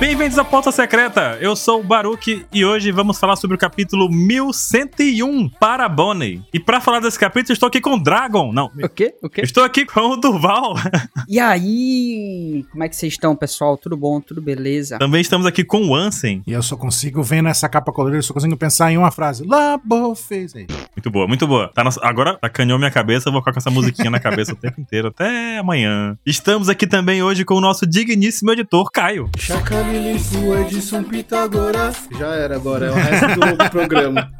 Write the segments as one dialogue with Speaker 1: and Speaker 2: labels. Speaker 1: Bem-vindos à Pauta Secreta! Eu sou o Baruque e hoje vamos falar sobre o capítulo 1101 para Bonnie. E para falar desse capítulo, eu estou aqui com o Dragon. Não,
Speaker 2: O quê? O
Speaker 1: eu
Speaker 2: quê?
Speaker 1: estou aqui com o Durval.
Speaker 2: E aí? Como é que vocês estão, pessoal? Tudo bom? Tudo beleza?
Speaker 1: Também estamos aqui com o Ansem.
Speaker 3: E eu só consigo, vendo essa capa colorida, eu só consigo pensar em uma frase. Labo fez aí.
Speaker 1: Muito boa, muito boa. Tá na- Agora acanhou minha cabeça, eu vou ficar com essa musiquinha na cabeça o tempo inteiro, até amanhã. Estamos aqui também hoje com o nosso digníssimo editor, Caio.
Speaker 4: Chacalilifu, Edson Pitagoras. Já era agora, é o resto do, do programa.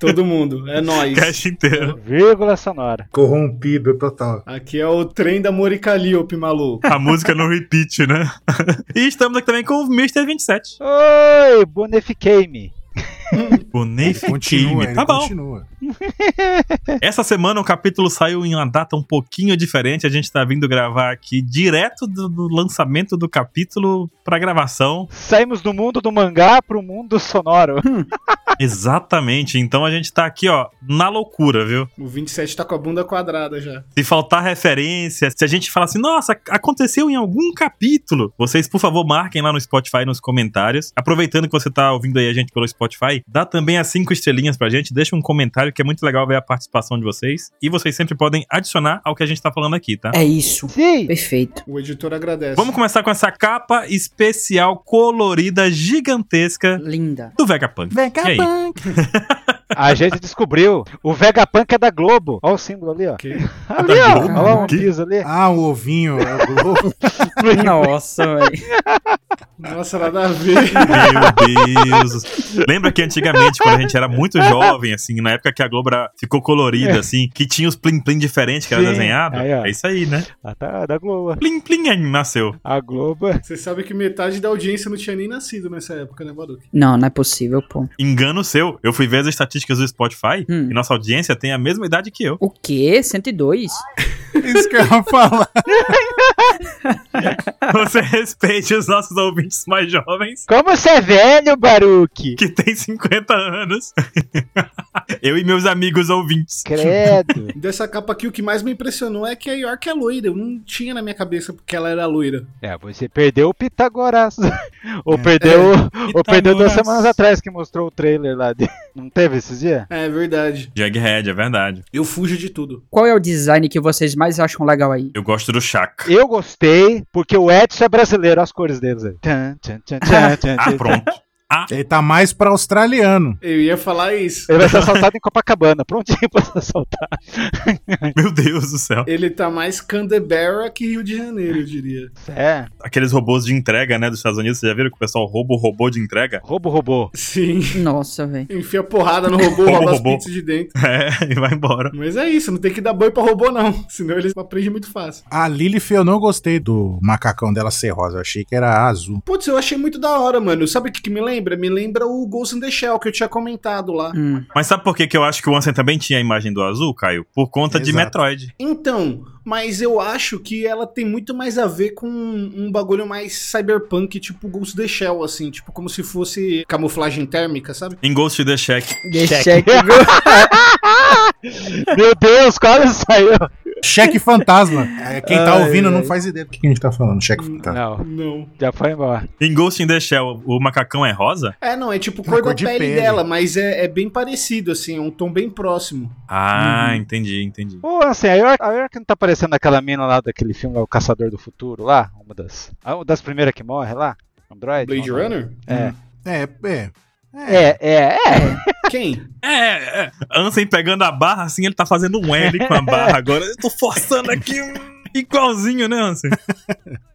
Speaker 4: Todo mundo, é nóis.
Speaker 1: Cast inteiro.
Speaker 5: Vírgula sonora.
Speaker 3: Corrompido total.
Speaker 4: Aqui é o trem da Moricaliope, maluco.
Speaker 1: A música não repeat, né? e estamos aqui também com o Mr. 27.
Speaker 5: Oi, bonifiquei-me.
Speaker 3: Continua,
Speaker 1: Bonifiquei-me.
Speaker 3: ele
Speaker 1: Tá bom.
Speaker 3: continua.
Speaker 1: Essa semana o capítulo saiu em uma data um pouquinho diferente. A gente tá vindo gravar aqui direto do, do lançamento do capítulo pra gravação.
Speaker 5: Saímos do mundo do mangá pro mundo sonoro.
Speaker 1: Exatamente. Então a gente tá aqui, ó, na loucura, viu?
Speaker 4: O 27 tá com a bunda quadrada já.
Speaker 1: Se faltar referência, se a gente falar assim, nossa, aconteceu em algum capítulo, vocês, por favor, marquem lá no Spotify nos comentários. Aproveitando que você tá ouvindo aí a gente pelo Spotify, dá também as cinco estrelinhas pra gente, deixa um comentário que é muito legal ver a participação de vocês. E vocês sempre podem adicionar ao que a gente tá falando aqui, tá?
Speaker 2: É isso.
Speaker 5: Sim,
Speaker 2: Perfeito.
Speaker 4: O editor agradece.
Speaker 1: Vamos começar com essa capa especial colorida gigantesca
Speaker 2: Linda.
Speaker 1: do Vegapunk. E aí?
Speaker 3: Vegapunk.
Speaker 5: a gente descobriu. O Vegapunk é da Globo. Olha o símbolo ali, ó.
Speaker 4: Que?
Speaker 5: Ali,
Speaker 1: Ah, da
Speaker 5: ó.
Speaker 1: Globo?
Speaker 5: Olha lá um
Speaker 1: Que?
Speaker 5: piso ali.
Speaker 3: Ah, o ovinho. é o Globo.
Speaker 2: Nossa, velho.
Speaker 4: Nossa, nada a ver.
Speaker 1: Meu Deus. Lembra que antigamente, quando a gente era muito jovem, assim, na época que a Globo era- ficou colorida, assim, que tinha os plim-plim diferentes que era
Speaker 5: É. Sim.
Speaker 1: desenhado?
Speaker 5: Aí, ó.
Speaker 1: é isso aí, né?
Speaker 5: Ah, tá, da Globo.
Speaker 1: Plim-plim aí nasceu.
Speaker 5: A Globo. é-
Speaker 4: Você sabe que metade da audiência não tinha nem nascido nessa época, né, Baruque?
Speaker 2: Não, não é possível, pô.
Speaker 1: Engano seu. Eu fui ver as estatísticas do Spotify
Speaker 2: Hum.
Speaker 1: e nossa audiência tem a mesma idade que eu.
Speaker 2: O quê? 102?
Speaker 3: Isso que eu ia falar.
Speaker 1: Você respeite os nossos ouvintes mais jovens.
Speaker 5: Como você é velho, Baruque?
Speaker 1: Que tem 50 anos. eu e meus amigos ouvintes.
Speaker 5: Credo.
Speaker 4: Dessa capa aqui, o que mais me impressionou é que a York é loira. Eu não tinha na minha cabeça porque ela era loira.
Speaker 5: É, você perdeu o Pitagoras. Ou perdeu. Ou perdeu duas
Speaker 1: É, Pitagoras.
Speaker 5: semanas atrás que mostrou o trailer lá. De... Não teve esses dias?
Speaker 4: É verdade.
Speaker 1: Jughead, é verdade.
Speaker 4: Eu fujo de tudo.
Speaker 2: Qual é o design que vocês mais acham legal aí?
Speaker 1: Eu gosto do Shaka.
Speaker 5: Eu gostei, porque o Edson é brasileiro, olha as cores deles aí. Tchan, tchan, tchan, tchan, tchan,
Speaker 1: Ah,
Speaker 5: tchan.
Speaker 1: pronto.
Speaker 3: Ele tá mais pra australiano.
Speaker 4: Eu ia falar isso.
Speaker 5: Ele vai ser assaltado em Copacabana, prontinho pra ser assaltado.
Speaker 1: Meu Deus do céu.
Speaker 4: Ele tá mais Candeberra que Rio de Janeiro, eu diria.
Speaker 5: É,
Speaker 1: Aqueles robôs de entrega, né, dos Estados Unidos, vocês já viram que o pessoal rouba o robô de entrega?
Speaker 5: roubo, robô.
Speaker 4: Sim.
Speaker 2: Nossa, velho.
Speaker 4: Enfia porrada no robô, rouba as
Speaker 1: Robô.
Speaker 4: pizzas de dentro.
Speaker 1: É, e vai embora.
Speaker 4: Mas é isso, não tem que dar boi pra robô, não. Senão eles aprendem muito fácil.
Speaker 3: A Lilith, eu não gostei do macacão dela ser rosa. Eu achei que era azul.
Speaker 4: Putz, eu achei muito da hora, mano. Sabe o que, que me lembra? Me lembra o Ghost in the Shell que eu tinha comentado lá.
Speaker 2: Hum.
Speaker 1: Mas sabe por que, que eu acho que o Ansem também tinha a imagem do azul, Caio? Por conta de
Speaker 3: Exato.
Speaker 1: Metroid.
Speaker 4: Então, mas eu acho que ela tem muito mais a ver com um um bagulho mais cyberpunk, tipo Ghost in the Shell, assim. Tipo, como se fosse camuflagem térmica, sabe?
Speaker 1: Em Ghost in the Shack.
Speaker 2: Deixa
Speaker 5: Cheque. Meu Deus, quase saiu.
Speaker 3: Cheque fantasma. É, Quem tá
Speaker 5: Ai,
Speaker 3: ouvindo não
Speaker 5: ai.
Speaker 3: faz ideia do que a gente tá falando. Cheque fantasma.
Speaker 5: Não,
Speaker 4: Não.
Speaker 5: já foi embora.
Speaker 1: Em Ghost in the Shell, o macacão é rosa?
Speaker 4: É, não, é tipo
Speaker 3: Uma
Speaker 4: cor,
Speaker 3: cor
Speaker 4: da
Speaker 3: de
Speaker 4: pele,
Speaker 3: pele.
Speaker 4: dela, mas é, é bem parecido, assim. É um tom bem próximo.
Speaker 1: Ah,
Speaker 5: Uhum.
Speaker 1: entendi, entendi.
Speaker 5: Ô, assim, a York, a York não tá parecendo aquela mina lá daquele filme, lá, O Caçador do Futuro, lá? Uma das, ah, uma das primeiras que morre lá? Android?
Speaker 4: Blade
Speaker 5: Android.
Speaker 4: Runner?
Speaker 5: É.
Speaker 3: É, é.
Speaker 5: É, é, é.
Speaker 4: Quem?
Speaker 1: É, é. Ansem pegando a barra, assim, ele tá fazendo um L com a barra agora. Eu tô forçando aqui. hum, Igualzinho, né, Ansem?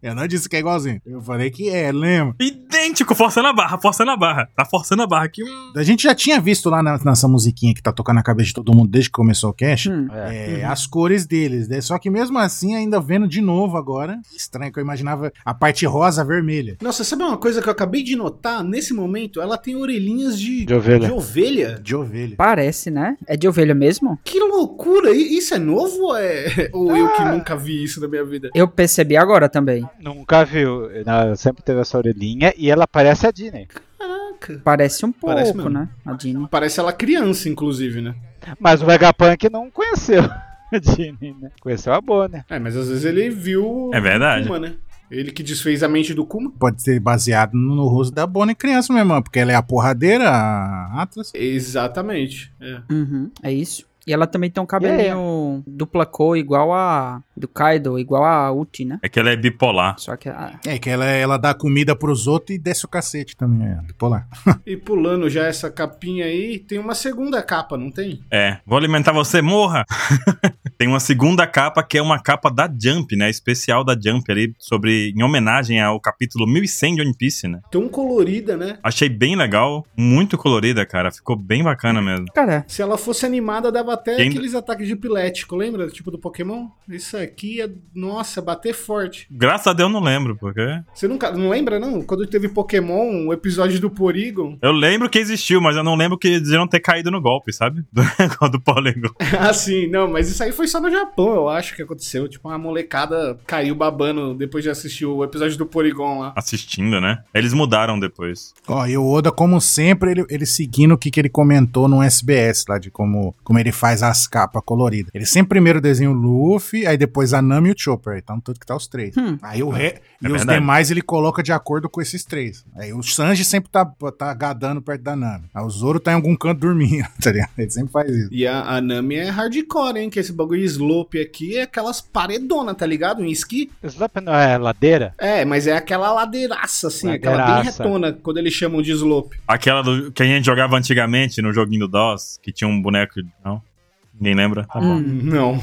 Speaker 3: Eu não disse que é igualzinho. Eu falei que é, lembra?
Speaker 1: Idêntico, forçando a barra, forçando a barra. Tá forçando a barra aqui. hum.
Speaker 3: A gente já tinha visto lá na, nessa musiquinha que tá tocando na cabeça de todo mundo desde que começou o cast.
Speaker 2: Hum.
Speaker 5: é.
Speaker 3: É, As cores deles, né? Só que mesmo assim, ainda vendo de novo agora, estranho que eu imaginava a parte rosa vermelha.
Speaker 4: Nossa, sabe uma coisa que eu acabei de notar? Nesse momento, ela tem orelhinhas de,
Speaker 5: De ovelha.
Speaker 4: de ovelha.
Speaker 3: é, De ovelha.
Speaker 2: Parece, né? É de ovelha mesmo?
Speaker 4: Que loucura! I- Isso é novo ou é. Ou eu que nunca vi isso na minha vida?
Speaker 2: Eu percebi agora também.
Speaker 5: Nunca viu. Ela sempre teve essa orelhinha e ela parece a Disney.
Speaker 4: Caraca.
Speaker 2: Parece um pouco,
Speaker 4: Parece mesmo.
Speaker 2: né? A Dini.
Speaker 4: Parece ela criança, inclusive, né?
Speaker 5: Mas o Vegapunk não conheceu a Disney, né? Conheceu a Bonnie.
Speaker 4: É, mas às vezes ele viu.
Speaker 1: É verdade.
Speaker 4: Uma, né? Ele que desfez a mente do Kuma.
Speaker 3: Pode ser baseado no, no rosto da Bonnie criança mesmo, porque ela é a porradeira, a Atlas.
Speaker 4: Exatamente. É.
Speaker 2: Uhum, é isso. E ela também tem um cabelinho dupla cor igual a do Kaido, igual a Uchi, né?
Speaker 1: É que ela é bipolar.
Speaker 2: Só que a,
Speaker 3: É, que ela, ela dá comida pros outros e desce o cacete também, é, bipolar.
Speaker 4: E pulando já essa capinha aí, tem uma segunda capa, não tem?
Speaker 1: É. Vou alimentar você, morra! Tem uma segunda capa que é uma capa da Jump, né? Especial da Jump ali, sobre. em homenagem ao capítulo 1100 de One Piece, né?
Speaker 4: Tão colorida, né?
Speaker 1: Achei bem legal, muito colorida, cara. Ficou bem bacana mesmo.
Speaker 2: cara,
Speaker 4: Se ela fosse animada, dava até
Speaker 1: Quem-
Speaker 4: aqueles ataques de epilético, lembra? Tipo do Pokémon? Isso aqui é. Nossa, bater forte.
Speaker 1: Graças a Deus eu não lembro, porque.
Speaker 4: Você nunca. Não lembra, não? Quando teve Pokémon, o episódio do Porygon.
Speaker 1: Eu lembro que existiu, mas eu não lembro que eles iam ter caído no golpe, sabe? Do, do Polygon.
Speaker 4: ah, sim, não, mas isso aí foi só no Japão, eu acho que aconteceu. Tipo, uma molecada caiu babando depois de assistir o episódio do Porygon lá.
Speaker 1: Assistindo, né? Eles mudaram depois.
Speaker 3: Ó, e o Oda, como sempre, ele, ele seguindo o que, que ele comentou no SBS lá, de como, como ele faz as capas coloridas. Ele sempre primeiro desenha o Luffy, aí depois a Nami e o Chopper. Então tudo que tá os três.
Speaker 2: Hum.
Speaker 3: Aí o re... e os
Speaker 1: verdade.
Speaker 3: demais ele coloca de acordo com esses três. Aí o Sanji sempre tá, tá gadando perto da Nami. Aí o Zoro tá em algum canto dormindo, tá ligado? Ele sempre faz isso.
Speaker 4: E a, a Nami é hardcore, hein? Que esse bagulho slope aqui é aquelas paredona, tá ligado? Em esqui.
Speaker 5: Slap não é ladeira?
Speaker 4: É, mas é aquela ladeiraça, assim, aquela bem
Speaker 5: Ladeiraça.
Speaker 4: retona, quando eles chamam de slope.
Speaker 1: Aquela do, que a gente jogava antigamente no joguinho do DOS, que tinha um boneco. Não? Ninguém lembra?
Speaker 2: Ah.
Speaker 1: Tá bom.
Speaker 2: hum.
Speaker 4: Não.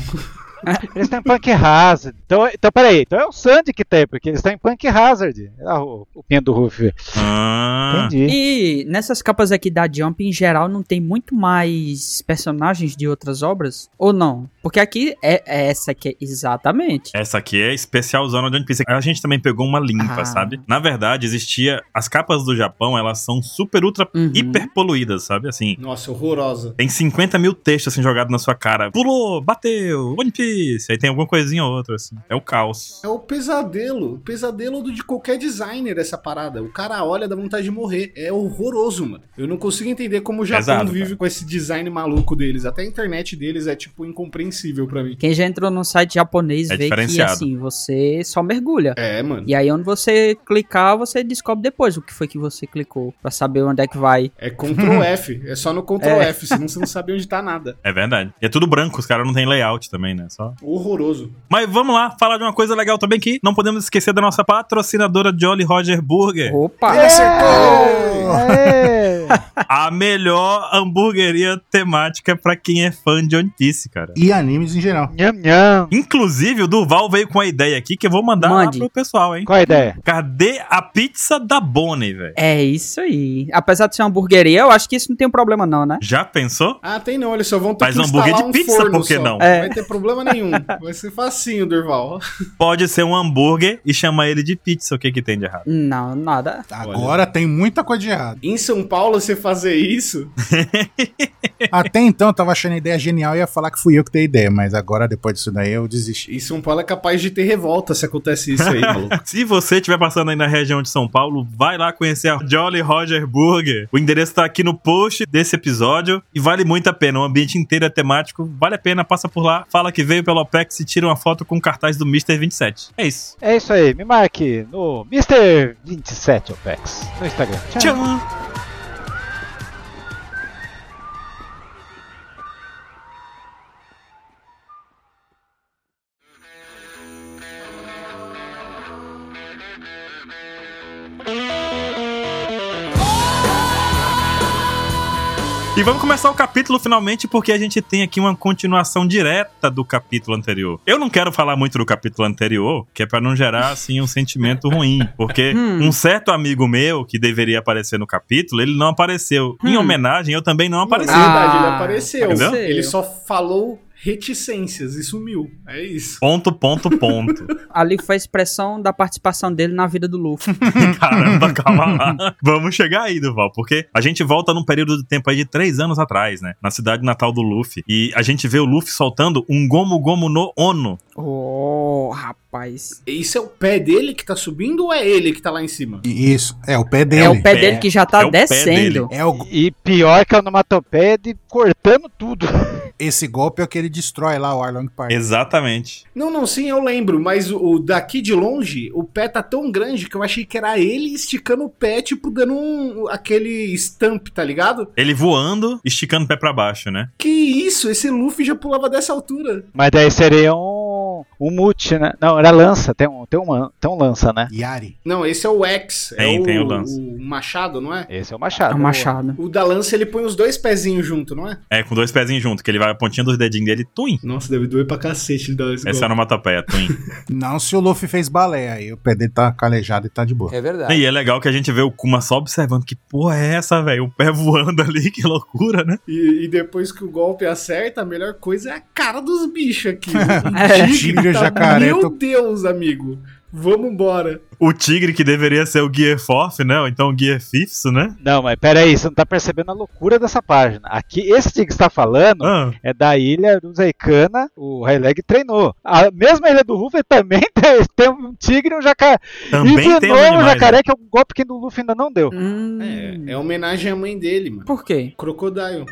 Speaker 5: Eles estão em Punk Hazard. Então, então peraí, então é o Sandy que tem, porque eles estão em Punk Hazard. Ah, o, o Pinho do Ruff.
Speaker 1: Ah,
Speaker 5: Entendi.
Speaker 2: E nessas capas aqui da Jump, em geral, não tem muito mais personagens de outras obras? Ou não? Porque aqui é, é essa que é exatamente.
Speaker 1: Essa aqui é especialzona de One Piece. A gente também pegou uma limpa,
Speaker 2: Ah.
Speaker 1: sabe? Na verdade, existia. As capas do Japão, elas são super, ultra,
Speaker 2: Uhum.
Speaker 1: É hiper poluídas, sabe? Assim,
Speaker 4: Nossa, horrorosa.
Speaker 1: Tem 50 mil textos assim jogados na sua cara. Pulou, bateu, One Piece. Aí tem alguma coisinha ou outra, assim. É o caos.
Speaker 4: É o pesadelo, o pesadelo do- de qualquer designer essa parada. O cara olha dá vontade de morrer. É horroroso, mano. Eu não consigo entender como o Japão
Speaker 1: Pesado,
Speaker 4: vive
Speaker 1: cara.
Speaker 4: com esse design maluco deles. Até a internet deles é tipo incompreensível pra mim.
Speaker 2: Quem já entrou num site japonês
Speaker 1: É
Speaker 2: vê que
Speaker 1: diferenciado.
Speaker 2: assim, você só mergulha.
Speaker 4: É, mano.
Speaker 2: E aí, onde você clicar, você descobre depois o que foi que você clicou, Pra saber onde é que vai.
Speaker 4: É Ctrl F, é só no Ctrl
Speaker 2: É.
Speaker 4: F, senão você não sabe onde tá nada.
Speaker 1: É verdade. E é tudo branco, os caras não tem layout também, né? Só.
Speaker 4: Horroroso.
Speaker 1: Mas vamos lá, falar de uma coisa legal também que não podemos esquecer da nossa patrocinadora Jolly Roger Burger.
Speaker 2: Opa!
Speaker 3: Ele acertou!
Speaker 5: Aê!
Speaker 1: A melhor hamburgueria temática pra quem é fã de One Piece, cara.
Speaker 3: E animes em geral.
Speaker 5: nham, nham.
Speaker 1: Inclusive, o Duval veio com a ideia aqui que eu vou mandar lá
Speaker 2: Mande.
Speaker 1: pro pessoal, hein?
Speaker 5: Qual a ideia?
Speaker 1: Cadê a pizza da Bonnie, velho?
Speaker 2: É isso aí. Apesar de ser uma hamburgueria, eu acho que isso não tem um problema, não, né?
Speaker 1: Já pensou?
Speaker 4: Ah, tem não, eles só vão ter
Speaker 1: Faz
Speaker 4: que
Speaker 1: um hambúrguer
Speaker 4: instalar
Speaker 1: de pizza,
Speaker 4: forno
Speaker 1: por que
Speaker 4: só.
Speaker 1: não?
Speaker 2: É.
Speaker 4: Vai ter problema nenhum. Vai ser facinho, Durval.
Speaker 1: Pode ser um hambúrguer e chama ele de pizza. O que que tem de errado?
Speaker 2: Não, nada.
Speaker 3: Agora tem muita coisa de errado.
Speaker 4: Em São Paulo, você fazer isso...
Speaker 3: Até então eu tava achando a ideia genial e ia falar que fui eu que dei a ideia, mas agora, depois disso daí, eu desisti.
Speaker 4: Em São Paulo é capaz de ter revolta se acontece isso aí, maluco.
Speaker 1: Se você estiver passando aí na região de São Paulo, vai lá conhecer a Jolly Roger Burger. O endereço tá aqui no post desse episódio e vale muito a pena. O ambiente inteiro é temático, vale a pena, passa por lá, fala que veio pelo OPEX e tira uma foto com o cartaz do Mr. 27. É isso.
Speaker 5: É isso aí, me marque no Mr27OPEX no Instagram. Tchau.
Speaker 1: Tchau! E vamos começar o capítulo finalmente, porque a gente tem aqui uma continuação direta do capítulo anterior. Eu não quero falar muito do capítulo anterior, que é pra não gerar assim um sentimento ruim, porque
Speaker 2: Hum.
Speaker 1: um certo amigo meu que deveria aparecer no capítulo, ele não apareceu. Em
Speaker 2: Hum.
Speaker 1: homenagem, eu também não
Speaker 4: Na
Speaker 1: apareci.
Speaker 2: Ah,
Speaker 4: verdade, ele apareceu.
Speaker 1: entendeu?
Speaker 4: Ele só falou reticências e sumiu. É isso.
Speaker 1: Ponto, ponto, ponto.
Speaker 2: Ali foi a expressão da participação dele na vida do Luffy.
Speaker 1: Caramba, calma lá. Vamos chegar aí, Duval, porque a gente volta num período de tempo aí de três anos atrás, né? Na cidade natal do Luffy. E a gente vê o Luffy soltando um Gomu Gomu no Ono.
Speaker 2: Oh, rapaz.
Speaker 4: Isso é o pé dele que tá subindo ou é ele que tá lá em cima?
Speaker 3: E Isso, é o pé dele.
Speaker 2: É o pé dele
Speaker 1: É,
Speaker 2: que já tá
Speaker 1: é o pé
Speaker 2: descendo.
Speaker 3: É o
Speaker 5: E pior que a onomatopeia é de cortando tudo.
Speaker 3: Esse golpe é o que ele destrói lá o Arlong Park.
Speaker 1: Exatamente.
Speaker 4: Não, não, sim, eu lembro, mas o, o daqui de longe, o pé tá tão grande que eu achei que era ele esticando o pé, tipo, dando um, aquele stamp, tá ligado?
Speaker 1: Ele voando, esticando o pé pra baixo, né?
Speaker 4: Que isso, esse Luffy já pulava dessa altura.
Speaker 5: Mas daí seria um. Um mute, né? Não, era lança. Tem um, tem um, tem um lança, né?
Speaker 3: Yari.
Speaker 4: Não, esse é o X.
Speaker 1: Tem,
Speaker 4: é
Speaker 1: tem
Speaker 4: o,
Speaker 1: o lance.
Speaker 4: o machado, não é?
Speaker 5: Esse é o
Speaker 2: É
Speaker 5: machado.
Speaker 2: um machado.
Speaker 4: O da lança, ele põe os dois pezinhos junto, não é?
Speaker 1: É, com dois pezinhos juntos, que ele vai a pontinha dos dedinhos dele, tuim.
Speaker 4: Nossa, deve doer pra cacete dar esse
Speaker 1: Essa é a onomatopeia, tuim.
Speaker 3: Não se o Luffy fez balé, aí o pé dele tá calejado e tá de boa.
Speaker 6: É verdade.
Speaker 1: e é legal que a gente vê o Kuma só observando que porra é essa, velho? O pé voando ali, que loucura, né?
Speaker 4: E, e depois que o golpe acerta, a melhor coisa é a cara dos bichos aqui.
Speaker 2: É.
Speaker 4: O
Speaker 3: Tigre, jacaré,
Speaker 4: Meu
Speaker 3: tô-
Speaker 4: Deus, amigo. Vamos embora.
Speaker 1: O tigre que deveria ser o Gear Fourth, né? Ou então o Gear Fifth, né?
Speaker 5: Não, mas pera aí, você não tá percebendo a loucura dessa página. Aqui, esse que você tá falando
Speaker 1: Ah,
Speaker 5: é da ilha do Zaikana, o Highleg treinou. A mesma ilha do Ruffy também tem, tem um tigre e um jacaré.
Speaker 1: também
Speaker 5: e de
Speaker 1: tem os
Speaker 5: novo um
Speaker 1: animais, né?
Speaker 5: jacaré, que é um golpe que do Luffy ainda não deu.
Speaker 2: Hum,
Speaker 4: É, é homenagem à mãe dele, mano.
Speaker 2: Por quê?
Speaker 4: Crocodile.
Speaker 1: né?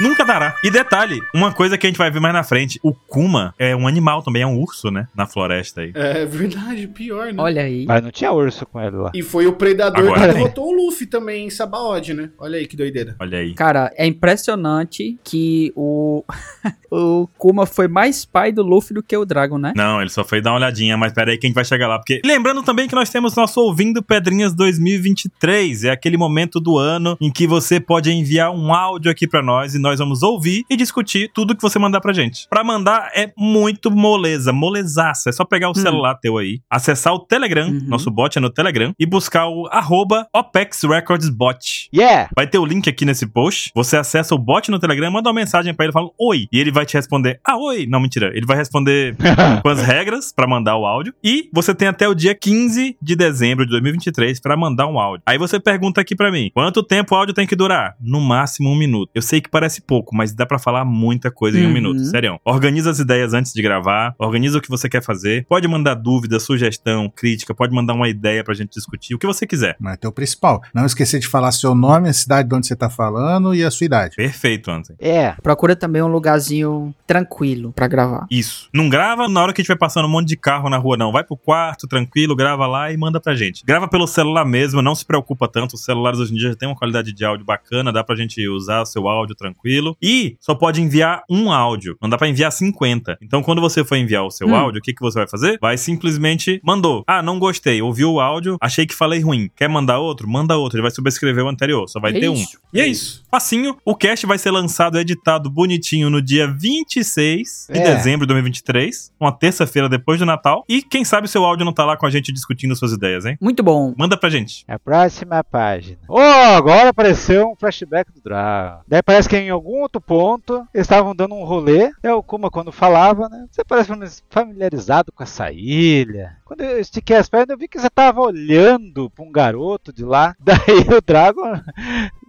Speaker 1: Nunca dará. E detalhe, uma coisa que a gente vai ver mais na frente, o Kuma é um animal também, é um urso, né? Na floresta aí.
Speaker 4: É verdade, pior, né?
Speaker 2: Olha aí.
Speaker 5: Mas não tinha urso com ele lá.
Speaker 4: E foi o predador
Speaker 1: Agora
Speaker 4: que
Speaker 1: tem.
Speaker 4: derrotou o Luffy também em Sabaody, né? Olha aí que doideira.
Speaker 1: Olha aí.
Speaker 2: Cara, é impressionante que o, o Kuma foi mais pai do Luffy do que o Dragon, né?
Speaker 1: Não, ele só foi dar uma olhadinha, mas peraí que a gente vai chegar lá. Porque lembrando também que nós temos nosso Ouvindo Pedrinhas 2023. É aquele momento do ano em que você pode enviar um áudio aqui pra nós e nós vamos ouvir e discutir tudo que você mandar pra gente. Pra mandar é muito moleza, molezaça. É só pegar o celular teu aí, acessar o Telegram,
Speaker 2: Uhum.
Speaker 1: nosso bot é no Telegram, e buscar o arroba OPEX Records Bot.
Speaker 5: Yeah!
Speaker 1: Vai ter o link aqui nesse post. Você acessa o bot no Telegram, manda uma mensagem pra ele, fala oi. E ele vai te responder, ah, oi. Não, mentira. Ele vai responder com as regras pra mandar o áudio. E você tem até o dia 15 de dezembro de 2023 pra mandar um áudio. Aí você pergunta aqui pra mim, quanto tempo o áudio tem que durar? No máximo um minuto. Eu sei que parece pouco, mas dá pra falar muita coisa em um
Speaker 2: Uhum.
Speaker 1: minuto. Sério. Organiza as ideias antes de gravar, organiza o que você quer fazer. Pode mandar dúvida, sugestão, crítica, pode mandar uma ideia pra gente discutir, o que você quiser.
Speaker 3: Mas tem o principal. Não esquecer de falar seu nome, a cidade de onde você tá falando e a sua idade.
Speaker 1: Perfeito, Anthony.
Speaker 5: É.
Speaker 2: Procura também um lugarzinho tranquilo pra gravar.
Speaker 1: Isso. Não grava na hora que a gente vai passando um monte de carro na rua, não. Vai pro quarto, tranquilo, grava lá e manda pra gente. Grava pelo celular mesmo, não se preocupa tanto. Os celulares hoje em dia já têm uma qualidade de áudio bacana, dá pra gente usar o seu áudio tranquilo. E só pode enviar um áudio, não dá pra enviar 50. Então, quando você for enviar o seu
Speaker 2: Hum.
Speaker 1: áudio, o que, que você vai fazer? Vai simplesmente mandou. Ah, não gostei, ouviu o áudio, achei que falei ruim. Quer mandar outro? Manda outro. Ele vai subscrever o anterior, só vai
Speaker 2: É
Speaker 1: ter um.
Speaker 2: isso.
Speaker 1: E é isso. Facinho, o cast vai ser lançado, editado bonitinho no dia 26 de
Speaker 5: É.
Speaker 1: dezembro de 2023, uma terça-feira depois do Natal. E quem sabe seu áudio não tá lá com a gente discutindo suas ideias, hein?
Speaker 2: Muito bom.
Speaker 1: Manda pra gente.
Speaker 5: A próxima página. Oh, agora apareceu um flashback do Dragon. Daí parece que em algum outro ponto eles estavam dando um rolê. É o Kuma quando falava, né? Você parece familiarizado com essa ilha. Quando eu estiquei as pernas, eu vi que você tava olhando pra um garoto de lá. Daí o Dragon,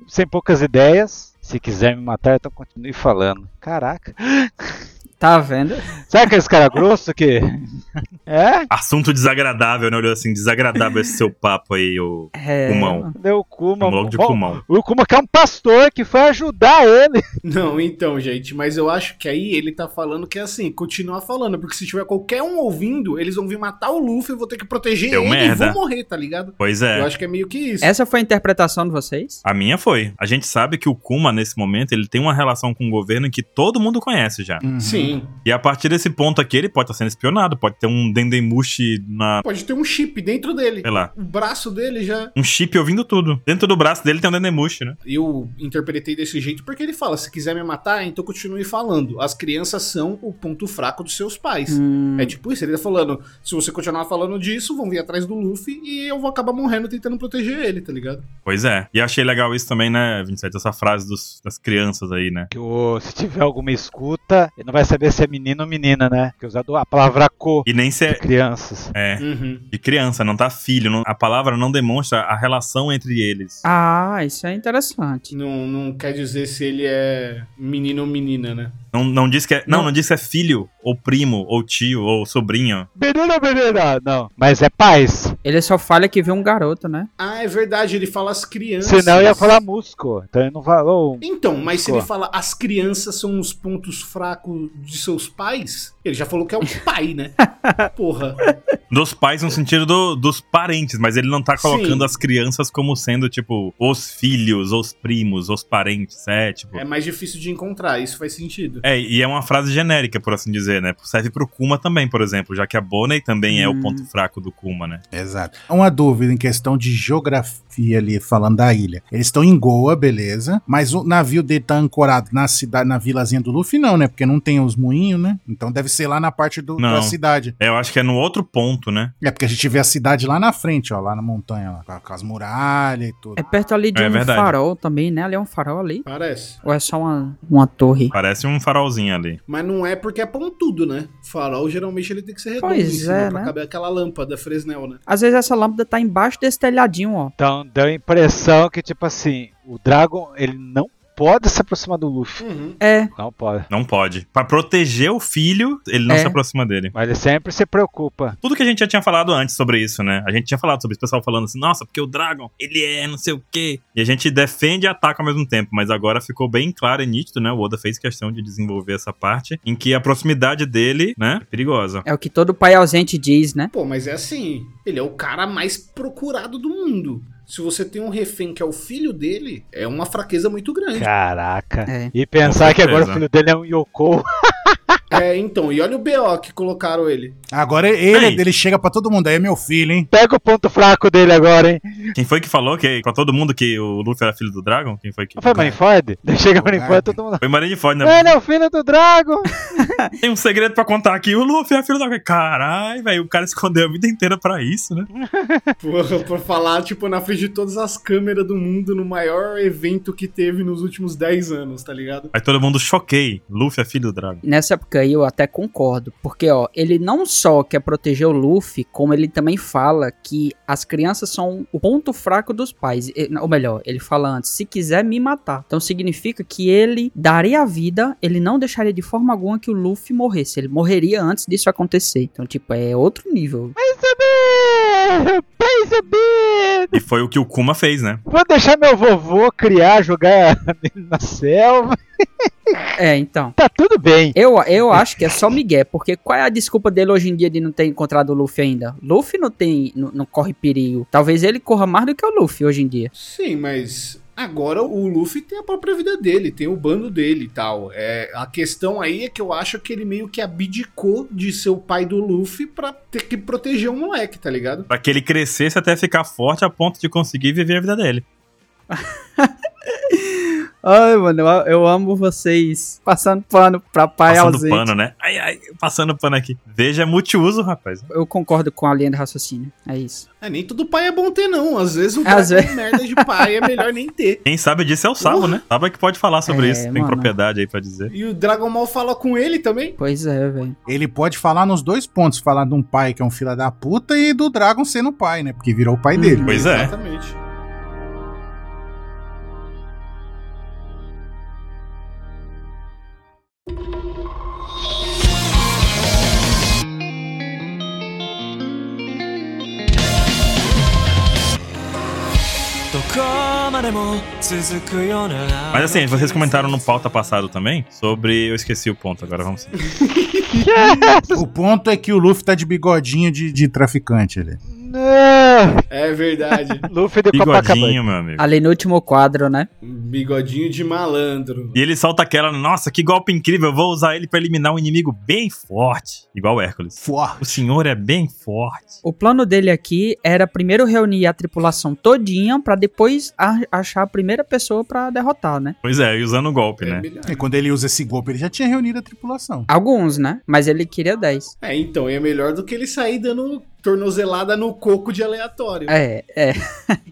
Speaker 5: sem poucas ideias. Se quiser me matar, então continue falando. Caraca.
Speaker 2: Tá vendo?
Speaker 5: Sabe aqueles cara grosso que. É?
Speaker 1: Assunto desagradável, né? Olhou assim, desagradável esse seu papo aí, ô.
Speaker 2: É,
Speaker 1: Pulmão.
Speaker 5: Deu o Kuma.
Speaker 1: Vamos logo Tá de
Speaker 5: Bom,
Speaker 1: pulmão.
Speaker 5: O Kuma que é um pastor que foi ajudar ele.
Speaker 4: Não, então, gente, mas eu acho que aí ele tá falando que é assim, continuar falando, porque se tiver qualquer um ouvindo, eles vão vir matar o Luffy, eu vou ter que proteger
Speaker 1: Deu
Speaker 4: ele
Speaker 1: merda.
Speaker 4: e vou morrer, tá ligado?
Speaker 1: Pois
Speaker 4: Eu
Speaker 1: é.
Speaker 4: acho que é meio que isso.
Speaker 2: Essa foi a interpretação de vocês?
Speaker 1: A minha foi. A gente sabe que o Kuma, nesse momento, ele tem uma relação com o governo que todo mundo conhece já.
Speaker 3: Uhum.
Speaker 4: Sim.
Speaker 1: E a partir desse ponto aqui, ele pode estar sendo espionado, pode ter um Dendemushi na.
Speaker 4: Pode ter um chip dentro dele.
Speaker 1: sei lá.
Speaker 4: O braço dele já.
Speaker 1: Um chip ouvindo tudo. Dentro do braço dele tem um Dendemushi, né?
Speaker 4: Eu interpretei desse jeito porque ele fala: se quiser me matar, então continue falando. As crianças são o ponto fraco dos seus pais.
Speaker 2: Hum,
Speaker 4: É tipo isso, ele tá falando: se você continuar falando disso, vão vir atrás do Luffy e eu vou acabar morrendo tentando proteger ele, tá ligado?
Speaker 1: Pois é. E achei legal isso também, né, 27? Essa frase dos- das crianças aí, né?
Speaker 5: Que o- se tiver alguma escuta, ele não vai saber se é menino ou menina, né? Que usado a palavra co
Speaker 1: E nem se
Speaker 5: de
Speaker 1: é.
Speaker 5: crianças.
Speaker 1: É.
Speaker 4: Uhum.
Speaker 1: De criança, não tá filho. não- a palavra não demonstra a relação entre eles.
Speaker 2: Ah, isso é interessante.
Speaker 4: Não, não quer dizer se ele é menino ou menina, né?
Speaker 1: Não, não diz que é, não, não diz que é filho, ou primo, ou tio, ou sobrinho.
Speaker 5: Menina, menina! Não. Mas é paz.
Speaker 2: Ele só falha que vê um garoto, né?
Speaker 4: Ah, é verdade, ele fala as crianças.
Speaker 5: Senão eu ia falar musco. Então ele não falou. um-
Speaker 4: Então, mas se ele
Speaker 5: Pô.
Speaker 4: fala as crianças são os pontos fracos de seus pais, ele já falou que é o pai, né? Porra.
Speaker 1: Dos pais no sentido do- dos parentes, mas ele não tá colocando
Speaker 4: Sim.
Speaker 1: as crianças como sendo, tipo, os filhos, os primos, os parentes, é, tipo...
Speaker 4: É
Speaker 1: É.
Speaker 4: mais difícil de encontrar, isso faz sentido.
Speaker 1: e é uma frase genérica, por assim dizer, né? Serve pro Kuma também, por exemplo, já que a Bonnie também é o
Speaker 2: Hum.
Speaker 1: ponto fraco do Kuma, né?
Speaker 3: Exato. Uma dúvida em questão de geografia ali, falando da ilha. Eles estão em Goa, beleza, mas o navio dele tá ancorado na cidade, na vilazinha do Luffy, não, né? Porque não tem os moinhos, né? Então deve ser lá na parte do-
Speaker 1: Não.
Speaker 3: da cidade.
Speaker 1: É, Eu acho que é no outro ponto, né?
Speaker 3: É porque a gente vê a cidade lá na frente, ó, lá na montanha, lá, com a- com as muralhas e tudo.
Speaker 2: É perto ali de
Speaker 1: É
Speaker 2: um
Speaker 1: verdade.
Speaker 2: farol também, né? Ali é um farol ali.
Speaker 4: Parece.
Speaker 2: Ou é só uma, uma torre?
Speaker 1: Parece um farolzinho ali.
Speaker 4: Mas não é porque é pontudo, né? Farol geralmente ele tem que ser redondo
Speaker 2: Pois
Speaker 4: em cima
Speaker 2: é,
Speaker 4: pra
Speaker 2: né?
Speaker 4: caber aquela lâmpada Fresnel, né?
Speaker 2: Às vezes essa lâmpada tá embaixo desse telhadinho, ó.
Speaker 5: Então deu a impressão que, tipo assim, o Dragon, ele não pode se aproximar do Luffy.
Speaker 4: Uhum.
Speaker 2: É.
Speaker 5: Não pode.
Speaker 1: Não pode. Pra proteger o filho, ele não
Speaker 2: É.
Speaker 1: se aproxima dele.
Speaker 5: Mas ele sempre se preocupa.
Speaker 1: Tudo que a gente já tinha falado antes sobre isso, né? A gente tinha falado sobre isso, o pessoal falando assim, nossa, porque o Dragon, ele é não sei o quê. E a gente defende e ataca ao mesmo tempo, mas agora ficou bem claro e nítido, né? O Oda fez questão de desenvolver essa parte em que a proximidade dele, né, é perigosa.
Speaker 2: É o que todo pai ausente diz, né?
Speaker 4: Pô, mas é assim, ele é o cara mais procurado do mundo. Se você tem um refém que é o filho dele, é uma fraqueza muito grande.
Speaker 5: Caraca.
Speaker 2: É.
Speaker 5: E pensar
Speaker 1: Com
Speaker 5: que agora o
Speaker 1: certeza.
Speaker 5: filho dele é um Yoko.
Speaker 4: É, então, e olha o BO que colocaram ele.
Speaker 3: Agora ele,
Speaker 1: Ei.
Speaker 3: ele chega pra todo mundo, aí é meu filho, hein?
Speaker 5: Pega o ponto fraco dele agora, hein?
Speaker 1: Quem foi que falou que pra todo mundo que o Luffy era filho do Dragon? Quem foi que.
Speaker 5: Não foi Marineford? Chega o Marineford,
Speaker 3: Garp.
Speaker 5: todo mundo.
Speaker 1: Foi Marineford, né?
Speaker 5: Ele é o filho do Dragon!
Speaker 1: Tem um segredo pra contar aqui. O Luffy é filho do Dragon. Caralho, velho, o cara escondeu a vida inteira pra isso, né?
Speaker 4: Por, por falar, tipo, na frente de todas as câmeras do mundo, no maior evento que teve nos últimos 10 anos, tá ligado?
Speaker 1: Aí todo mundo choquei. Luffy é filho do Dragon.
Speaker 2: Nessa época aí eu até concordo, porque ó, ele não só quer proteger o Luffy, como ele também fala que as crianças são o ponto fraco dos pais. E- Ou melhor, ele fala antes, se quiser me matar. Então significa que ele daria a vida, ele não deixaria de forma alguma que o Luffy morresse. Ele morreria antes disso acontecer. Então, tipo, é outro nível.
Speaker 5: Pensa bem! Pensa bem!
Speaker 1: E foi o que o Kuma fez, né?
Speaker 5: Vou deixar meu vovô criar, jogar ele na selva.
Speaker 2: É, então.
Speaker 5: Tá tudo bem.
Speaker 2: Eu, eu acho que é só Miguel, porque qual é a desculpa dele hoje em dia de não ter encontrado o Luffy ainda? Luffy não tem. não, não corre perigo. Talvez ele corra mais do que o Luffy hoje em dia.
Speaker 4: Sim, mas agora o Luffy tem a própria vida dele, tem o bando dele e tal. É, a questão aí é que eu acho que ele meio que abdicou de ser o pai do Luffy pra ter que proteger o moleque, tá ligado?
Speaker 1: Pra que ele crescesse até ficar forte a ponto de conseguir viver a vida dele.
Speaker 2: Ai, mano, eu, eu amo vocês passando pano pra pai
Speaker 1: passando
Speaker 2: ausente.
Speaker 1: pano, né? Ai, ai, passando pano aqui. Veja, é multiuso, rapaz.
Speaker 2: Eu concordo com a linha de raciocínio. É isso.
Speaker 4: É, nem todo pai é bom ter, não. Às vezes um
Speaker 2: Às
Speaker 4: cara de merda de pai é melhor nem ter.
Speaker 1: Quem sabe disso é o Sabo, né? Sabo é que pode falar sobre
Speaker 2: É,
Speaker 1: isso. Tem
Speaker 2: mano.
Speaker 1: propriedade aí pra dizer.
Speaker 4: E o Dragon Ball fala com ele também?
Speaker 2: Pois é, velho.
Speaker 3: Ele pode falar nos dois pontos, falar de um pai que é um filho da puta e do Dragon sendo pai, né? Porque virou o pai
Speaker 2: Hum.
Speaker 3: dele.
Speaker 1: Pois é.
Speaker 4: Exatamente.
Speaker 1: Mas assim, vocês comentaram no pauta passado também sobre. Eu esqueci o ponto agora, vamos. seguir.
Speaker 3: O ponto é que o Luffy tá de bigodinho de, de traficante ali.
Speaker 5: Não.
Speaker 4: É verdade.
Speaker 5: Luffy de Copacabana.
Speaker 1: Bigodinho, meu amigo.
Speaker 2: Ali no último quadro, né?
Speaker 4: Bigodinho de malandro.
Speaker 1: E ele solta aquela, nossa, que golpe incrível, eu vou usar ele pra eliminar um inimigo bem forte. Igual o Hércules.
Speaker 3: Forte.
Speaker 1: O senhor é bem forte.
Speaker 2: O plano dele aqui era primeiro reunir a tripulação todinha pra depois a- achar a primeira pessoa pra derrotar, né?
Speaker 1: Pois é, e usando o golpe,
Speaker 4: É,
Speaker 1: né?
Speaker 4: melhor.
Speaker 3: E quando ele usa esse golpe, ele já tinha reunido a tripulação.
Speaker 2: Alguns, né? Mas ele queria 10.
Speaker 4: é, então, é melhor do que ele sair dando tornozelada no coco de aleatório.
Speaker 2: É, é.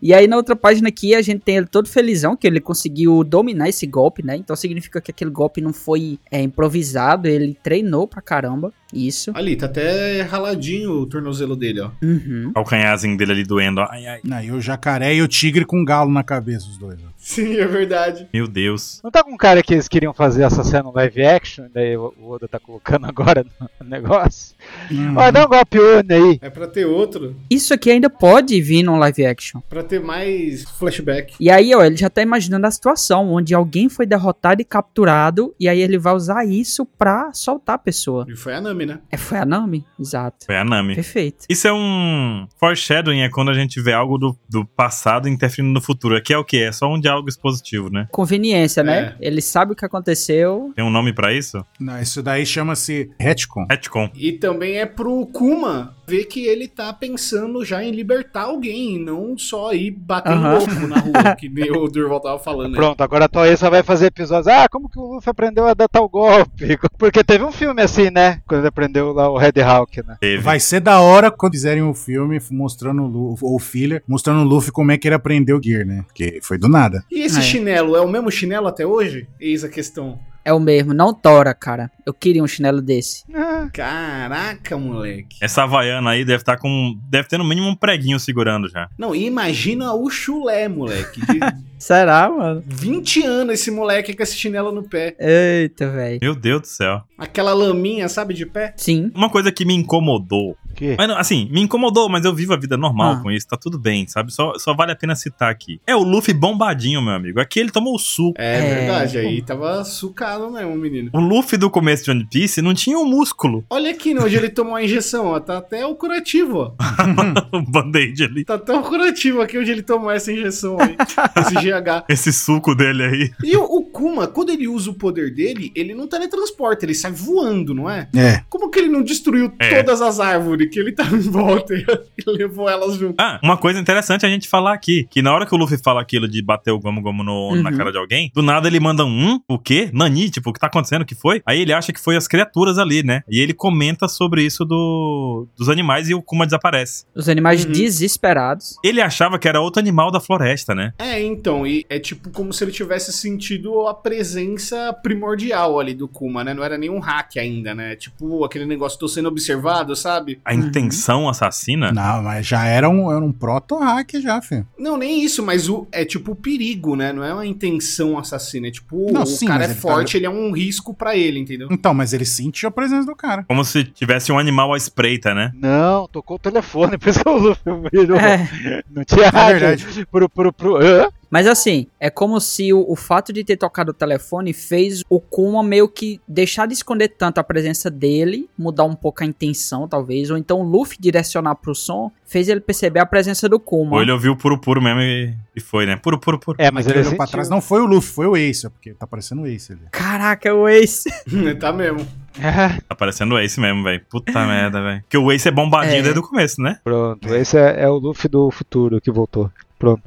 Speaker 2: E aí na outra página aqui a gente tem ele todo felizão que ele conseguiu dominar esse golpe, né? Então significa que aquele golpe não foi é, improvisado, ele treinou pra caramba. Isso.
Speaker 4: Ali, tá até raladinho o tornozelo dele, ó.
Speaker 2: Uhum.
Speaker 1: O calcanharzinho dele ali doendo, ó. ai, ai.
Speaker 3: Não, e o jacaré e o tigre com um galo na cabeça, os dois. ó.
Speaker 4: Sim, é verdade.
Speaker 1: Meu Deus.
Speaker 5: Não tá com cara que eles queriam fazer essa cena live action, daí o o Oda tá colocando agora no negócio.
Speaker 1: Uhum.
Speaker 3: Hum.
Speaker 5: Ó, dá um golpe Oni aí.
Speaker 4: É pra ter outro,
Speaker 2: Isso aqui ainda pode vir num live action.
Speaker 4: pra ter mais flashback.
Speaker 2: E aí, ó, ele já tá imaginando a situação onde alguém foi derrotado e capturado, e aí ele vai usar isso pra soltar a pessoa.
Speaker 4: E foi a Nami, né?
Speaker 2: É, foi a Nami? Exato.
Speaker 1: Foi a Nami.
Speaker 2: Perfeito.
Speaker 1: Isso é um foreshadowing, é quando a gente vê algo do, do passado interferindo no futuro. Aqui é o quê? É só um diálogo expositivo, né?
Speaker 2: Conveniência, né? Ele sabe o que aconteceu.
Speaker 1: Tem um nome pra isso?
Speaker 3: Não, isso daí chama-se retcon.
Speaker 1: Retcon.
Speaker 4: E também é pro Kuma ver que ele tá pensando já em libertar alguém, não só ir batendo
Speaker 2: Aham.
Speaker 4: louco na rua, que nem o Durval tava falando. né?
Speaker 5: Pronto, agora a Toei só vai fazer episódios. Ah, como que o Luffy aprendeu a dar tal golpe? Porque teve um filme assim, né? Quando ele aprendeu lá o Red Hawk, né?
Speaker 1: Teve.
Speaker 3: Vai ser da hora quando fizerem o filme mostrando o Luffy, ou o filler, mostrando o Luffy como é que ele aprendeu o Gear, né? Porque foi do nada.
Speaker 4: E esse
Speaker 2: É.
Speaker 4: chinelo, é o mesmo chinelo até hoje? Eis a questão.
Speaker 2: É o mesmo, não tora, cara. Eu queria um chinelo desse.
Speaker 5: Ah,
Speaker 4: Caraca, moleque.
Speaker 1: Essa havaiana aí deve estar com. Deve ter no mínimo um preguinho segurando já.
Speaker 4: Não, e imagina o chulé, moleque. De
Speaker 2: Será, mano?
Speaker 4: 20 anos esse moleque com esse chinelo no pé.
Speaker 2: Eita, velho.
Speaker 1: Meu Deus do céu.
Speaker 4: Aquela laminha, sabe, de pé?
Speaker 2: Sim.
Speaker 1: Uma coisa que me incomodou.
Speaker 5: que...
Speaker 1: Mas, não, assim, me incomodou, mas eu vivo a vida normal
Speaker 2: Ah.
Speaker 1: com isso, tá tudo bem, sabe? Só, só vale a pena citar aqui. É o Luffy bombadinho, meu amigo. Aqui ele tomou o suco.
Speaker 4: É,
Speaker 2: É.
Speaker 4: verdade, aí tava sucado mesmo, menino.
Speaker 1: O Luffy do começo de One Piece não tinha o músculo.
Speaker 4: Olha aqui, né, onde ele tomou a injeção, ó. Tá até o curativo, ó.
Speaker 1: o band-aid ali.
Speaker 4: Tá até o curativo aqui onde ele tomou essa injeção aí. esse GH.
Speaker 1: Esse suco dele aí.
Speaker 4: E o, o Kuma, quando ele usa o poder dele, ele não teletransporta, ele sai voando, não é?
Speaker 3: É.
Speaker 4: Como que ele não destruiu
Speaker 1: É.
Speaker 4: todas as árvores que ele tava em volta e levou elas um junto?
Speaker 1: Ah, uma coisa interessante a gente falar aqui: que na hora que o Luffy fala aquilo de bater o Gomu Gomu no, na
Speaker 2: Uhum.
Speaker 1: cara de alguém, do nada ele manda um "Hum? o quê? Nani, tipo, o que tá acontecendo? O que foi? Aí ele acha que foi as criaturas ali, né? E ele comenta sobre isso do, dos animais e o Kuma desaparece.
Speaker 2: Os animais
Speaker 4: Uhum.
Speaker 2: desesperados.
Speaker 1: Ele achava que era outro animal da floresta, né?
Speaker 4: É, então, e é tipo como se ele tivesse sentido a presença primordial ali do Kuma, né? Não era nenhum hack ainda, né? Tipo aquele negócio, tô sendo observado, sabe?
Speaker 1: A
Speaker 2: Uhum.
Speaker 1: intenção assassina.
Speaker 3: Não, mas já era um, era um proto-hack já, filho.
Speaker 4: Não, nem isso, mas o, é tipo o perigo, né? Não é uma intenção assassina, é tipo,
Speaker 3: Não,
Speaker 4: o
Speaker 3: sim,
Speaker 4: cara
Speaker 3: mas
Speaker 4: é
Speaker 3: ele tá-
Speaker 4: forte, ele é um risco pra ele, entendeu?
Speaker 3: Então, mas ele sentiu a presença do cara.
Speaker 1: Como se tivesse um animal à espreita, né?
Speaker 5: Não, tocou o telefone, por isso que o Luffy brilhou.
Speaker 2: É.
Speaker 5: Não tinha
Speaker 3: É
Speaker 5: rádio.
Speaker 3: verdade.
Speaker 5: Pro, pro, pro. Hã?
Speaker 2: Mas assim, é como se o, o fato de ter tocado o telefone fez o Kuma meio que deixar de esconder tanto a presença dele, mudar um pouco a intenção, talvez. Ou então o Luffy direcionar pro som fez ele perceber a presença do Kuma.
Speaker 1: Ou ele ouviu o puro puro mesmo e, e foi, né? Puro, puro, puro.
Speaker 5: É, mas
Speaker 3: Ele
Speaker 5: ele
Speaker 3: olhou pra
Speaker 5: sentiu.
Speaker 3: trás, não foi o Luffy, foi o Ace, ó, porque tá parecendo o Ace ali.
Speaker 2: Caraca, o Ace.
Speaker 4: tá mesmo.
Speaker 5: É,
Speaker 1: Tá parecendo o Ace mesmo, velho. Puta merda, velho. Porque o Ace é bombadinho
Speaker 2: É.
Speaker 1: desde o começo, né?
Speaker 5: pronto, esse é, é o Luffy do futuro que voltou.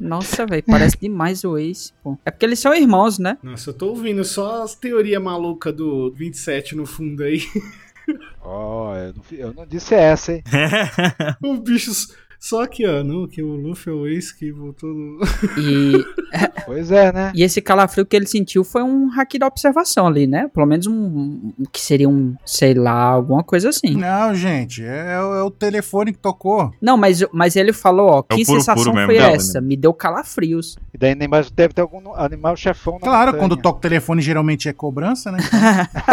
Speaker 2: Nossa, velho, parece demais o Ace, pô. É porque eles são irmãos, né?
Speaker 4: Nossa, eu tô ouvindo só as teorias malucas do 27 no fundo aí.
Speaker 5: Ó, eu, não, fi- eu não disse essa, hein?
Speaker 4: o bicho. Só que, ó, não, que o Luffy é o ex que voltou no.
Speaker 2: E,
Speaker 5: Pois é, né?
Speaker 2: e esse calafrio que ele sentiu foi um hack da observação ali, né? Pelo menos um, um- um que seria um, sei lá, alguma coisa assim.
Speaker 3: Não, gente, é, é o- é o telefone que tocou.
Speaker 2: Não, mas, mas ele falou, ó, que
Speaker 1: É o puro,
Speaker 2: sensação
Speaker 1: puro mesmo,
Speaker 2: foi
Speaker 1: não, né?
Speaker 2: essa? Me deu calafrios.
Speaker 5: E daí lá embaixo deve ter algum animal chefão na
Speaker 3: Claro,
Speaker 5: montanha.
Speaker 3: quando toca o telefone geralmente é cobrança, né?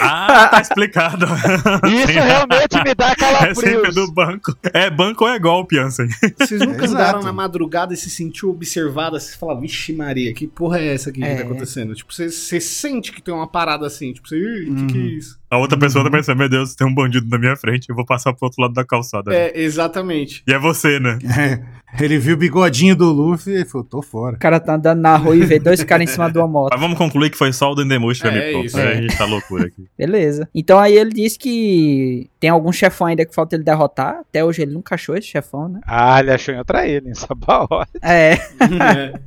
Speaker 1: ah, tá explicado.
Speaker 5: Isso realmente me dá
Speaker 1: É sempre
Speaker 5: calafrios.
Speaker 1: do banco. É banco ou é golpe, Ansem.
Speaker 4: Vocês nunca
Speaker 3: Exato.
Speaker 4: andaram na madrugada e se sentiu observada? Vocês falam, vixe Maria, que porra é essa aqui que
Speaker 2: É.
Speaker 4: tá acontecendo? Tipo, você, você sente que tem uma parada assim, tipo, você, "Ih, que que é isso?
Speaker 1: A outra pessoa tá pensando, meu Deus, tem um bandido na minha frente, eu vou passar pro outro lado da calçada.
Speaker 4: É, exatamente.
Speaker 1: E é você, né?
Speaker 3: É, ele viu o bigodinho do Luffy e falou, tô fora.
Speaker 2: O cara tá andando na rua e vê dois caras em cima de uma moto.
Speaker 1: Mas vamos concluir que foi só o Dendemush que
Speaker 4: É,
Speaker 1: me
Speaker 4: isso,
Speaker 1: pôr.
Speaker 4: é.
Speaker 1: A gente tá loucura aqui.
Speaker 2: Beleza. Então aí ele diz que tem algum chefão ainda que falta ele derrotar. Até hoje ele nunca achou esse chefão, né?
Speaker 5: Ah, ele achou em outra ilha, em Sabaó.
Speaker 2: É.
Speaker 4: É.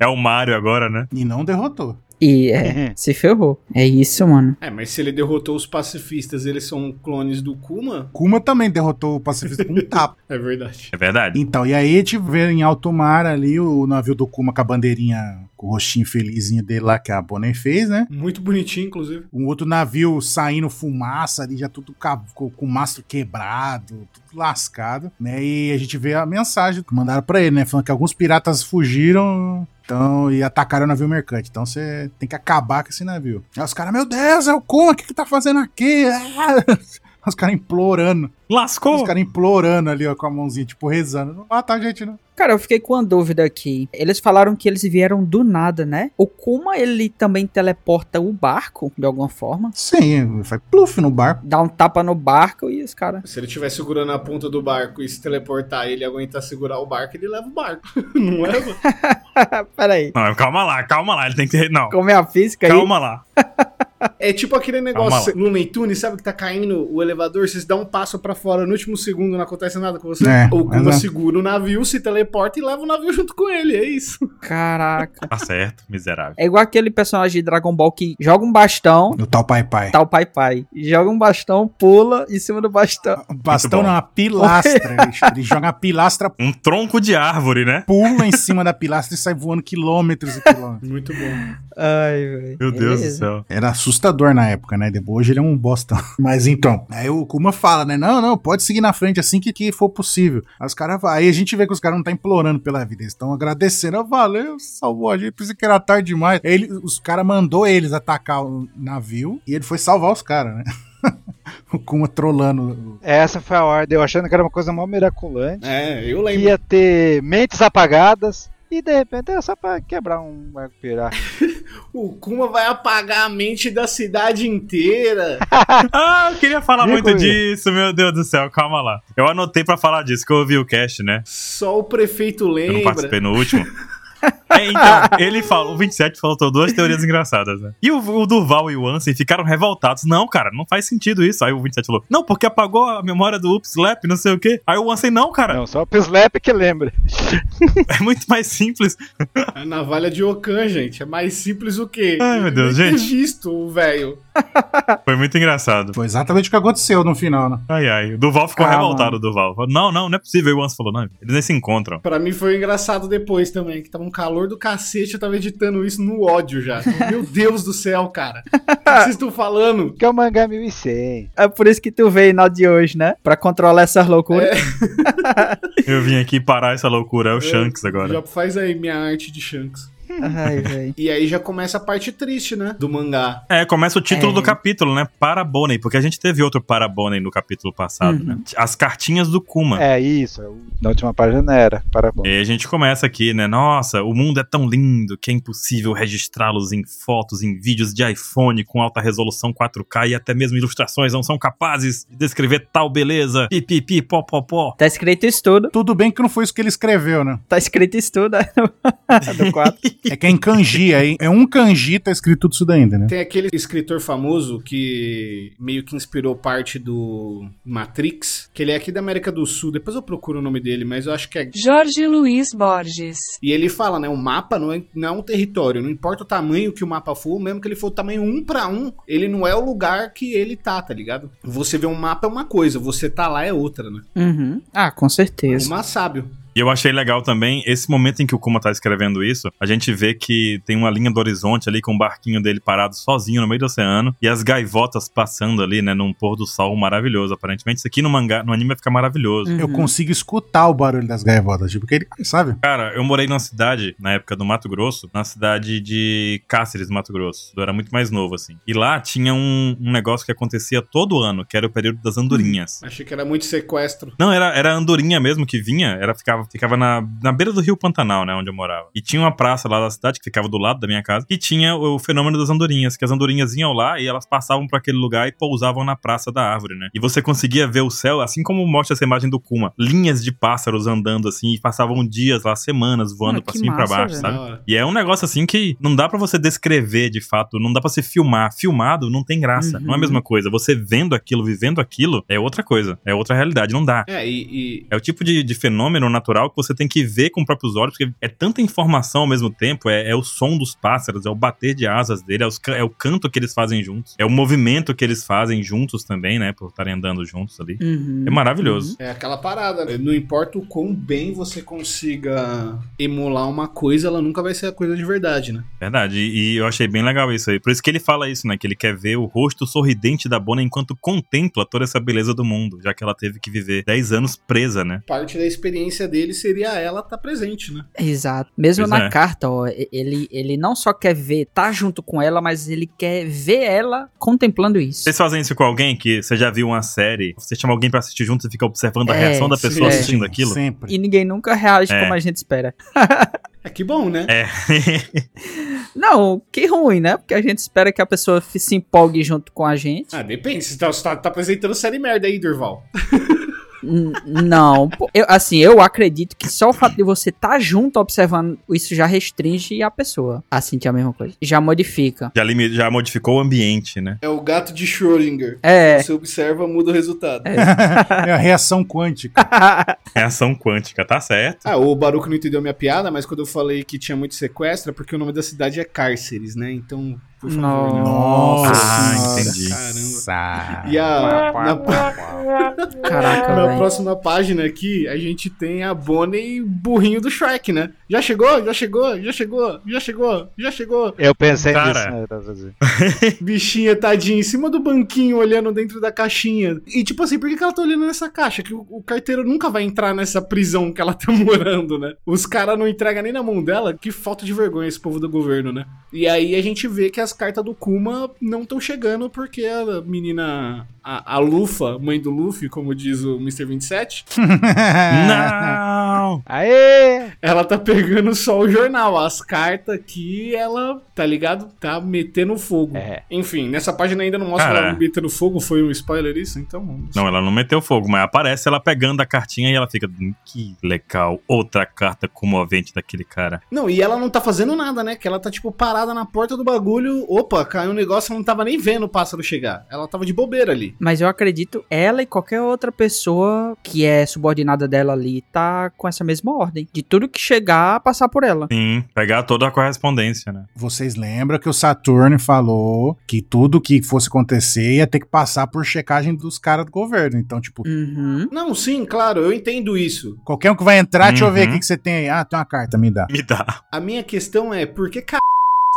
Speaker 1: é o Mario agora, né?
Speaker 3: E não derrotou.
Speaker 2: E é, se ferrou. É isso, mano.
Speaker 4: É, mas se ele derrotou os pacifistas, eles são clones do Kuma?
Speaker 3: Kuma também derrotou o pacifista com um tapa.
Speaker 4: É verdade.
Speaker 1: É verdade.
Speaker 3: Então, e aí te vê em alto mar ali o navio do Kuma com a bandeirinha, com o rostinho felizinho dele lá que a Bonnie fez, né?
Speaker 4: Muito bonitinho, inclusive.
Speaker 3: Um outro navio saindo fumaça ali, já tudo ca- com, com o mastro quebrado, tudo lascado, né? E a gente vê a mensagem que mandaram pra ele, né? Falando que alguns piratas fugiram então, e atacaram o navio mercante. Então você tem que acabar com esse navio. Aí os caras, meu Deus, é o Kuma, o que, que tá fazendo aqui? Ah! Os caras implorando. Os
Speaker 1: Lascou!
Speaker 3: caras implorando ali, ó, com a mãozinha, tipo, rezando. Não mata a gente, não.
Speaker 2: Cara, eu fiquei com uma dúvida aqui. Eles falaram que eles vieram do nada, né? O Kuma, ele também teleporta o barco, de alguma forma.
Speaker 3: Sim, faz pluf no barco.
Speaker 2: Dá um tapa no barco e os caras.
Speaker 4: Se ele estiver segurando a ponta do barco e se teleportar ele aguentar segurar o barco, ele leva o barco. Não leva?
Speaker 2: Pera aí.
Speaker 1: Não, calma lá, calma lá. Ele tem que. Não.
Speaker 2: Como é a física aí?
Speaker 1: Calma lá.
Speaker 4: É tipo aquele
Speaker 1: Calma lá.
Speaker 4: negócio no Looney Tunes, sabe que tá caindo o elevador, vocês dão um passo pra fora, no último segundo não acontece nada com você.
Speaker 3: É,
Speaker 4: Ou Kuma
Speaker 3: mas é.
Speaker 4: segura o navio, se teleporta e leva o navio junto com ele, é isso.
Speaker 2: Caraca.
Speaker 1: Tá certo, miserável.
Speaker 2: É igual aquele personagem de Dragon Ball que joga um bastão,
Speaker 3: No tal pai pai.
Speaker 2: tá o pai pai. Joga um bastão, pula em cima do bastão.
Speaker 3: Bastão
Speaker 1: Muito bom.
Speaker 3: não, uma pilastra. bicho. Ele joga a pilastra,
Speaker 1: Um tronco de árvore, né?
Speaker 3: pula em cima da pilastra e sai voando quilômetros e quilômetros.
Speaker 4: Muito bom.
Speaker 2: Ai, velho.
Speaker 1: Meu Deus do
Speaker 2: Beleza.
Speaker 1: céu.
Speaker 3: Era assustador na época, né? Depois hoje ele é um bosta. Mas então, aí o Kuma fala, né? Não, não, pode seguir na frente assim que, que for possível. Aí os caras vai- aí a gente vê que os caras não tá implorando pela vida, eles estão agradecendo. Ah, Valeu, salvou a gente, pensei que era tarde demais. Aí ele, os caras mandou eles atacar o navio e ele foi salvar os caras, né? o Kuma trolando.
Speaker 5: Essa foi a ordem, eu achando que era uma coisa mal miraculante.
Speaker 4: É, eu
Speaker 5: que
Speaker 4: lembro.
Speaker 5: ia ter mentes apagadas e de repente era só pra quebrar um arco pirata.
Speaker 4: O Kuma vai apagar a mente da cidade inteira.
Speaker 1: Ah, eu queria falar
Speaker 5: E aí,
Speaker 1: muito
Speaker 5: Cunha?
Speaker 1: disso, meu Deus do céu. Calma lá. Eu anotei pra falar disso, que eu ouvi o cast, né?
Speaker 4: Só o prefeito
Speaker 1: Eu não
Speaker 4: lembra.
Speaker 1: participei no último. É, então, ele falou, o 27 faltou duas teorias engraçadas, né? E o, o Duval e o Ansem ficaram revoltados. Não, cara, não faz sentido isso. Aí o 27 falou, não, porque apagou a memória do Upslap, não sei o quê. Aí o Ansem, não, cara,
Speaker 5: Não, só o Slap que lembra.
Speaker 1: é muito mais simples.
Speaker 4: A navalha de Okan, gente. É mais simples o quê?
Speaker 1: Ai, meu Deus,
Speaker 4: Tem
Speaker 1: gente.
Speaker 4: visto o velho.
Speaker 1: Foi muito engraçado.
Speaker 3: Foi exatamente o que aconteceu no final, né?
Speaker 1: Ai, ai. O Duval ficou
Speaker 2: Ah,
Speaker 1: revoltado, o Duval. Falou, não, não, não é possível. E o Ansem falou, não, eles nem se encontram.
Speaker 4: Pra mim foi engraçado depois também, que tava um calor do cacete, eu tava editando isso no ódio já. Meu Deus do céu, cara. O que vocês estão falando?
Speaker 5: Que é o mangá 1100.
Speaker 2: É por isso que tu veio na de hoje, né? Pra controlar essas loucuras.
Speaker 1: Eu vim aqui parar essa loucura. É o Shanks agora.
Speaker 4: Já faz aí minha arte de Shanks.
Speaker 2: Ai, velho.
Speaker 4: E aí já começa a parte triste, né? Do mangá.
Speaker 1: É, começa o título
Speaker 2: É.
Speaker 1: do capítulo, né? Para Bonnie, porque a gente teve outro Para Bonnie no capítulo passado,
Speaker 2: Uhum.
Speaker 1: né? As cartinhas do Kuma.
Speaker 5: É isso, é o- na última página era. Parabéns.
Speaker 1: E a gente começa aqui, né? Nossa, o mundo é tão lindo que é impossível registrá-los em fotos, em vídeos de iPhone com alta resolução 4K e até mesmo ilustrações não são capazes de descrever tal beleza. Pi, pi, pi, pó, pó, pó.
Speaker 2: Tá escrito isso tudo.
Speaker 3: Tudo bem que não foi isso que ele escreveu, né?
Speaker 2: Tá escrito isso tudo. né? Do quadro.
Speaker 3: É que é em kanji, aí é um kanji, tá escrito tudo isso daí ainda, né?
Speaker 4: Tem aquele escritor famoso que meio que inspirou parte do Matrix, que ele é aqui da América do Sul. Depois eu procuro o nome dele, mas eu acho que é
Speaker 6: Jorge Luiz Borges.
Speaker 4: E ele fala, né? O mapa não é, não é um território. Não importa o tamanho que o mapa for, mesmo que ele for o tamanho 1 pra 1, ele não é o lugar que ele tá, tá ligado? Você vê um mapa é uma coisa, você tá lá é outra, né?
Speaker 2: Uhum. Ah, com certeza.
Speaker 4: Uma sábio.
Speaker 1: E eu achei legal também esse momento em que o Kuma tá escrevendo isso. A gente vê que tem uma linha do horizonte ali com o barquinho dele parado sozinho no meio do oceano e as gaivotas passando ali, né? Num pôr do sol maravilhoso. Aparentemente, isso aqui no mangá, no anime vai ficar maravilhoso.
Speaker 2: Uhum.
Speaker 3: Eu consigo escutar o barulho das gaivotas, tipo, porque ele, sabe?
Speaker 1: Cara, eu morei numa cidade, na época do Mato Grosso, na cidade de Cáceres, Mato Grosso. Eu era muito mais novo, assim. E lá tinha um, um negócio que acontecia todo ano, que era o período das andorinhas.
Speaker 4: Achei que era muito sequestro.
Speaker 1: Não, era, era a andorinha mesmo que vinha, era, ficava, ficava na, na beira do rio Pantanal, né, onde eu morava. E tinha uma praça lá da cidade, que ficava do lado da minha casa, e tinha o, fenômeno das andorinhas, que as andorinhas iam lá e elas passavam pra aquele lugar e pousavam na praça da árvore, né. E você conseguia ver o céu, assim como mostra essa imagem do Kuma, linhas de pássaros andando assim, e passavam dias lá, semanas, voando
Speaker 2: Ah,
Speaker 1: pra
Speaker 2: que
Speaker 1: cima e pra
Speaker 2: massa,
Speaker 1: baixo,
Speaker 2: velho.
Speaker 1: sabe?
Speaker 4: Da hora.
Speaker 1: E é um negócio assim que não dá pra você descrever de fato, não dá pra se filmar. Filmado não tem graça,
Speaker 2: Uhum.
Speaker 1: não é a mesma coisa. Você vendo aquilo, vivendo aquilo, é outra coisa, é outra realidade, não dá.
Speaker 4: É, e, e
Speaker 1: É o tipo de, de fenômeno sobrenatural que você tem que ver com os próprios olhos, porque é tanta informação ao mesmo tempo, é, é o som dos pássaros, é o bater de asas dele, é, os ca- é o canto que eles fazem juntos, é o movimento que eles fazem juntos também, né, por estarem andando juntos ali.
Speaker 2: Uhum.
Speaker 1: É maravilhoso.
Speaker 4: É aquela parada, né? não importa o quão bem você consiga emular uma coisa, ela nunca vai ser a coisa de verdade, né?
Speaker 2: Uhum.
Speaker 1: Verdade, e, e eu achei bem legal isso aí. Por isso que ele fala isso, né? Que ele quer ver o rosto sorridente da Bona enquanto contempla toda essa beleza do mundo, já que ela teve que viver 10 anos presa, né?
Speaker 4: Parte da experiência dele seria ela estar presente, né?
Speaker 2: Exato. Mesmo
Speaker 1: Pois
Speaker 2: na
Speaker 1: é.
Speaker 2: carta, ó, e- ele, ele não só quer ver, tá junto com ela, mas ele quer ver ela contemplando isso.
Speaker 1: Vocês fazem isso com alguém que você já viu uma série, você chama alguém pra assistir junto e fica observando a
Speaker 2: É,
Speaker 1: reação da pessoa
Speaker 2: sim, é.
Speaker 1: assistindo aquilo?
Speaker 3: Sempre.
Speaker 2: E ninguém nunca reage
Speaker 1: É.
Speaker 2: como a gente espera.
Speaker 4: É que bom, né?
Speaker 2: Não, que ruim, né? Porque a gente espera que a pessoa fi- se empolgue junto com a gente.
Speaker 4: Ah, depende. Você tá, você tá- tá apresentando série merda aí, Durval.
Speaker 2: N- Não, pô, eu- assim, eu acredito que só o fato de você estar junto observando isso já restringe a pessoa a sentir a mesma coisa. Já modifica.
Speaker 1: Já, limi- já modificou o ambiente, né?
Speaker 4: É o gato de Schrödinger.
Speaker 2: É.
Speaker 4: Você observa, muda o resultado.
Speaker 3: É a reação quântica.
Speaker 1: Reação É quântica, tá certo.
Speaker 4: Ah, o Baruco não entendeu minha piada, mas quando eu falei que tinha muito sequestro, é porque o nome da cidade é Cárceres, né? Então, por favor. né?
Speaker 3: Nossa.
Speaker 1: Ah, entendi.
Speaker 3: Caramba.
Speaker 4: E
Speaker 2: Ah,
Speaker 4: a, na,
Speaker 2: Caraca,
Speaker 4: na
Speaker 2: velho.
Speaker 4: próxima página aqui, a gente tem a Bonnie burrinho do Shrek, né? Já chegou? Já chegou? Já chegou? Já chegou? Já chegou?
Speaker 5: Eu pensei
Speaker 1: Cara.
Speaker 5: nisso, né? das vezes.
Speaker 4: Bichinha tadinha em cima do banquinho, olhando dentro da caixinha. E tipo assim, por que, que ela tá olhando nessa caixa? Que o, o carteiro nunca vai entrar nessa prisão que ela tá morando, né? Os caras não entregam nem na mão dela. Que falta de vergonha esse povo do governo, né? E aí a gente vê que as cartas do Kuma não estão chegando porque a menina, a, a Lufa, mãe do Luffy, como diz o Mr. 27,
Speaker 1: É. Não!
Speaker 5: Aê!
Speaker 4: Ela tá pegando só o jornal, as cartas que ela, tá ligado? Tá metendo fogo.
Speaker 5: É.
Speaker 4: Enfim, nessa página ainda não mostra
Speaker 1: Cara.
Speaker 4: ela metendo fogo, foi um spoiler isso, então. sei.
Speaker 1: Não, ela não meteu fogo, mas aparece ela pegando a cartinha e ela fica. "Hum, Que legal, outra carta comovente daquele cara.
Speaker 4: Não, e ela não tá fazendo nada, né? Que ela tá, tipo, parada na porta do bagulho. Opa, caiu um negócio, ela não tava nem vendo o pássaro chegar. Ela tava de bobeira ali.
Speaker 2: Mas eu acredito ela e qualquer outra pessoa que é subordinada dela ali tá com essa mesma ordem. De tudo que chegar, passar por ela.
Speaker 1: Sim, pegar toda a correspondência, né?
Speaker 3: Vocês lembram que o Saturno falou que tudo que fosse acontecer ia ter que passar por checagem dos caras do governo. Então, tipo,
Speaker 2: Uhum.
Speaker 4: Não, sim, claro, eu entendo isso.
Speaker 3: qualquer um que vai entrar, deixa eu ver
Speaker 1: Uhum.
Speaker 3: o que, que você tem aí. Ah, tem uma carta, me dá.
Speaker 1: Me dá.
Speaker 4: A minha questão é, por que c...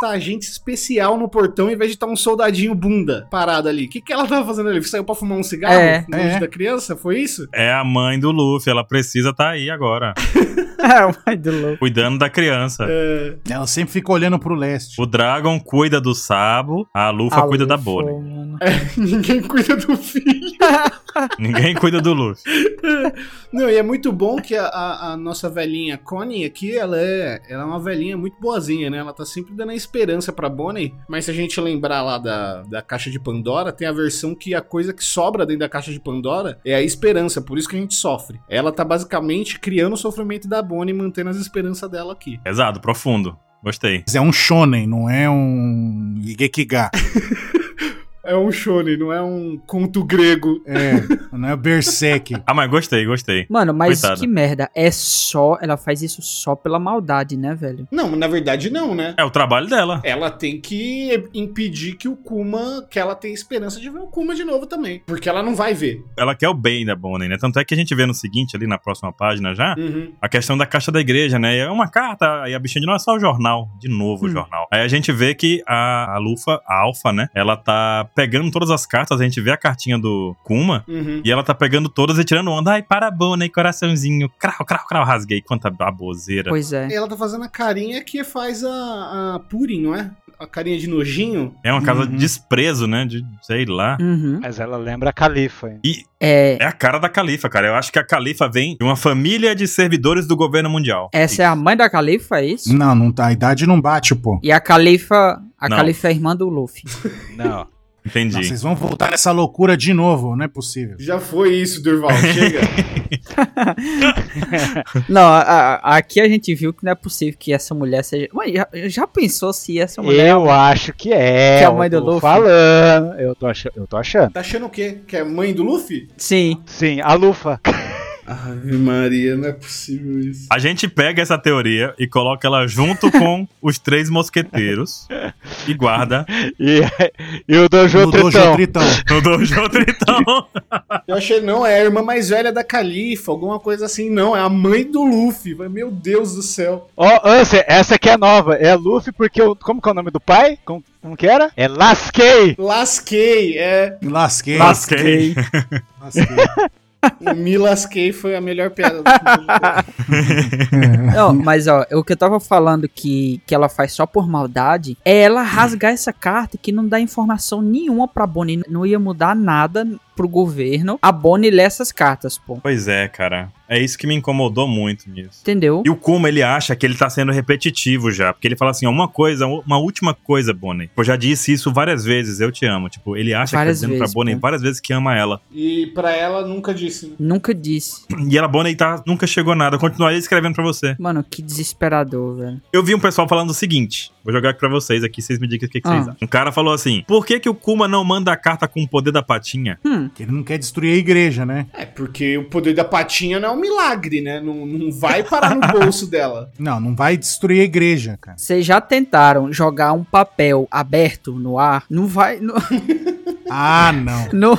Speaker 4: tá agente especial no portão em vez de estar um soldadinho bunda parado ali? O que, que ela tava fazendo ali? Saiu pra fumar um cigarro
Speaker 2: É.
Speaker 4: no longe
Speaker 3: É.
Speaker 4: da criança? Foi isso?
Speaker 1: É a mãe do Luffy, ela precisa tá aí agora,
Speaker 2: É, do louco.
Speaker 1: cuidando da criança.
Speaker 4: É,
Speaker 3: Ela sempre fica olhando pro leste.
Speaker 1: O Dragon cuida do Sabo, a Lufa
Speaker 2: Ah,
Speaker 1: cuida da
Speaker 2: Luffy,
Speaker 1: Bonnie.
Speaker 2: mano.
Speaker 4: Ninguém cuida do filho.
Speaker 1: Ninguém cuida do Luffy.
Speaker 4: Não, e é muito bom que a, a- a nossa velhinha Connie aqui, ela é, ela é uma velhinha muito boazinha, né? Ela tá sempre dando a esperança pra Bonnie. Mas se a gente lembrar lá da, da caixa de Pandora, tem a versão que a coisa que sobra dentro da caixa de Pandora é a esperança, por isso que a gente sofre. Ela tá basicamente criando o sofrimento da Bonnie e mantendo as esperanças dela aqui.
Speaker 1: Pesado, profundo. Gostei.
Speaker 3: Mas é um shonen, não é um Igekiga.
Speaker 4: É um shonen, não é um conto grego.
Speaker 3: É, não é Berserk.
Speaker 1: Ah, mas gostei, gostei.
Speaker 2: Mano, mas
Speaker 1: Coitada.
Speaker 2: que merda. É só. Ela faz isso só pela maldade, né, velho?
Speaker 4: Não, na verdade não, né?
Speaker 1: É o trabalho dela.
Speaker 4: Ela tem que impedir que o Kuma, que ela tenha esperança de ver o Kuma de novo também. Porque ela não vai ver.
Speaker 1: Ela quer o bem da Bonnie, né? Tanto é que a gente vê no seguinte, ali na próxima página já,
Speaker 4: Uhum.
Speaker 1: a questão da caixa da igreja, né? É uma carta, aí a bichinha de não é só o jornal, de novo o
Speaker 2: Hum.
Speaker 1: jornal. Aí a gente vê que a, a Lufa, a Alfa, né? Ela tá pegando todas as cartas, a gente vê a cartinha do Kuma.
Speaker 4: Uhum.
Speaker 1: E ela tá pegando todas e tirando onda. Ai, para Bonnie, coraçãozinho. Crau, crau, crau. Rasguei. Quanta baboseira.
Speaker 2: Pois é.
Speaker 4: Ela tá fazendo a carinha que faz a, a Purim, não é? A carinha de nojinho.
Speaker 1: É uma casa
Speaker 3: Uhum.
Speaker 1: de desprezo, né? De sei lá.
Speaker 2: Uhum.
Speaker 5: Mas ela lembra a Califa, hein?
Speaker 2: É.
Speaker 1: É a cara da Califa, cara. Eu acho que a Califa vem de uma família de servidores do governo mundial.
Speaker 2: Essa é a mãe da Califa, é isso?
Speaker 3: Não, não tá, a idade não bate, pô.
Speaker 2: E a Califa. A
Speaker 1: Não.
Speaker 2: Califa é irmã do Luffy.
Speaker 5: Não.
Speaker 1: Entendi.
Speaker 3: Não, vocês vão voltar nessa loucura de novo, não é possível.
Speaker 4: Já foi isso, Durval. Chega.
Speaker 2: Não, a- a- aqui a gente viu que não é possível que essa mulher seja. Mãe, já, já pensou se essa mulher.
Speaker 5: Eu acho que é.
Speaker 2: Que é a mãe do
Speaker 5: eu tô
Speaker 2: Luffy.
Speaker 5: falando. Eu tô, achando, eu tô achando.
Speaker 4: é Tá achando o quê? Que é mãe do Luffy?
Speaker 2: Sim.
Speaker 5: Sim, a Lufa.
Speaker 4: Ave Maria, não é possível isso.
Speaker 1: A gente pega essa teoria e coloca ela junto com os três mosqueteiros e guarda
Speaker 5: E, e o Dojo
Speaker 3: No
Speaker 5: Tritão.
Speaker 3: Dojo Tritão.
Speaker 1: no Dojo Tritão.
Speaker 4: Eu achei, não, é a irmã mais velha da Califa, alguma coisa assim, não, é a mãe do Luffy. Mas, Meu Deus do céu.
Speaker 5: Ó, Ansem, essa aqui é nova. É Luffy porque o. Como que é o nome do pai? Como, como que era? É Lasquei!
Speaker 4: Lasquei, é.
Speaker 3: Lasquei.
Speaker 1: Lasquei.
Speaker 3: Lasquei.
Speaker 4: O Me lasquei foi a melhor piada do
Speaker 2: Não, mas ó, o que eu tava falando que, que ela faz só por maldade é ela rasgar essa carta que não dá informação nenhuma pra Bonnie. Não ia mudar nada pro governo. A Bonnie lê essas cartas, pô.
Speaker 1: Pois é, cara. É isso que me incomodou muito nisso.
Speaker 2: Entendeu?
Speaker 1: E o como ele acha que ele tá sendo repetitivo já. Porque ele fala assim, ó, uma coisa, uma última coisa, Bonnie. Eu já disse isso várias vezes, eu te amo. Tipo, ele acha
Speaker 2: Várias
Speaker 1: que tá dizendo pra
Speaker 2: vezes,
Speaker 1: Bonnie
Speaker 2: pô.
Speaker 1: várias vezes que ama ela.
Speaker 4: E pra ela nunca disse, né?
Speaker 2: Nunca disse.
Speaker 1: E ela, Bonnie, tá, nunca chegou a nada. Eu continuaria escrevendo pra você.
Speaker 2: Mano, que desesperador, velho.
Speaker 1: Eu vi um pessoal falando o seguinte, vou jogar aqui pra vocês aqui, vocês me digam o que, que
Speaker 2: Ah.
Speaker 1: vocês acham. Um cara falou assim, por que que o Kuma não manda a carta com o poder da patinha?
Speaker 2: Hum,
Speaker 3: Que ele não quer destruir a igreja, né?
Speaker 4: É, porque o poder da patinha não é um milagre, né? Não, não vai parar no bolso dela.
Speaker 3: Não, não vai destruir a igreja, cara.
Speaker 2: vocês já tentaram jogar um papel aberto no ar? Não vai. Não,
Speaker 3: Ah, não.
Speaker 2: não,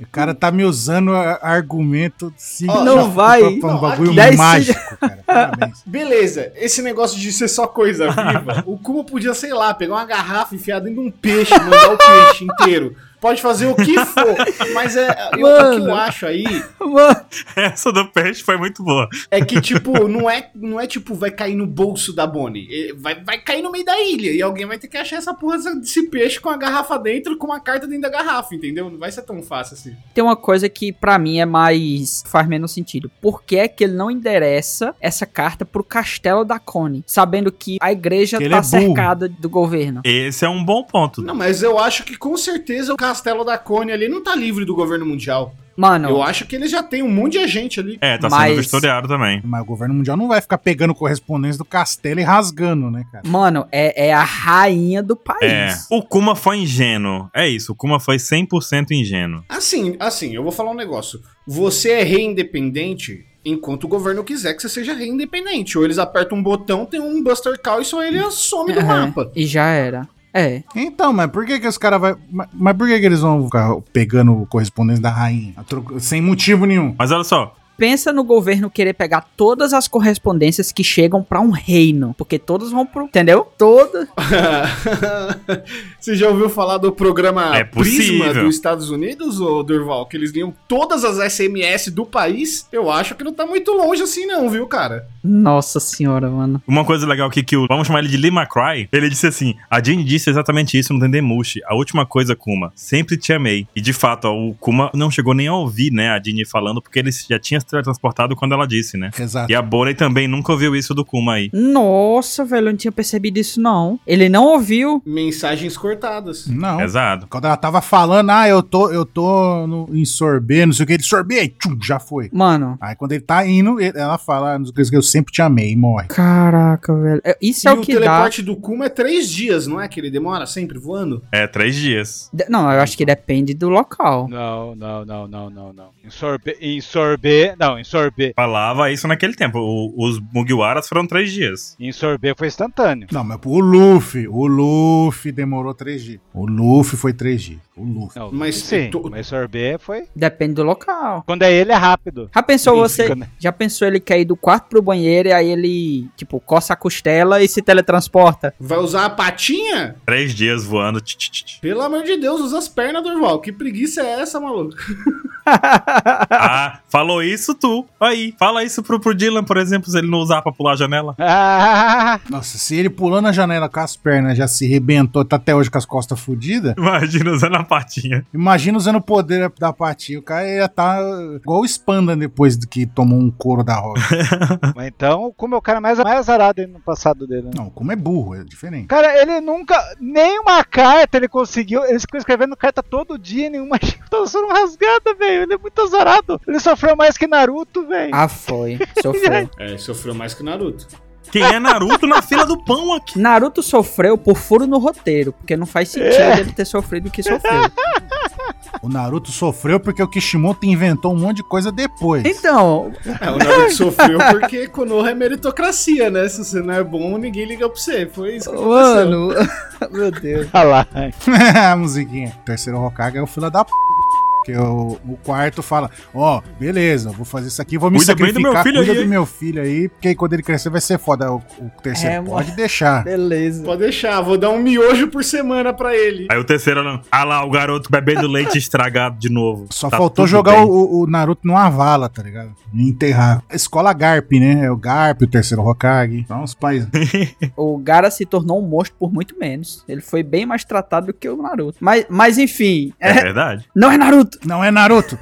Speaker 3: O cara tá me usando a- argumento sim,
Speaker 4: Ó,
Speaker 2: não vai.
Speaker 3: Pra um
Speaker 4: Não,
Speaker 3: bagulho
Speaker 4: aqui.
Speaker 2: Dez
Speaker 3: mágico, cara. Parabéns.
Speaker 4: Beleza, esse negócio de ser só coisa viva, o Kuma podia, sei lá, pegar uma garrafa enfiada em um peixe, mandar o peixe inteiro. Pode fazer o que for, mas é, eu- o que eu
Speaker 2: Mano.
Speaker 4: acho aí
Speaker 2: mano.
Speaker 1: Essa do peixe foi muito boa.
Speaker 4: é que, tipo, não é, não é tipo, vai cair no bolso da Bonnie. É, Vai, vai cair no meio da ilha e alguém vai ter que achar essa porra desse peixe com a garrafa dentro, com uma carta dentro da garrafa, entendeu? Não vai ser tão fácil assim.
Speaker 2: Tem uma coisa que pra mim é mais. faz menos sentido. Por que é que ele não endereça essa carta pro castelo da Connie? Sabendo que a igreja
Speaker 3: Que ele
Speaker 2: tá
Speaker 3: é burro.
Speaker 2: cercada do governo.
Speaker 1: Esse é um bom ponto.
Speaker 4: Não, mas eu acho que com certeza o castelo da Cone ali não tá livre do governo mundial.
Speaker 2: Mano,
Speaker 4: Eu acho que eles já tem um monte de agente ali.
Speaker 1: É, tá
Speaker 2: Mas-
Speaker 1: sendo vistoriado também.
Speaker 3: Mas o governo mundial não vai ficar pegando correspondência do castelo e rasgando, né, cara?
Speaker 2: mano é, é a rainha do
Speaker 1: É,
Speaker 2: país.
Speaker 1: o Kuma foi ingênuo. É isso, o Kuma foi 100% ingênuo.
Speaker 4: Assim, assim, eu vou falar um negócio. Você é rei independente enquanto o governo quiser que você seja rei independente. Ou eles apertam um botão, tem um Buster Call e só ele some do
Speaker 2: Aham,
Speaker 4: mapa.
Speaker 2: E já era. É.
Speaker 3: Então, mas por que que os caras vai, mas, mas por que que eles vão ficar pegando correspondência da rainha? A troco- Sem motivo nenhum.
Speaker 1: Mas olha só,
Speaker 2: Pensa no governo querer pegar todas as correspondências que chegam pra um reino. Porque todas vão pro. Entendeu? Todas.
Speaker 4: você já ouviu falar do programa
Speaker 1: É possível.
Speaker 4: Prisma dos Estados Unidos, ô Durval? Que eles liam todas as SMS do país? Eu acho que não tá muito longe assim não, viu, cara?
Speaker 2: Nossa senhora, mano.
Speaker 1: uma coisa legal aqui que o. Vamos chamar ele de Lima Cry. Ele disse assim: a Jane disse exatamente isso no Dendemushi. A última coisa, Kuma. Sempre te amei. E de fato, ó, o Kuma não chegou nem a ouvir, né, a Jane falando, porque ele já tinha se teletransportado quando ela disse, né?
Speaker 3: Exato.
Speaker 1: E a Bonnie também nunca ouviu isso do Kuma aí.
Speaker 2: Nossa, velho, eu não tinha percebido isso, não. Ele não ouviu.
Speaker 4: Mensagens cortadas.
Speaker 2: Hum.
Speaker 3: Não.
Speaker 1: Pesado.
Speaker 3: Quando ela tava falando, ah, eu tô, eu tô no- em sorbê, não sei o que, ele sorbê, aí, tchum, já foi.
Speaker 2: Mano.
Speaker 3: Aí quando ele tá indo, ele- ela fala, ah, não sei o que, eu sempre te amei, e morre.
Speaker 2: Caraca, velho. É, Isso é
Speaker 4: e
Speaker 2: o
Speaker 4: o
Speaker 2: que dá.
Speaker 4: teleporte do Kuma é três dias, não é? Que ele demora sempre voando?
Speaker 1: É, três dias.
Speaker 2: De- Não, eu acho que depende do local.
Speaker 5: Não, não, não, não, não, não. Em sorbê. Em sorbê. Não, em sorbê.
Speaker 1: Falava isso naquele tempo. O- os Mugiwaras foram três dias.
Speaker 5: Em sorbê foi instantâneo.
Speaker 3: Não, mas o Luffy, o Luffy demorou 3G. O Luffy foi 3G. O Luffy.
Speaker 5: Não,
Speaker 4: Mas
Speaker 5: sim.
Speaker 4: tu-
Speaker 5: Mas sorbê foi.
Speaker 2: Depende do local.
Speaker 5: Quando é ele é rápido.
Speaker 2: Já pensou
Speaker 5: Ele
Speaker 2: você.
Speaker 5: fica, né?
Speaker 2: Já pensou ele quer ir do quarto pro banheiro e aí ele, tipo, coça a costela e se teletransporta?
Speaker 4: Vai usar a patinha?
Speaker 1: Três dias voando. tch, tch, tch, tch.
Speaker 4: Pelo amor de Deus, usa as pernas, Durval. Que preguiça é essa, maluco?
Speaker 1: Ah, falou isso tu. Aí, fala isso pro, pro Dylan, por exemplo, se ele não usar pra pular a janela.
Speaker 5: Ah,
Speaker 3: Nossa, se ele pulando a janela com as pernas já se rebentou, tá até hoje com as costas fodidas,
Speaker 1: Imagina usando a patinha.
Speaker 3: imagina usando o poder da patinha. O cara ia tá igual o Spanda depois de que tomou um couro da roda.
Speaker 5: mas então, como é o cara mais, mais azarado aí no passado dele, né?
Speaker 3: Não, como é burro, é diferente.
Speaker 5: Cara, ele nunca. Nenhuma carta ele conseguiu. Ele ficou escrevendo carta todo dia, nenhuma tá sendo rasgada, velho. Ele é muito azarado. Ele sofreu mais que Naruto, velho.
Speaker 2: Ah, foi. Sofreu.
Speaker 4: É, sofreu mais que Naruto.
Speaker 1: Quem é Naruto na fila do pão aqui?
Speaker 2: Naruto sofreu por furo no roteiro, porque não faz sentido ele ter sofrido o que sofreu.
Speaker 3: O Naruto sofreu porque o Kishimoto inventou um monte de coisa depois.
Speaker 2: Então,
Speaker 4: É, o Naruto sofreu porque Konoha é meritocracia, né? Se você não é bom, ninguém liga pra você. Foi isso que aconteceu.
Speaker 2: mano, meu Deus.
Speaker 4: Ah,
Speaker 5: Olha lá.
Speaker 3: a musiquinha. O terceiro Hokage é o fila da p. Porque o, o quarto fala: Ó, beleza, eu vou fazer isso aqui, vou me
Speaker 1: Cuida bem do
Speaker 3: sacrificar.
Speaker 1: meu filho
Speaker 3: cuida
Speaker 1: aí,
Speaker 3: do
Speaker 1: hein?"
Speaker 3: meu filho aí, porque aí quando ele crescer vai ser foda. O, o terceiro
Speaker 2: É, mano.
Speaker 3: pode deixar.
Speaker 2: Beleza.
Speaker 4: Pode deixar, vou dar um miojo por semana pra ele.
Speaker 1: Aí o terceiro, não. ah lá, o garoto bebendo leite estragado de novo.
Speaker 3: Só
Speaker 1: Tá
Speaker 3: faltou
Speaker 1: tudo
Speaker 3: jogar
Speaker 1: bem.
Speaker 3: o, o Naruto numa vala, tá ligado? E enterrar. A escola Garp, né? É o Garp, o terceiro Hokage. São os pais.
Speaker 2: O Gara se tornou um monstro por muito menos. Ele foi bem mais tratado do que o Naruto. Mas, mas enfim,
Speaker 1: É
Speaker 2: é-
Speaker 1: verdade.
Speaker 2: não é Naruto.
Speaker 3: Não é Naruto.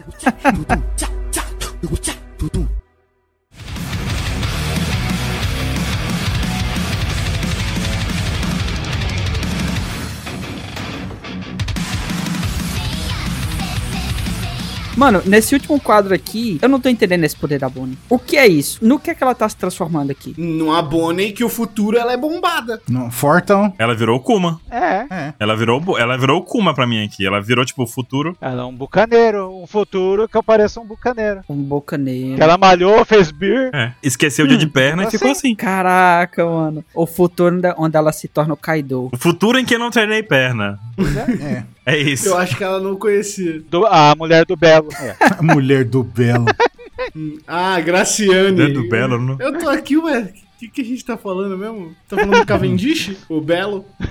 Speaker 2: Mano, nesse último quadro aqui, eu não tô entendendo esse poder da Bonnie. O que é isso? No que é que ela tá se transformando aqui?
Speaker 4: Não abone que o futuro ela é bombada.
Speaker 3: Não, Fortão.
Speaker 1: Ela virou o Kuma.
Speaker 5: É.
Speaker 3: É.
Speaker 1: Ela virou, o Bo- ela virou o Kuma pra mim aqui. Ela virou, tipo, o futuro.
Speaker 5: Ela é um bucaneiro. Um futuro que eu pareça um bucaneiro.
Speaker 2: Um bocaneiro.
Speaker 5: Que ela malhou, fez beer.
Speaker 1: É. Esqueceu o dia de perna e
Speaker 5: assim?
Speaker 1: ficou assim.
Speaker 2: Caraca, mano. O futuro onde- onde ela se torna o Kaido.
Speaker 1: O futuro em que eu não treinei perna.
Speaker 3: É.
Speaker 1: É isso.
Speaker 4: Eu acho que ela não conhecia.
Speaker 5: Do- a mulher do Belo. É.
Speaker 3: A mulher do Belo.
Speaker 4: Hum. Ah, Graciane.
Speaker 1: Dedo belo, não?
Speaker 4: Eu tô aqui, ué. O que, que a gente tá falando mesmo? Tá falando do Cavendish? o Belo?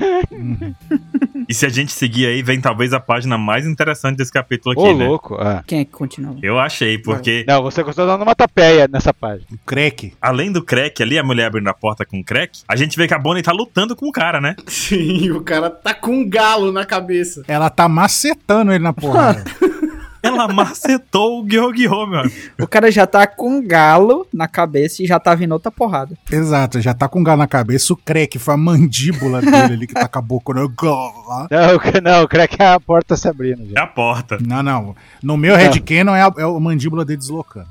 Speaker 1: E se a gente seguir aí, vem talvez a página mais interessante desse capítulo aqui,
Speaker 5: Ô,
Speaker 1: né?
Speaker 5: louco. ah.
Speaker 2: Quem é que continua?
Speaker 1: Eu achei, porque
Speaker 5: Não, você gostou da onomatopeia nessa página.
Speaker 3: O Crack.
Speaker 1: além do crack ali, a mulher abrindo a porta com o crack, a gente vê que a Bonnie tá lutando com o cara, né?
Speaker 4: Sim, o cara tá com um galo na cabeça.
Speaker 3: Ela tá macetando ele na porrada.
Speaker 1: Ela macetou o Gyo-Gyo, meu amigo.
Speaker 2: O cara já tá com um galo na cabeça e já tá vindo outra porrada.
Speaker 3: Exato, já tá com um galo na cabeça. O Crack foi a mandíbula dele ali que tá com a boca. no-
Speaker 5: Não, o cre- não, o crack é a porta se abrindo.
Speaker 1: É
Speaker 5: Já.
Speaker 1: a porta.
Speaker 3: Não, não. No meu headcanon é a, é a mandíbula dele deslocando.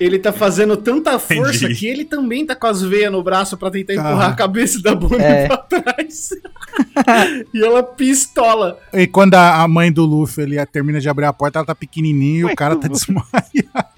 Speaker 4: Ele tá fazendo tanta força
Speaker 1: Entendi.
Speaker 4: que ele também tá com as veias no braço pra tentar empurrar
Speaker 3: Cara.
Speaker 4: a cabeça da Bonnie
Speaker 2: É.
Speaker 4: pra trás. e ela pistola.
Speaker 3: E quando a, a mãe do Luffy ali termina de abrir a porta, ela tá pequenininha e o cara tá desmaiado.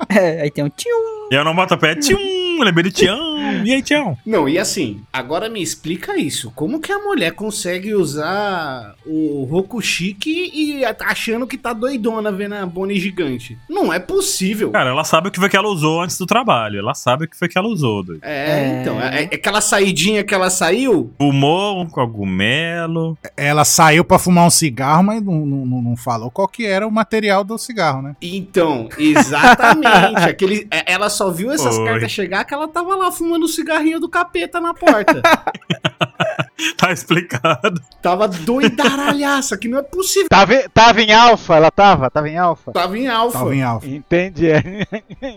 Speaker 2: É, aí tem um tio.
Speaker 1: E eu não boto pé. Tchum! é Lembrei do Tião. E aí, Tião?
Speaker 4: Não, e assim, agora me explica isso. Como que a mulher consegue usar o Rokushiki e a- achando que tá doidona vendo a Bonnie gigante? Não é possível.
Speaker 1: Cara, ela sabe o que foi que ela usou antes do trabalho. Ela sabe o que foi que ela usou. doido.
Speaker 4: É,
Speaker 2: É.
Speaker 4: então, é, é aquela saidinha que ela saiu,
Speaker 1: Fumou um cogumelo.
Speaker 3: Ela saiu pra fumar um cigarro, mas não, não, não- não falou qual que era o material do cigarro, né?
Speaker 4: então, exatamente, aquele, é, ela só viu essas
Speaker 1: Oi.
Speaker 4: cartas chegar que ela tava lá fumando o cigarrinho do capeta na porta.
Speaker 1: Tá explicado.
Speaker 4: tava doidaralhaça, que não é possível.
Speaker 5: Tava, em- tava em alfa, ela tava? Tava em alfa.
Speaker 4: Tava em alfa.
Speaker 3: Tava em alfa.
Speaker 5: Entendi. é.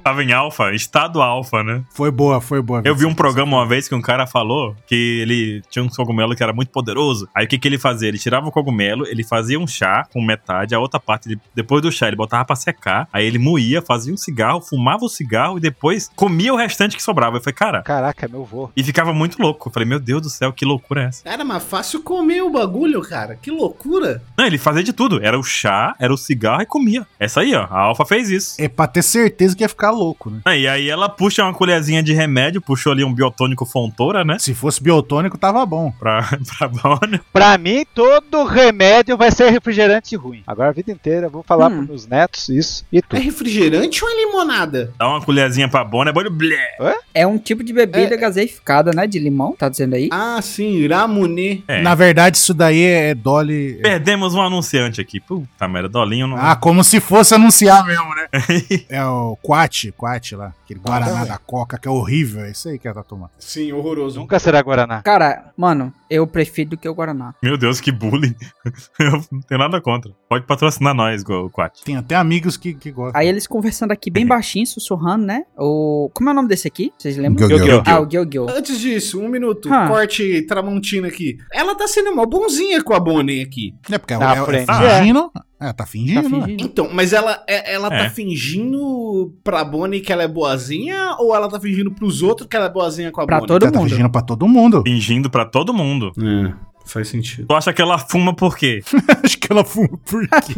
Speaker 1: Tava em alfa, estado alfa, né?
Speaker 3: Foi boa, foi boa.
Speaker 1: Eu vi um
Speaker 3: Vicente.
Speaker 1: programa uma vez que um cara falou que ele tinha um cogumelo que era muito poderoso. Aí o que, que ele fazia? Ele tirava o cogumelo, ele fazia um chá com metade, a outra parte, ele- depois do chá, ele botava pra secar. Aí ele moía, fazia um cigarro, fumava o cigarro e depois comia o restante que sobrava. Eu falei, cara.
Speaker 5: Caraca, meu vô.
Speaker 1: E ficava muito louco. Eu falei, meu Deus do céu, que loucura é essa?
Speaker 4: Era mais fácil comer o bagulho, cara. Que loucura.
Speaker 1: Não, ele fazia de tudo. Era o chá, era o cigarro e comia. Essa aí, ó. A Alfa fez isso.
Speaker 3: É pra ter certeza que ia ficar louco, né?
Speaker 1: Ah, E aí ela puxa uma colherzinha de remédio, puxou ali um biotônico fontora, né?
Speaker 3: Se fosse biotônico, tava bom.
Speaker 1: Pra, pra Bonnie.
Speaker 5: Pra mim, todo remédio vai ser refrigerante ruim. Agora a vida inteira eu vou falar
Speaker 2: Hum.
Speaker 5: pros meus netos isso e
Speaker 4: É
Speaker 5: tudo.
Speaker 4: refrigerante ou é limonada?
Speaker 1: Dá uma colherzinha pra Bonnie, a Bonnie... blé.
Speaker 2: É um tipo de bebida gaseificada, né? De limão, tá dizendo aí?
Speaker 4: Ah, sim, Ramonê.
Speaker 1: É.
Speaker 3: Na verdade, isso daí é Dolly.
Speaker 1: Perdemos um anunciante aqui. Puta merda, Dolinho não.
Speaker 3: Ah, como se fosse anunciar mesmo, né? é o Quat, Quat lá, aquele Guaraná da Coca, que Ah, é horrível, é isso aí que ela tá tomando.
Speaker 4: Sim, horroroso.
Speaker 5: Nunca será Guaraná.
Speaker 2: Cara, mano, eu prefiro do que o Guaraná.
Speaker 1: Meu Deus, que bullying. Eu não tenho nada contra. Pode patrocinar nós, Go- Quat.
Speaker 3: Tem até amigos que, que gostam.
Speaker 2: Aí eles conversando aqui
Speaker 1: Uhum.
Speaker 2: bem baixinho, sussurrando, né? O. Como é o nome desse aqui? Vocês lembram?
Speaker 3: Gyo-Gyo.
Speaker 5: Gyo-Gyo.
Speaker 2: Ah, o Gyogyo.
Speaker 4: Antes disso, um minuto.
Speaker 2: Ah.
Speaker 4: Corte Tramontina aqui. Ela tá sendo mó bonzinha com a Bonnie aqui.
Speaker 3: É porque
Speaker 5: Na
Speaker 3: ela é,
Speaker 5: frente.
Speaker 3: fingindo. É, tá
Speaker 2: Tá
Speaker 3: fingindo. né?
Speaker 2: fingindo.
Speaker 4: Então, mas ela, é- ela
Speaker 1: É.
Speaker 4: tá fingindo pra Bonnie que ela é boazinha ou ela tá fingindo pros outros que ela é boazinha com a
Speaker 2: Pra
Speaker 4: Bonnie?
Speaker 2: todo
Speaker 3: Ela tá
Speaker 2: mundo.
Speaker 3: fingindo pra todo mundo.
Speaker 1: Fingindo pra todo mundo.
Speaker 4: É. Faz sentido.
Speaker 1: Tu acha que ela fuma por quê?
Speaker 3: Acho que ela fuma por quê?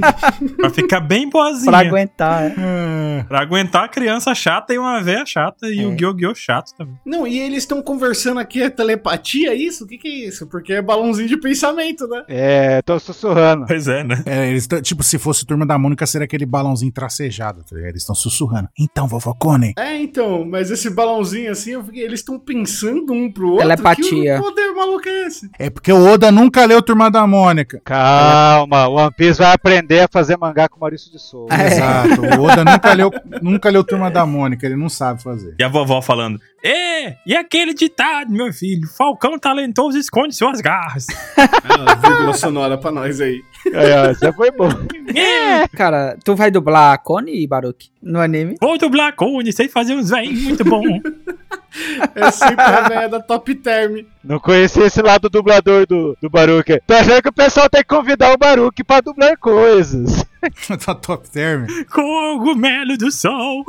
Speaker 1: Pra ficar bem boazinha.
Speaker 2: Pra aguentar, né?
Speaker 3: Ah,
Speaker 1: Pra aguentar a criança chata e uma véia chata e
Speaker 2: É.
Speaker 1: o Gyo-Gyo chato também.
Speaker 4: Não, e eles estão conversando aqui, é telepatia isso? O que, que é isso? Porque é balãozinho de pensamento, né?
Speaker 5: É, tô sussurrando.
Speaker 1: Pois é, né?
Speaker 3: é, eles tão- tipo, se fosse Turma da Mônica, seria aquele balãozinho tracejado, tá ligado? Eles estão sussurrando. Então, vovó Cone,
Speaker 4: É, então, mas esse balãozinho assim, eu fiquei- eles estão pensando um pro outro.
Speaker 2: Telepatia.
Speaker 4: Que poder maluco é esse?
Speaker 3: é porque o Oda nunca leu Turma da Mônica.
Speaker 5: Calma, o One Piece vai aprender a fazer mangá com o Maurício de Souza.
Speaker 3: É. Exato, o Oda nunca leu, nunca leu Turma da Mônica, ele não sabe fazer.
Speaker 1: E a vovó falando: É, e aquele ditado, meu filho? Falcão talentoso esconde suas garras.
Speaker 4: Ah, vírgula sonora pra nós aí.
Speaker 5: É, Essa foi boa.
Speaker 2: É, cara, tu vai dublar a Connie e Baruch no anime?
Speaker 1: Vou dublar Cone, sei fazer uns veinhos muito bom.
Speaker 4: É sempre a velha da top term.
Speaker 5: Não conheci esse lado do dublador do, do Baruque. Tô achando que o pessoal tem que convidar o Baruque pra dublar coisas.
Speaker 3: tá top term.
Speaker 1: Cogumelo do sol.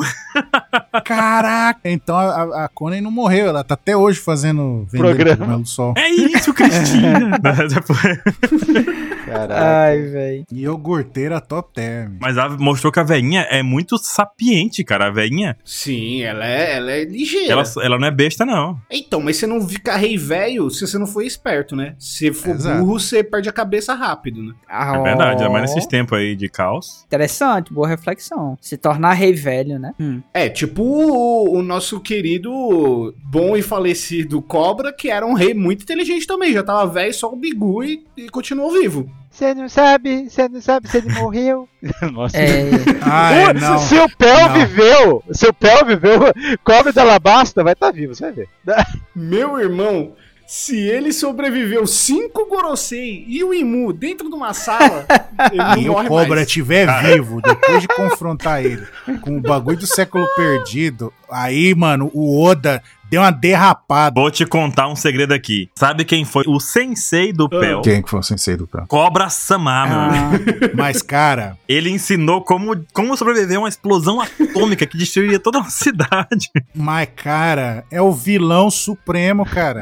Speaker 3: Caraca! Então a, a- a Conan não morreu, ela tá até hoje fazendo vender
Speaker 5: Programa.
Speaker 3: cogumelo do sol.
Speaker 1: É isso, Cristina.
Speaker 2: É.
Speaker 5: Caralho.
Speaker 2: Ai, velho.
Speaker 3: E iogurteira top term.
Speaker 1: Mas a- mostrou que a veinha é muito sapiente, cara. A veinha,
Speaker 4: Sim, ela é, ela é ligeira.
Speaker 1: ela, ela não é besta, não.
Speaker 4: Então, mas você não fica rei velho se você não for esperto, né? Se for
Speaker 3: Exato.
Speaker 4: burro, você perde a cabeça rápido, né?
Speaker 1: É verdade, ainda mais nesses tempos aí de caos.
Speaker 2: Interessante, boa reflexão. Se tornar rei velho, né? Hum.
Speaker 4: É, tipo o, o nosso querido bom e falecido Cobra, que era um rei muito inteligente também. Já tava velho, só o bigu e, e continuou vivo.
Speaker 5: Você não sabe, você não sabe se ele morreu. Nossa.
Speaker 2: É,
Speaker 3: Ah,
Speaker 5: Pô,
Speaker 3: é, não.
Speaker 5: Se o Pel
Speaker 3: Não.
Speaker 5: viveu, se o Pel viveu, cobre da alabasta, vai estar vivo, você vai ver.
Speaker 4: Meu irmão, se ele sobreviveu cinco Gorosei e o Imu dentro de uma sala, ele não
Speaker 3: E o
Speaker 4: morre
Speaker 3: cobra
Speaker 4: mais.
Speaker 3: estiver vivo, depois de confrontar ele com o bagulho do século perdido, aí, mano, o Oda deu uma derrapada.
Speaker 1: Vou te contar um segredo aqui. Sabe quem foi o sensei do Pel?
Speaker 3: Quem é que foi o sensei do Pel?
Speaker 1: Cobra Samar, mano.
Speaker 2: ah,
Speaker 3: Mas, cara,
Speaker 1: Ele ensinou como, como sobreviver a uma explosão atômica que destruiria toda uma cidade.
Speaker 3: mas, cara, é o vilão supremo, cara.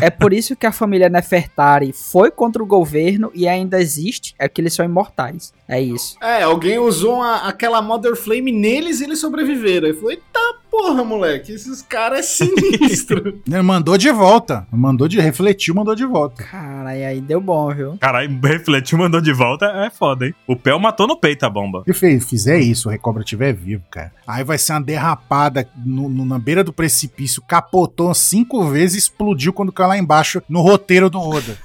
Speaker 2: é por isso que a família Nefertari foi contra o governo e ainda existe. É que eles são imortais. É isso.
Speaker 4: É, alguém usou uma- aquela Mother Flame neles e eles sobreviveram. Aí falou, eita porra, moleque, esses caras é sinistro.
Speaker 3: Ele mandou de volta. Mandou de. Refletiu, mandou de volta.
Speaker 2: Cara, e aí deu bom, viu?
Speaker 1: Caralho, refletiu, mandou de volta. É foda, hein? O Pel matou no peito a bomba.
Speaker 3: Se fe- fizer isso, o Recobra estiver vivo, cara. Aí vai ser uma derrapada no- no- na beira do precipício, capotou cinco vezes e explodiu quando caiu lá embaixo no roteiro do Oda.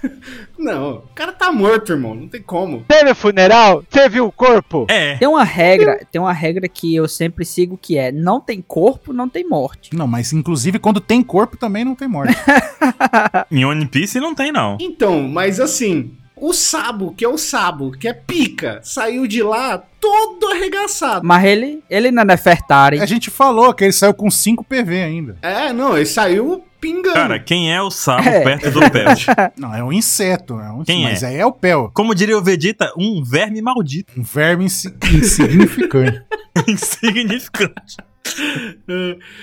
Speaker 4: não, o cara tá morto, irmão, não tem como.
Speaker 5: Teve funeral? Teve o corpo?
Speaker 1: É.
Speaker 2: Tem uma regra, tem uma regra que eu sempre sigo que é: não tem corpo, não tem morte.
Speaker 3: Não, mas inclusive quando tem corpo também não tem morte.
Speaker 2: Tá.
Speaker 1: Em One Piece não tem, não.
Speaker 4: Então, mas assim, o Sabo, que é o Sabo, que é pica, saiu de lá todo arregaçado.
Speaker 2: Mas ele, ele não é Nefertari.
Speaker 3: A gente falou que ele saiu com 5 PV ainda.
Speaker 4: É, não, ele saiu pingando.
Speaker 1: Cara, quem é o sapo
Speaker 2: É.
Speaker 1: perto do Pel?
Speaker 3: Não, é um inseto. É um,
Speaker 1: Quem
Speaker 3: mas
Speaker 1: é?
Speaker 3: aí é o Pel.
Speaker 1: Como diria o Vegeta, um verme maldito.
Speaker 3: Um verme insi- insignificante.
Speaker 1: Insignificante.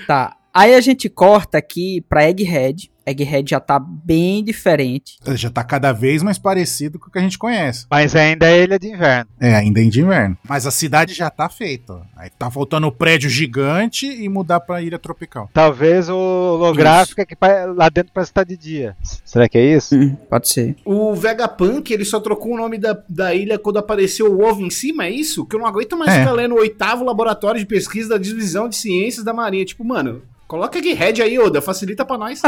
Speaker 2: Tá. Aí a gente corta aqui pra Egghead. Egghead já tá bem diferente.
Speaker 3: Ele Já tá cada vez mais parecido com o que a gente conhece.
Speaker 5: Mas ainda é ilha de inverno.
Speaker 3: É, ainda em de inverno. Mas a cidade já tá feita. ó. Aí tá faltando o prédio gigante e mudar pra ilha tropical.
Speaker 5: Talvez o holográfico é que pa- lá dentro parece estar de dia. S- Será que é isso?
Speaker 2: Pode ser.
Speaker 4: O Vegapunk, ele só trocou o nome da, da ilha quando apareceu o ovo em cima, é isso? Que eu não aguento mais
Speaker 3: É.
Speaker 4: ficar lendo o oitavo laboratório de pesquisa da Divisão de Ciências da Marinha. Tipo, mano, coloca Egghead aí, Oda, facilita pra nós.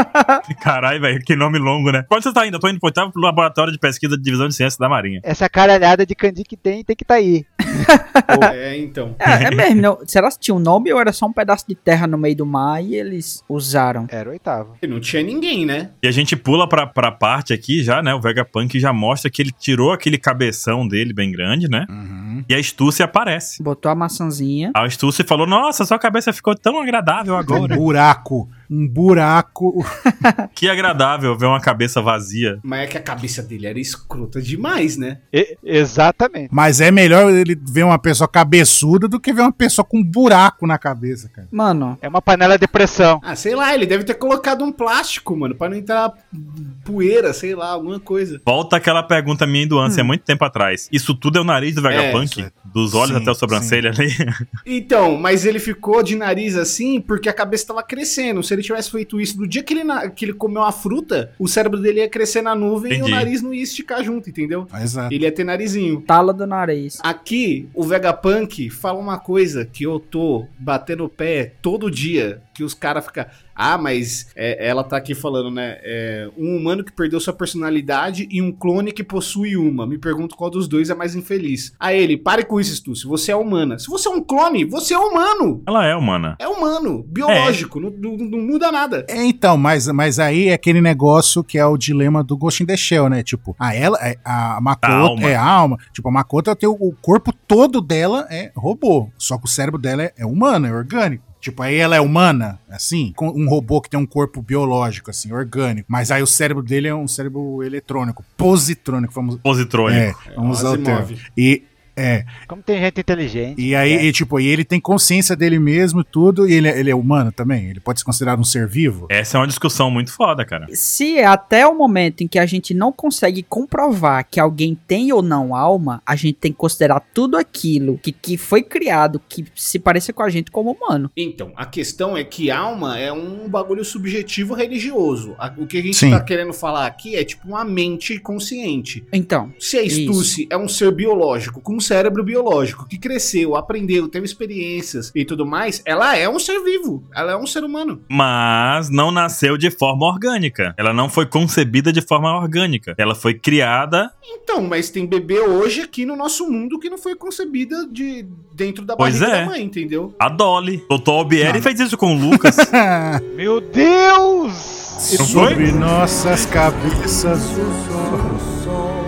Speaker 1: Caralho, velho, que nome longo, né? Quando você tá indo? Eu tô indo pro oitavo laboratório de pesquisa de divisão de ciência da Marinha.
Speaker 5: Essa caralhada de candy que tem, tem que tá aí.
Speaker 4: é, então.
Speaker 2: É, é mesmo. não- será que tinha um nome ou era só um pedaço de terra no meio do mar e eles usaram?
Speaker 5: Era o oitavo.
Speaker 4: E não tinha ninguém, né?
Speaker 1: E a gente pula pra, pra parte aqui já, né? O Vegapunk já mostra que ele tirou aquele cabeção dele bem grande, né?
Speaker 3: Uhum.
Speaker 1: E a Estúcia aparece.
Speaker 2: Botou a maçãzinha.
Speaker 1: A Estúcia falou: Nossa, sua cabeça ficou tão agradável
Speaker 3: Um
Speaker 1: agora.
Speaker 3: buraco. um buraco.
Speaker 1: Que agradável ver uma cabeça vazia.
Speaker 4: Mas é que a cabeça dele era escrota demais, né?
Speaker 5: E- exatamente.
Speaker 3: Mas é melhor ele ver uma pessoa cabeçuda do que ver uma pessoa com um buraco na cabeça, cara.
Speaker 2: Mano,
Speaker 5: É uma panela de pressão.
Speaker 4: Ah, sei lá, ele deve ter colocado um plástico, mano, pra não entrar poeira, sei lá, alguma coisa.
Speaker 1: Volta aquela pergunta minha do Ansi, é muito tempo atrás. Isso tudo é o nariz do Vegapunk?
Speaker 3: isso Hum. é.
Speaker 1: Dos olhos
Speaker 3: Sim,
Speaker 1: até a sobrancelha ali?
Speaker 4: Então, mas ele ficou de nariz assim porque a cabeça tava crescendo. Se ele tivesse feito isso no dia que ele, na- que ele comeu a fruta, o cérebro dele ia crescer na nuvem e
Speaker 1: Entendi.
Speaker 4: o nariz não ia esticar junto, entendeu?
Speaker 3: Exato.
Speaker 4: Ele ia ter narizinho.
Speaker 2: tala do nariz.
Speaker 4: Aqui, o Vegapunk fala uma coisa que eu tô batendo o pé todo dia, que os caras ficam. Ah, mas é, ela tá aqui falando, né? é, um humano que perdeu sua personalidade e um clone que possui uma. Me pergunto qual dos dois é mais infeliz. A ele, pare com isso, Stu. Se você é humana. Se você é um clone, você é humano.
Speaker 1: Ela é, humana.
Speaker 4: É humano, biológico, não, não- não muda nada.
Speaker 3: É, então, mas, mas aí é aquele negócio que é o dilema do Ghost in the Shell, né? Tipo, a ela, a, a Makoto
Speaker 1: A alma.
Speaker 3: é a alma. Tipo, a Makoto tem o, o corpo todo dela é robô, só que o cérebro dela é, é humano, é orgânico. Tipo, aí ela é humana, assim, com um robô que tem um corpo biológico, assim, orgânico. Mas aí o cérebro dele é um cérebro eletrônico, positrônico, vamos,
Speaker 1: Positrônico.
Speaker 3: é, vamos usar o termo.
Speaker 4: Asimov.
Speaker 3: E, é,
Speaker 5: Como tem gente inteligente.
Speaker 3: e
Speaker 1: É.
Speaker 3: aí, e, tipo, e ele tem consciência dele mesmo e tudo, e ele, é- ele é humano também? Ele pode se considerar um ser vivo?
Speaker 1: Essa é uma discussão muito foda, cara.
Speaker 2: Se até o momento em que a gente não consegue comprovar que alguém tem ou não alma, a gente tem que considerar tudo aquilo que, que foi criado, que se pareça com a gente como humano.
Speaker 4: Então, a questão é que alma é um bagulho subjetivo religioso. A- O que a gente
Speaker 3: Sim.
Speaker 4: tá querendo falar aqui é tipo uma mente consciente.
Speaker 2: Então,
Speaker 4: Se a Stussy é um ser biológico, com um cérebro biológico, que cresceu, aprendeu, teve experiências e tudo mais, ela é um ser vivo, ela é um ser humano.
Speaker 1: mas não nasceu de forma orgânica. Ela não foi concebida de forma orgânica. Ela foi criada.
Speaker 4: Então, mas tem bebê hoje aqui no nosso mundo que não foi concebida de dentro da
Speaker 1: Pois
Speaker 4: barriga
Speaker 1: é.
Speaker 4: da mãe, entendeu?
Speaker 1: A Dolly. Doutor
Speaker 4: Ah.
Speaker 1: Albieri fez isso com o Lucas.
Speaker 5: Meu Deus!
Speaker 1: Não
Speaker 3: Sobre
Speaker 1: foi?
Speaker 3: nossas cabeças o sol.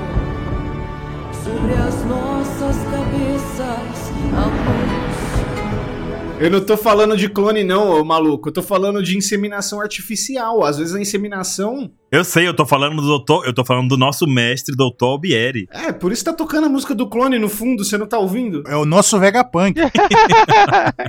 Speaker 7: Sobre as nossas cabeças, amor.
Speaker 4: Eu não tô falando de clone não, ô maluco, eu tô falando de inseminação artificial. Às vezes a inseminação...
Speaker 1: eu sei, eu tô falando do doutor. Eu tô falando do nosso mestre, doutor Albieri.
Speaker 4: É, por isso tá tocando a música do clone no fundo, você não tá ouvindo?
Speaker 3: É o nosso Vegapunk.
Speaker 1: É.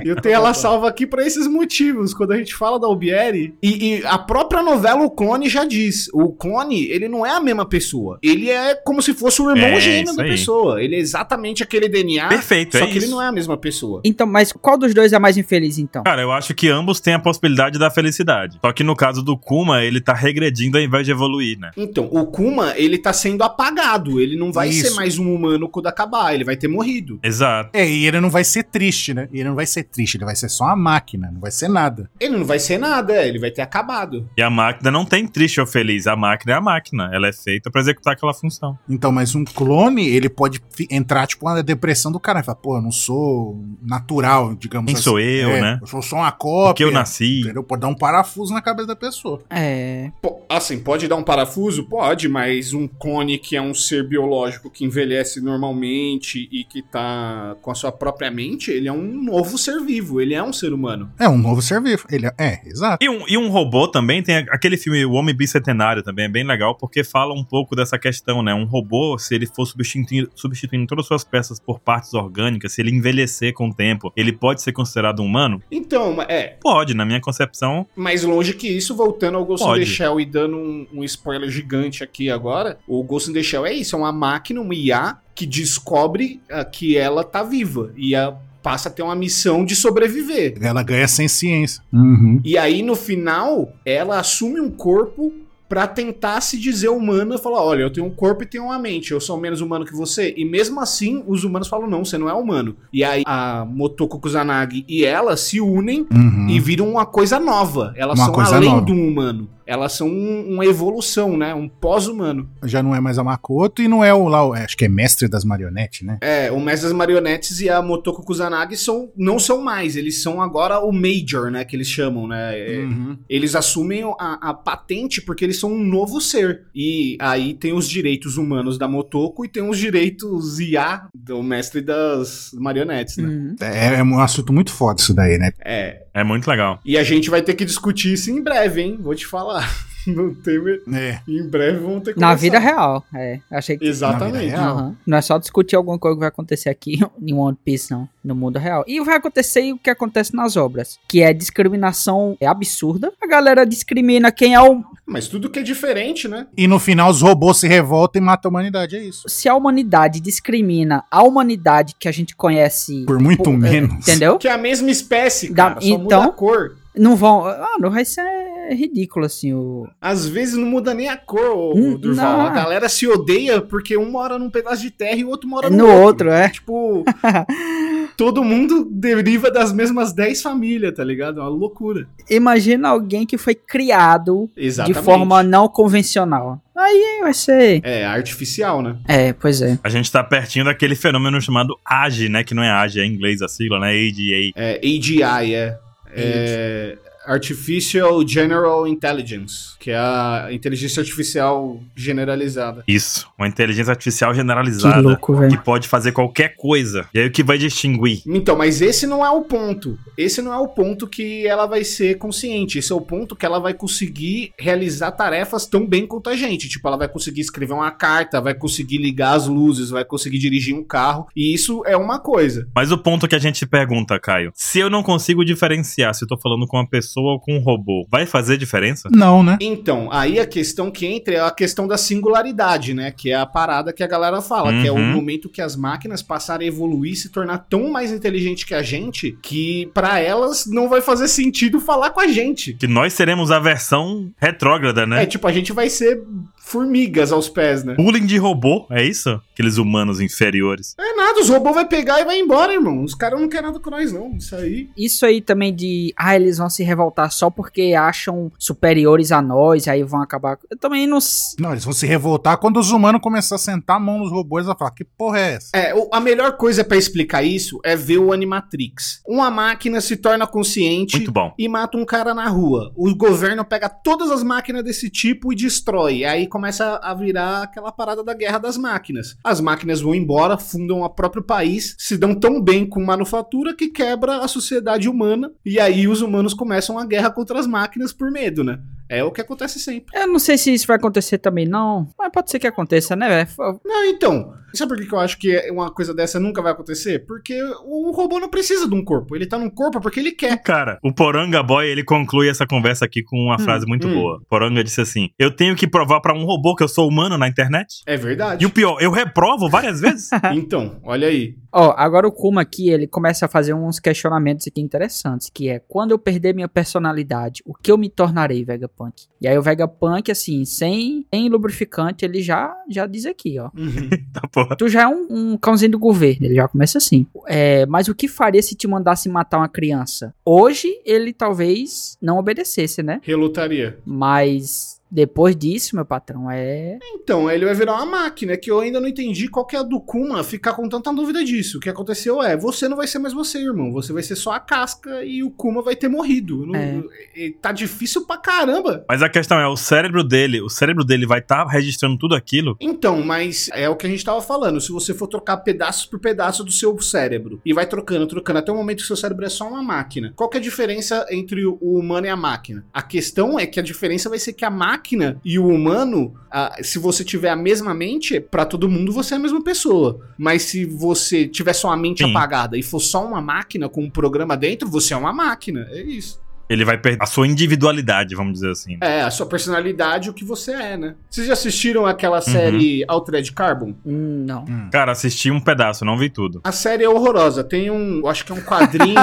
Speaker 4: Eu
Speaker 1: tá
Speaker 4: tenho ela salva aqui pra esses motivos. Quando a gente fala da Albieri. E, e a própria novela O Clone já diz: o clone, ele não é a mesma pessoa. Ele é como se fosse o irmão
Speaker 1: É,
Speaker 4: gêmeo
Speaker 1: isso
Speaker 4: da
Speaker 1: aí.
Speaker 4: pessoa. Ele é exatamente aquele DNA.
Speaker 1: Perfeito,
Speaker 4: Ah, Só
Speaker 1: é
Speaker 4: que
Speaker 1: isso.
Speaker 4: ele não é a mesma pessoa.
Speaker 2: então, mas qual dos dois é mais infeliz então?
Speaker 1: Cara, eu acho que ambos têm a possibilidade da felicidade. Só que no caso do Kuma, ele tá regredindo ao invés de evoluir, né?
Speaker 4: Então, o Kuma, ele tá sendo apagado. Ele não vai
Speaker 3: Isso.
Speaker 4: ser mais um humano quando acabar. Ele vai ter morrido.
Speaker 1: Exato.
Speaker 3: É, e ele não vai ser triste, né? Ele não vai ser triste, ele vai ser só uma máquina, não vai ser nada.
Speaker 4: Ele não vai ser nada, é, ele vai ter acabado.
Speaker 1: E a máquina não tem triste ou feliz. A máquina é a máquina. Ela é feita pra executar aquela função.
Speaker 3: Então, mas um clone, ele pode fi- entrar, tipo, na depressão do cara. Ele fala, pô, eu não sou natural, digamos
Speaker 1: Quem
Speaker 3: assim.
Speaker 1: sou eu,
Speaker 3: É,
Speaker 1: né?
Speaker 3: Eu sou só uma
Speaker 1: Porque
Speaker 3: cópia.
Speaker 1: eu nasci.
Speaker 3: Entendeu? Pode dar um parafuso na cabeça da pessoa.
Speaker 2: É.
Speaker 4: Po- Assim, pode dar um parafuso? Pode, mas um clone que é um ser biológico que envelhece normalmente e que tá com a sua própria mente, ele é um novo ser vivo, ele é um ser humano.
Speaker 3: É um novo ser vivo. Ele é, é, exato.
Speaker 1: E um, e um robô também tem aquele filme O Homem Bicentenário também, é bem legal, porque fala um pouco dessa questão, né? Um robô, se ele for substituindo, substituindo todas as suas peças por partes orgânicas, se ele envelhecer com o tempo, ele pode ser considerado um humano?
Speaker 4: Então, é,
Speaker 1: Pode, na minha concepção.
Speaker 4: mais longe que isso, voltando ao Ghost in the
Speaker 1: Pode.
Speaker 4: Shell e dando um, um spoiler gigante aqui agora, o Ghost in the Shell é isso, é uma máquina, uma IA que descobre ah, que ela tá viva e a- passa a ter uma missão de sobreviver.
Speaker 3: Ela ganha sem ciência. Uhum.
Speaker 4: E aí, no final, ela assume um corpo pra tentar se dizer humana e falar: olha, eu tenho um corpo e tenho uma mente, eu sou menos humano que você. E mesmo assim, os humanos falam: não, você não é humano. E aí, a Motoko Kusanagi e ela se unem
Speaker 3: Uhum.
Speaker 4: e viram uma coisa nova. Elas
Speaker 3: Uma
Speaker 4: são
Speaker 3: coisa
Speaker 4: além
Speaker 3: nova.
Speaker 4: do humano. Elas são um- uma evolução, né? Um pós-humano.
Speaker 3: Já não é mais a Makoto e não é o lá, o- acho que é mestre das marionetes, né?
Speaker 4: É, o Mestre das Marionetes e a Motoko Kusanagi são, não são mais, eles são agora o Major, né? Que eles chamam, né? É,
Speaker 3: Uhum.
Speaker 4: Eles assumem a, a patente porque eles são um novo ser. E aí tem os direitos humanos da Motoko e tem os direitos IA do mestre das marionetes, né?
Speaker 2: Hum.
Speaker 3: É, é um assunto muito foda isso daí, né?
Speaker 4: É.
Speaker 1: É muito legal.
Speaker 4: E a gente vai ter que discutir isso em breve, hein? Vou te falar. Não tem... me-
Speaker 3: É.
Speaker 4: Em breve vamos ter que
Speaker 2: Na
Speaker 4: conversar.
Speaker 2: vida real, é. Achei que.
Speaker 3: Na
Speaker 4: Exatamente.
Speaker 3: vida real.
Speaker 2: Aham. Não é só discutir alguma coisa que vai acontecer aqui em One Piece, não. No mundo real. E vai acontecer o que acontece nas obras, que é discriminação é absurda. A galera discrimina quem é o.
Speaker 4: Mas tudo que é diferente, né?
Speaker 3: E no final os robôs se revoltam e matam a humanidade, é isso.
Speaker 2: Se a humanidade discrimina a humanidade que a gente conhece.
Speaker 3: Por muito
Speaker 2: Pô, é,
Speaker 3: menos.
Speaker 2: Entendeu?
Speaker 4: Que é a mesma espécie,
Speaker 2: Da-
Speaker 4: cara. Só muda
Speaker 2: então-
Speaker 4: a cor.
Speaker 2: Não vão. Ah, não vai ser ridículo assim o.
Speaker 4: Às vezes não muda nem a cor, ô,
Speaker 2: Hum,
Speaker 4: Durval.
Speaker 2: não.
Speaker 4: A galera se odeia porque um mora num pedaço de terra e o outro mora no,
Speaker 2: No outro, é.
Speaker 4: Tipo, todo mundo deriva das mesmas 10 famílias, tá ligado? É uma loucura.
Speaker 2: Imagina alguém que foi criado
Speaker 4: Exatamente.
Speaker 2: de forma não convencional. Aí vai ser.
Speaker 4: É, artificial, né?
Speaker 2: É, pois é.
Speaker 1: A gente tá pertinho daquele fenômeno chamado AGE, né? Que não é AGE, é em inglês a sigla, né? ADA.
Speaker 4: É, AGI, é. É, Artificial General Intelligence, que é a inteligência artificial generalizada.
Speaker 1: Isso. Uma inteligência artificial
Speaker 2: Que
Speaker 1: generalizada.
Speaker 2: louco, velho.
Speaker 1: Que pode fazer qualquer coisa. E aí o que vai distinguir?
Speaker 4: Então, mas esse não é o ponto. Esse não é o ponto que ela vai ser consciente. Esse é o ponto que ela vai conseguir realizar tarefas tão bem quanto a gente. Tipo, ela vai conseguir escrever uma carta, vai conseguir ligar as luzes, vai conseguir dirigir um carro. E isso é uma coisa.
Speaker 1: Mas o ponto que a gente pergunta, Caio. Se eu não consigo diferenciar se eu tô falando com uma pessoa ou com um robô, vai fazer diferença?
Speaker 3: Não, né?
Speaker 4: Então, aí a questão que entra é a questão da singularidade, né? Que é a parada que a galera fala, que é o
Speaker 1: Uhum.
Speaker 4: momento que as máquinas passarem a evoluir, se tornar tão mais inteligente que a gente, que pra elas não vai fazer sentido falar com a gente.
Speaker 1: Que nós seremos a versão retrógrada, né?
Speaker 4: É, tipo, a gente vai ser formigas aos pés, né?
Speaker 1: Bullying de robô, é isso? Aqueles humanos inferiores.
Speaker 4: É nada, os robôs vai pegar e vai embora, irmão. Os caras não querem nada com nós, não. Isso aí.
Speaker 2: Isso aí também de, ah, eles vão se revoltar só porque acham superiores a nós, aí vão acabar. Eu também não. s-
Speaker 3: Não, eles vão se revoltar quando os humanos começarem a sentar a mão nos robôs eles vão falar, que porra é essa?
Speaker 4: É, o- a melhor coisa pra explicar isso é ver o Animatrix. Uma máquina se torna consciente.
Speaker 1: Muito bom.
Speaker 4: e mata um cara na rua. O governo pega todas as máquinas desse tipo e destrói. Aí começa a virar aquela parada da guerra das máquinas. As máquinas vão embora, fundam o próprio país, se dão tão bem com manufatura que quebra a sociedade humana. E aí os humanos começam a guerra contra as máquinas por medo, né? É o que acontece sempre.
Speaker 2: Eu não sei se isso vai acontecer também, não. Mas pode ser que aconteça, né, velho? F-
Speaker 4: Não, então. Sabe por que que eu acho que uma coisa dessa nunca vai acontecer? Porque o robô não precisa de um corpo. Ele tá num corpo porque ele quer.
Speaker 1: Cara, o Poranga Boy, ele conclui essa conversa aqui com uma
Speaker 4: Hum,
Speaker 1: frase muito
Speaker 4: hum.
Speaker 1: boa. Poranga disse assim: Eu tenho que provar pra um robô que eu sou humano na internet?
Speaker 4: É verdade.
Speaker 1: E o pior, eu reprovo várias vezes.
Speaker 4: Então, olha aí.
Speaker 2: Ó, agora o Kuma aqui, ele começa a fazer uns questionamentos aqui interessantes, que é quando eu perder minha personalidade, o que eu me tornarei, Vegapunk? E aí o Vegapunk, assim, sem, sem lubrificante, ele já, já diz aqui, ó.
Speaker 4: Uhum.
Speaker 1: Tá, porra.
Speaker 2: Tu já é um, um cãozinho do governo, ele já começa assim. É, mas o que faria se te mandasse matar uma criança? Hoje ele talvez não obedecesse, né?
Speaker 4: Relutaria.
Speaker 2: Mas depois disso, meu patrão, é.
Speaker 4: Então, ele vai virar uma máquina, que eu ainda não entendi qual que é a do Kuma ficar com tanta dúvida disso. O que aconteceu é, você não vai ser mais você, irmão. Você vai ser só a casca e o Kuma vai ter morrido. Não-
Speaker 2: É.
Speaker 4: e- e Tá difícil pra caramba.
Speaker 1: Mas a questão é, o cérebro dele, o cérebro dele vai estar registrando tudo aquilo.
Speaker 4: Então, mas é o que a gente tava falando. Se você for trocar pedaço por pedaço do seu cérebro e vai trocando, trocando, até o momento que seu cérebro é só uma máquina. Qual que é a diferença entre o humano e a máquina? A questão é que a diferença vai ser que a máquina e o humano, ah, se você tiver a mesma mente, pra todo mundo você é a mesma pessoa. Mas se você tiver só a mente
Speaker 1: Sim.
Speaker 4: apagada e for só uma máquina com um programa dentro, você é uma máquina. É isso.
Speaker 1: Ele vai perder a sua individualidade, vamos dizer assim.
Speaker 4: É, a sua personalidade, o que você é, né? Vocês já assistiram aquela série Altered Carbon?
Speaker 2: Hum, não.
Speaker 1: Cara, assisti um pedaço, não vi tudo.
Speaker 4: A série é horrorosa. Tem um. eu Acho que é um quadrinho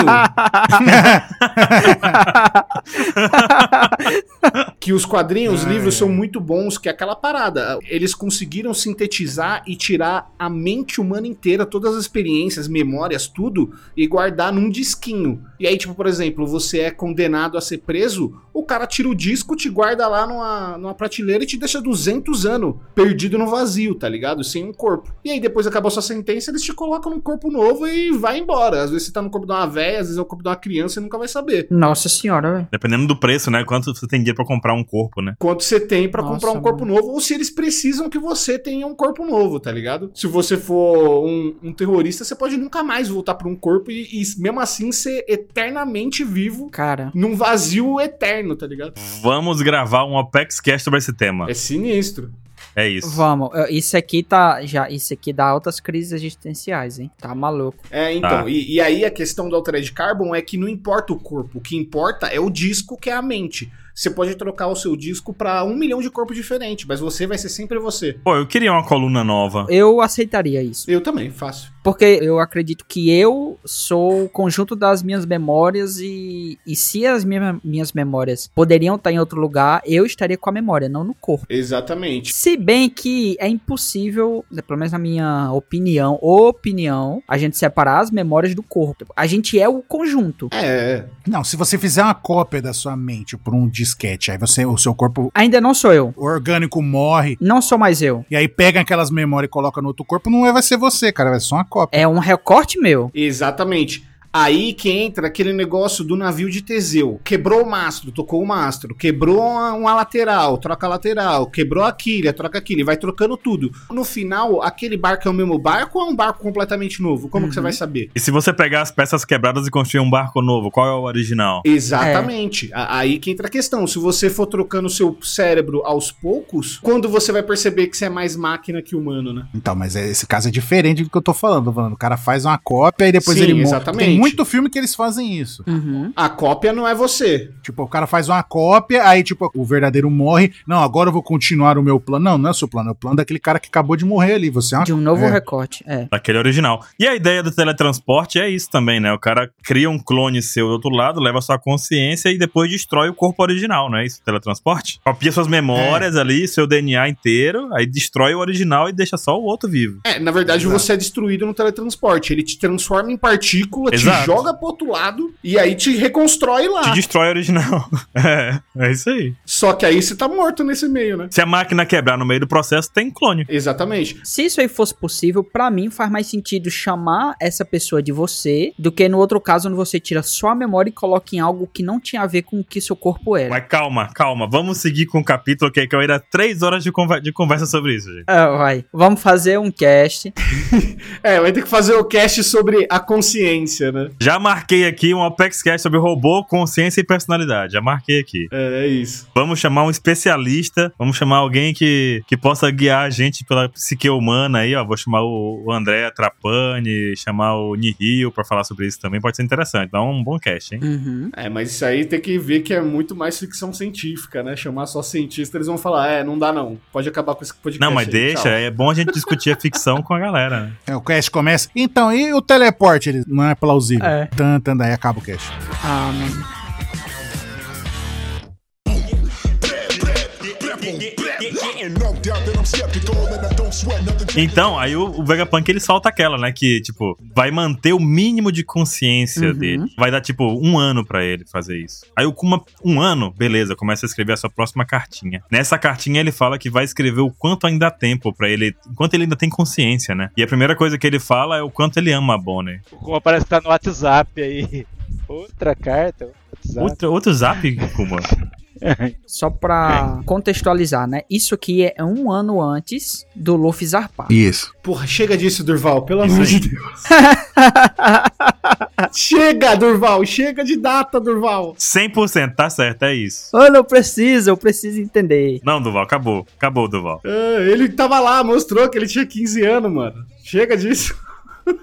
Speaker 4: que os quadrinhos, os
Speaker 3: Ai,
Speaker 4: livros
Speaker 3: ai.
Speaker 4: são muito bons, que é aquela parada. Eles conseguiram sintetizar e tirar a mente humana inteira, todas as experiências, memórias, tudo, e guardar num disquinho. E aí, tipo, por exemplo, você é condenado a ser preso, o cara tira o disco, te guarda lá numa, numa prateleira e te deixa 200 anos perdido no vazio, tá ligado? Sem um corpo. E aí, depois acabou sua sentença, eles te colocam num corpo novo e vai embora. Às vezes você tá no corpo de uma véia, às vezes é o corpo de uma criança e nunca vai saber.
Speaker 2: Nossa senhora, velho.
Speaker 1: Dependendo do preço, né? Quanto você tem dinheiro pra comprar um corpo, né?
Speaker 4: quanto você tem pra
Speaker 2: Nossa,
Speaker 4: comprar um corpo novo, ou se eles precisam que você tenha um corpo novo, tá ligado? Se você for um, um terrorista, você pode nunca mais voltar pra um corpo e, e mesmo assim ser et- eternamente vivo
Speaker 2: Cara,
Speaker 4: num vazio eterno, tá ligado?
Speaker 1: Vamos gravar um Apex Cast sobre esse tema.
Speaker 4: É sinistro.
Speaker 1: É isso.
Speaker 2: vamos. eh, Isso aqui tá. Já, isso aqui dá altas crises existenciais, hein? Tá maluco.
Speaker 4: É, então,
Speaker 1: Tá.
Speaker 4: e, e aí a questão do Altered Carbon é que não importa o corpo, o que importa é o disco que é a mente. Você pode trocar o seu disco pra um milhão de corpos diferentes, mas você vai ser sempre você.
Speaker 1: Pô, eu queria uma coluna nova.
Speaker 2: Eu aceitaria isso.
Speaker 4: Eu também faço.
Speaker 2: Porque eu acredito que eu sou o conjunto das minhas memórias e, e se as minha- minhas memórias poderiam estar em outro lugar, eu estaria com a memória, não no corpo.
Speaker 4: Exatamente.
Speaker 2: Se bem que é impossível, né, pelo menos na minha opinião, opinião, a gente separar as memórias do corpo. A gente é o conjunto.
Speaker 4: É,
Speaker 3: Não, se você fizer uma cópia da sua mente por um disquete, aí você, o seu corpo
Speaker 2: Ainda não sou eu.
Speaker 3: orgânico morre,
Speaker 2: Não sou mais eu.
Speaker 3: e aí pega aquelas memórias e coloca no outro corpo, não é- vai ser você, cara, vai ser só uma cópia.
Speaker 2: É um recorte meu.
Speaker 4: Exatamente. Aí que entra aquele negócio do navio de Teseu. Quebrou o mastro, tocou o mastro. Quebrou uma, uma lateral, troca a lateral. Quebrou a quilha, troca a quilha. Vai trocando tudo. No final, aquele barco é o mesmo barco ou é um barco completamente novo? Como que você
Speaker 2: Uhum.
Speaker 4: vai saber?
Speaker 1: E se você pegar as peças quebradas e construir um barco novo, qual é o original?
Speaker 4: Exatamente. A- Aí que entra a questão. Se você for trocando seu cérebro aos poucos, quando você vai perceber que você é mais máquina que humano, né?
Speaker 3: Então, mas é- esse caso é diferente do que eu tô falando. Tô falando, o cara faz uma cópia e depois
Speaker 4: Sim,
Speaker 3: ele monta.
Speaker 4: exatamente.
Speaker 3: Tem muito filme que eles fazem isso.
Speaker 2: Uhum.
Speaker 4: A cópia não é você.
Speaker 3: Tipo, o cara faz uma cópia, aí, tipo, o verdadeiro morre. Não, agora eu vou continuar o meu plano. Não, não é o seu plano, é o plano daquele cara que acabou de morrer ali. Você é uma
Speaker 2: De um novo
Speaker 3: É.
Speaker 2: recorte. É.
Speaker 1: Daquele original. E a ideia do teletransporte é isso também, né? O cara cria um clone seu do outro lado, leva sua consciência e depois destrói o corpo original, não é isso? Teletransporte? Copia suas memórias ali, seu DNA inteiro, aí destrói o original e deixa só o outro vivo.
Speaker 4: É, na verdade,
Speaker 3: Exato.
Speaker 4: você é destruído no teletransporte. Ele te transforma em partícula,
Speaker 1: Exato.
Speaker 4: te joga pro outro lado e aí te reconstrói
Speaker 1: Te
Speaker 4: lá.
Speaker 1: destrói o original. é, é isso aí.
Speaker 4: Só que aí você tá morto nesse meio, né?
Speaker 1: Se a máquina quebrar no meio do processo, tem clone.
Speaker 4: Exatamente.
Speaker 2: Se isso aí fosse possível, pra mim faz mais sentido chamar essa pessoa de você do que no outro caso onde você tira só a memória e coloca em algo que não tinha a ver com o que seu corpo era.
Speaker 1: Mas calma, calma. Vamos seguir com o capítulo, que que eu ainda três horas de, conver- de conversa sobre isso, gente.
Speaker 2: Ah, vai. Vamos fazer um cast.
Speaker 4: É, vai ter que fazer o cast sobre a consciência, né?
Speaker 1: Já marquei aqui um Apex Cast sobre robô, consciência e personalidade. Já marquei aqui.
Speaker 4: É, é isso.
Speaker 1: Vamos chamar um especialista, vamos chamar alguém que, que possa guiar a gente pela psique humana aí, ó. Vou chamar o, o André Trapani, chamar o Nihil pra falar sobre isso também. Pode ser interessante, dá um bom cast, hein?
Speaker 2: Uhum.
Speaker 4: É, mas isso aí tem que ver que é muito mais ficção científica, né? Chamar só cientista, eles vão falar, é, não dá não. Pode acabar com esse podcast.
Speaker 1: Não, mas
Speaker 4: aí,
Speaker 1: deixa,
Speaker 4: tchau."
Speaker 1: é bom a gente discutir a ficção com a galera. né?
Speaker 3: É, o cast começa. Então, e o teleporte? Ele não é plausível.
Speaker 2: É.
Speaker 3: Tan, tan, daí acaba o cast.
Speaker 2: Ah, mano.
Speaker 1: Então, aí o, o Vegapunk ele solta aquela, né? Que, tipo, vai manter o mínimo de consciência
Speaker 2: Uhum.
Speaker 1: dele. Vai dar, tipo, um ano pra ele fazer isso. Aí o Kuma, um ano, beleza, começa a escrever a sua próxima cartinha. Nessa cartinha ele fala que vai escrever o quanto ainda há tempo pra ele, enquanto ele ainda tem consciência, né? E a primeira coisa que ele fala é o quanto ele ama a Bonnie.
Speaker 5: Como parece que tá no WhatsApp aí. Outra carta, outro WhatsApp.
Speaker 1: Outro, outro zap, Kuma.
Speaker 2: Só pra contextualizar, né? Isso aqui é um ano antes do Luffy zarpar.
Speaker 8: Isso.
Speaker 4: Porra, chega disso, Durval, pelo
Speaker 1: Isso
Speaker 4: amor de
Speaker 1: aí.
Speaker 4: Deus. Chega, Durval, chega de data, Durval.
Speaker 1: 100%, tá certo, é isso.
Speaker 2: eu não preciso, eu preciso entender.
Speaker 1: Não, Duval, acabou. Acabou, Duval.
Speaker 4: É, ele tava lá, mostrou que ele tinha 15 anos, mano. Chega disso.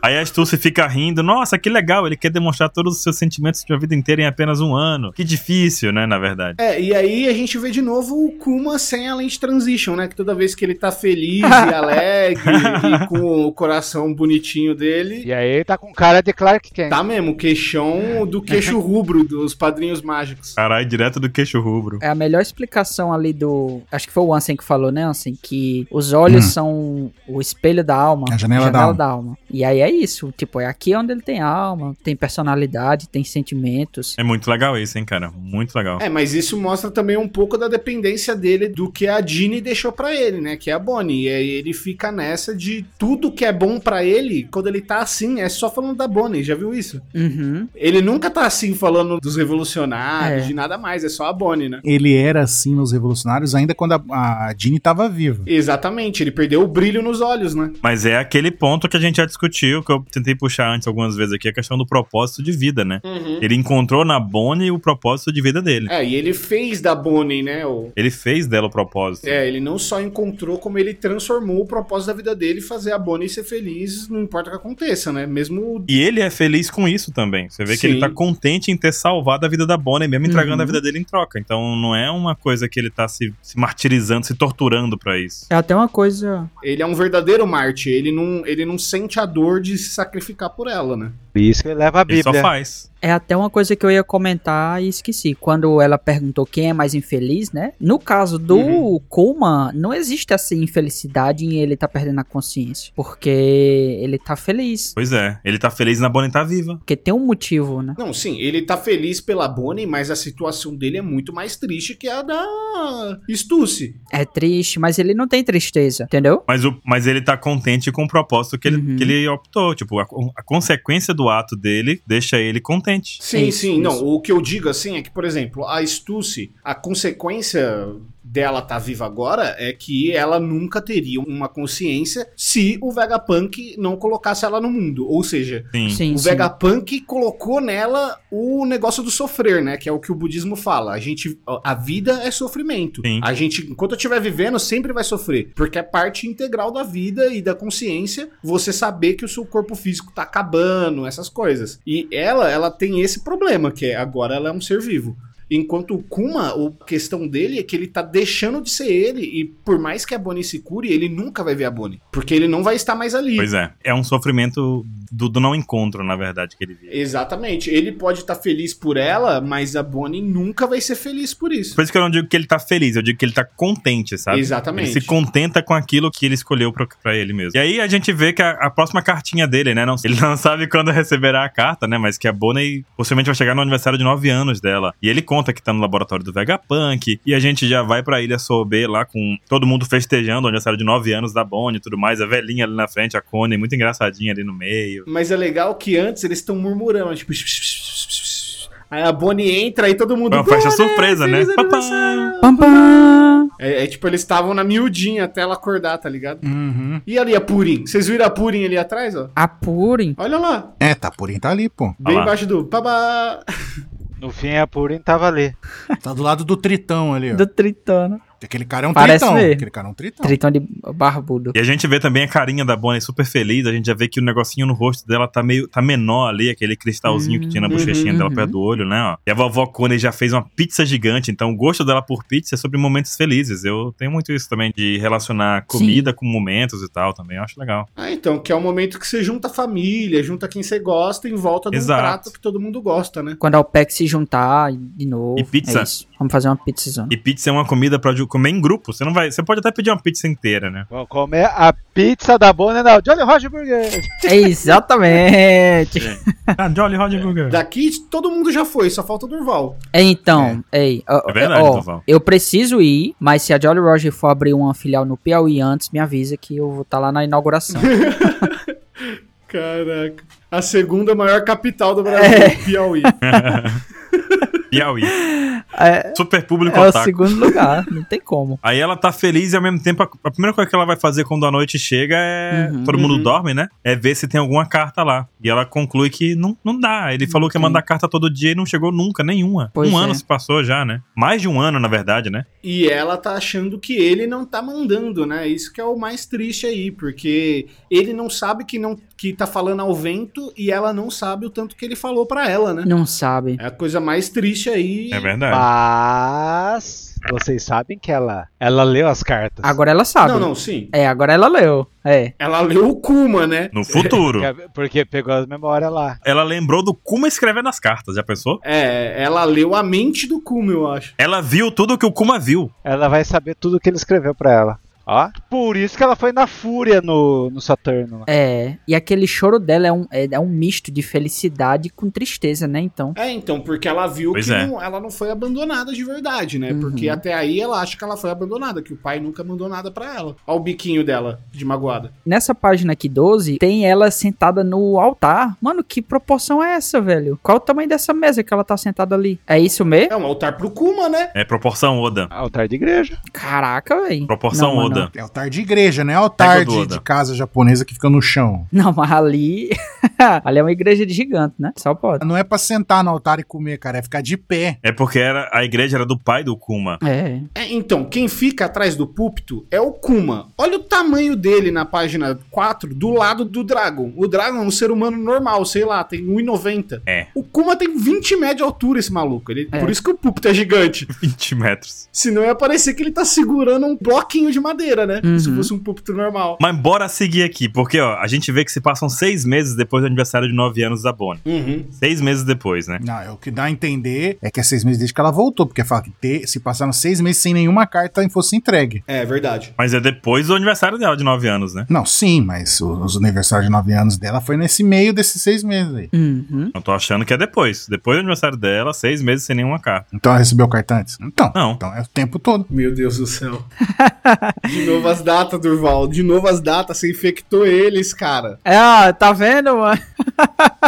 Speaker 1: Aí a Astúcia fica rindo. Nossa, que legal, ele quer demonstrar todos os seus sentimentos de uma vida inteira em apenas um ano. Que difícil, né, na verdade.
Speaker 4: É, e aí a gente vê de novo o Kuma sem a lente transition, né? Que toda vez que ele tá feliz e alegre e com o coração bonitinho dele,
Speaker 5: E aí ele tá com cara de Clark Kent.
Speaker 4: tá mesmo, o queixão do queixo rubro dos padrinhos mágicos.
Speaker 1: Caralho, direto do queixo rubro.
Speaker 2: É a melhor explicação ali do. Acho que foi o Ansem que falou, né, Ansem? Que os olhos são o espelho da alma.
Speaker 3: Hum. A janela da alma.
Speaker 2: E aí é isso. Tipo, é aqui onde ele tem alma, tem personalidade, tem sentimentos.
Speaker 1: É muito legal isso, hein, cara. Muito legal.
Speaker 4: É, mas isso mostra também um pouco da dependência dele do que a Dini deixou pra ele, né? Que é a Bonnie. E aí ele fica nessa de tudo que é bom pra ele, quando ele tá assim, é só falando da Bonnie, já viu isso?
Speaker 2: Uhum.
Speaker 4: Ele nunca tá assim falando dos revolucionários,
Speaker 2: É.
Speaker 4: de nada mais, é só a Bonnie, né?
Speaker 3: Ele era assim nos Revolucionários ainda quando a, a Jeanne tava viva.
Speaker 4: Exatamente, ele perdeu o brilho nos olhos, né?
Speaker 1: Mas é aquele ponto que a gente já discutiu, que eu tentei puxar antes algumas vezes aqui, a questão do propósito de vida, né?
Speaker 4: Uhum.
Speaker 1: Ele encontrou na Bonnie o propósito de vida dele.
Speaker 4: É, e ele fez da Bonnie, né? O...
Speaker 1: Ele fez dela o propósito.
Speaker 4: É, ele não só encontrou, como ele transformou o propósito da vida dele fazer a Bonnie ser feliz, não importa o que aconteça, né? Mesmo.
Speaker 1: E ele é feliz com isso também. Você vê que
Speaker 4: Sim.
Speaker 1: ele tá contente em ter salvado a vida da Bonnie, mesmo entregando
Speaker 2: Uhum.
Speaker 1: a vida dele em troca. Então não é uma coisa que ele tá se, se martirizando, se torturando pra isso.
Speaker 2: É até uma coisa.
Speaker 4: Ele é um verdadeiro Marte. Ele não, ele não sente a dor de se sacrificar por ela, né?
Speaker 5: Por isso que ele leva a
Speaker 1: Ele só
Speaker 5: Bíblia.
Speaker 1: faz.
Speaker 2: É até uma coisa que eu ia comentar e esqueci. Quando ela perguntou quem é mais infeliz, né? No caso do
Speaker 4: Uhum.
Speaker 2: Kuma, não existe essa infelicidade em ele tá perdendo a consciência. Porque ele tá feliz.
Speaker 1: Pois é, ele tá feliz na Bonnie tá viva.
Speaker 2: Porque tem um motivo, né?
Speaker 4: Não, sim, ele tá feliz pela Bonnie, mas a situação dele é muito mais triste que a da Stussy.
Speaker 2: É triste, mas ele não tem tristeza, entendeu?
Speaker 1: Mas, o, mas ele tá contente com o propósito que ele,
Speaker 2: Uhum.
Speaker 1: que ele optou. Tipo, a, a consequência do ato dele deixa ele contente.
Speaker 4: Sim,
Speaker 2: Isso,
Speaker 4: sim. Não,
Speaker 2: isso.
Speaker 4: o que eu digo assim é que, por exemplo, a Stussy, a consequência dela tá viva agora é que ela nunca teria uma consciência se o Vegapunk não colocasse ela no mundo. Ou seja,
Speaker 1: Sim.
Speaker 2: Sim,
Speaker 4: o
Speaker 2: sim.
Speaker 4: Vegapunk colocou nela o negócio do sofrer, né? Que é o que o budismo fala. A gente, a vida é sofrimento.
Speaker 1: Sim.
Speaker 4: A gente, enquanto eu estiver vivendo, sempre vai sofrer, porque é parte integral da vida e da consciência. Você saber que o seu corpo físico tá acabando, essas coisas. E ela, ela tem esse problema que é agora ela é um ser vivo. Enquanto o Kuma, a questão dele é que ele tá deixando de ser ele, e por mais que a Bonnie se cure, ele nunca vai ver a Bonnie, porque ele não vai estar mais ali.
Speaker 1: Pois é. É um sofrimento do, do não encontro, na verdade, que ele vive.
Speaker 4: Exatamente. Ele pode estar feliz por ela, mas a Bonnie nunca vai ser feliz por isso.
Speaker 1: Por isso que eu não digo que ele tá feliz, eu digo que ele tá contente, sabe?
Speaker 4: Exatamente.
Speaker 1: Ele se contenta com aquilo que ele escolheu pra, pra ele mesmo. E aí a gente vê que a, a próxima cartinha dele, né? Não, ele não sabe quando receberá a carta, né? Mas que a Bonnie possivelmente vai chegar no aniversário de 9 anos dela. E ele conta que tá no laboratório do Vegapunk. E a gente já vai pra Ilha Sorbet lá com todo mundo festejando o aniversário de 9 anos da Bonnie e tudo mais. A velhinha ali na frente, a Connie, muito engraçadinha ali no meio.
Speaker 4: Mas é legal que antes eles estão murmurando, tipo. Aí a Bonnie entra e todo mundo.
Speaker 1: Foi É uma festa
Speaker 4: "Bonnie,
Speaker 1: surpresa, né?
Speaker 4: feliz
Speaker 1: Papá!
Speaker 4: aniversário!"
Speaker 2: Pam, pam.
Speaker 4: É, é tipo, eles estavam na miudinha até ela acordar, tá ligado?
Speaker 3: Uhum.
Speaker 4: E ali a Purim? Vocês viram a Purim ali atrás, ó?
Speaker 2: Apurem.
Speaker 4: Olha lá.
Speaker 3: É, tá purinho, tá ali, pô.
Speaker 4: Bem
Speaker 1: lá.
Speaker 4: embaixo do. Babá.
Speaker 5: No fim, a Purim tava ali.
Speaker 3: Tá do lado do Tritão ali, ó.
Speaker 2: Do Tritano.
Speaker 3: Aquele cara é um
Speaker 2: Parece
Speaker 3: Tritão.
Speaker 2: mesmo.
Speaker 3: Aquele cara é um Tritão.
Speaker 2: Tritão de barbudo.
Speaker 1: E a gente vê também a carinha da Bonnie super feliz, a gente já vê que o negocinho no rosto dela tá meio tá menor ali, aquele cristalzinho que tinha na
Speaker 2: Uhum,
Speaker 1: bochechinha dela
Speaker 2: uhum.
Speaker 1: perto do olho, né? ó. E a vovó Connie já fez uma pizza gigante, então o gosto dela por pizza é sobre momentos felizes. Eu tenho muito isso também de relacionar comida com momentos e tal também, eu acho legal.
Speaker 4: Ah, então, que é o momento que você junta a família, junta quem você gosta em volta de um
Speaker 1: Exato.
Speaker 4: prato que todo mundo gosta, né?
Speaker 2: Quando a OPEC se juntar de novo.
Speaker 1: E pizza?
Speaker 2: é isso. Vamos fazer uma pizzazona.
Speaker 1: E pizza é uma comida pra ju- comer em grupo, você não vai, você pode até pedir uma pizza inteira, né?
Speaker 5: Vamos comer a pizza da Bonnie da Johnny Roger Burger.
Speaker 2: É, Exatamente.
Speaker 1: Ah, Jolly
Speaker 2: É.
Speaker 1: Roger Burger.
Speaker 4: Daqui todo mundo já foi, só falta o Durval.
Speaker 2: Então, ei, ó,
Speaker 1: É verdade,
Speaker 2: ó,
Speaker 1: Duval.
Speaker 2: eu preciso ir, mas se a Jolly Roger for abrir uma filial no Piauí antes, me avisa que eu vou estar lá na inauguração.
Speaker 4: Caraca. A segunda maior capital do Brasil, Piauí.
Speaker 1: Piauí.
Speaker 2: é
Speaker 1: Super público
Speaker 2: é o
Speaker 1: otaku.
Speaker 2: segundo lugar, não tem como.
Speaker 1: Aí ela tá feliz e ao mesmo tempo a, a primeira coisa que ela vai fazer quando a noite chega é.
Speaker 2: Uhum.
Speaker 1: todo mundo
Speaker 4: Uhum.
Speaker 1: dorme, né? É ver se tem alguma carta lá. E ela conclui que não, não dá. Ele falou que ia
Speaker 2: tem.
Speaker 1: mandar carta todo dia e não chegou nunca, nenhuma.
Speaker 2: Pois
Speaker 1: um
Speaker 2: é.
Speaker 1: ano se passou já, né? Mais de um ano, na verdade, né?
Speaker 4: E ela tá achando que ele não tá mandando, né? Isso que é o mais triste aí, porque ele não sabe que não que tá falando ao vento e ela não sabe o tanto que ele falou pra ela, né?
Speaker 2: Não sabe.
Speaker 4: É a coisa mais triste aí.
Speaker 1: É verdade.
Speaker 5: Mas vocês sabem que ela, ela leu as cartas.
Speaker 2: Agora ela sabe.
Speaker 4: Não, não, sim.
Speaker 2: É, agora ela leu. É.
Speaker 4: Ela leu o Kuma, né?
Speaker 1: No futuro.
Speaker 5: Porque- Porque pegou as memórias lá.
Speaker 1: ela lembrou do Kuma escrevendo as cartas, já pensou?
Speaker 4: É, ela leu a mente do Kuma, eu acho.
Speaker 1: Ela viu tudo que o Kuma viu.
Speaker 5: Ela vai saber tudo que ele escreveu pra ela. Ó, por isso que ela foi na fúria no, no Saturno. lá.
Speaker 2: É. E aquele choro dela é um, é, é um misto de felicidade com tristeza, né? Então.
Speaker 4: É, então, porque ela viu
Speaker 1: Pois
Speaker 4: que
Speaker 1: é.
Speaker 4: não- ela não foi abandonada de verdade, né?
Speaker 2: Uhum.
Speaker 4: Porque até aí ela acha que ela foi abandonada, que o pai nunca mandou nada pra ela. Olha o biquinho dela, de magoada.
Speaker 2: Nessa página aqui 12, tem ela sentada no altar. Mano, que proporção é essa, velho? Qual o tamanho dessa mesa que ela tá sentada ali? É isso mesmo?
Speaker 4: É um altar pro Kuma, né?
Speaker 1: É proporção Oda.
Speaker 5: Altar de Ah, igreja.
Speaker 2: Caraca, velho.
Speaker 1: Proporção
Speaker 2: Não, mano.
Speaker 1: Oda.
Speaker 3: É o Tar altar de igreja, né? Altar
Speaker 1: Pega o
Speaker 3: de,
Speaker 1: Oda.
Speaker 3: de casa japonesa que fica no chão.
Speaker 2: Não, mas ali. ali é uma igreja de gigante, né? Só pode.
Speaker 3: Não é pra sentar no altar e comer, cara, é ficar de pé.
Speaker 1: É porque era, a igreja era do pai do Kuma.
Speaker 2: É.
Speaker 4: É, então, quem fica atrás do púlpito é o Kuma. Olha o tamanho dele na página 4, do lado do Dragon. O Dragon é um ser humano normal, sei lá, tem 1,90.
Speaker 1: É.
Speaker 4: O Kuma tem 20 metros de altura, esse maluco. Ele,
Speaker 2: É.
Speaker 4: Por isso que o púlpito é gigante.
Speaker 1: 20 metros.
Speaker 4: Senão ia parecer que ele tá segurando um bloquinho de madeira, né?
Speaker 2: Uhum.
Speaker 4: Se fosse um púlpito normal.
Speaker 1: Mas bora seguir aqui, porque ó, a gente vê que se passam seis meses depois do aniversário de nove anos da Bonnie.
Speaker 4: Uhum.
Speaker 1: Seis meses depois, né?
Speaker 3: Não, é o que dá a entender é que é seis meses desde que ela voltou, porque fala que ter- se passaram seis meses sem nenhuma carta e fosse entregue.
Speaker 4: É verdade.
Speaker 1: Mas é depois do aniversário dela de nove anos, né?
Speaker 3: Não, sim, mas o- os aniversários de nove anos dela foi nesse meio desses seis meses aí.
Speaker 2: Uhum.
Speaker 1: Eu tô achando que é depois. Depois do aniversário dela, seis meses sem nenhuma carta.
Speaker 3: Então ela recebeu carta antes? Então.
Speaker 1: Não.
Speaker 3: Então é o tempo todo.
Speaker 4: Meu Deus do céu. De novo as datas, Durval. De novo as datas. Você infectou eles, cara.
Speaker 2: Ah, tá vendo, mano?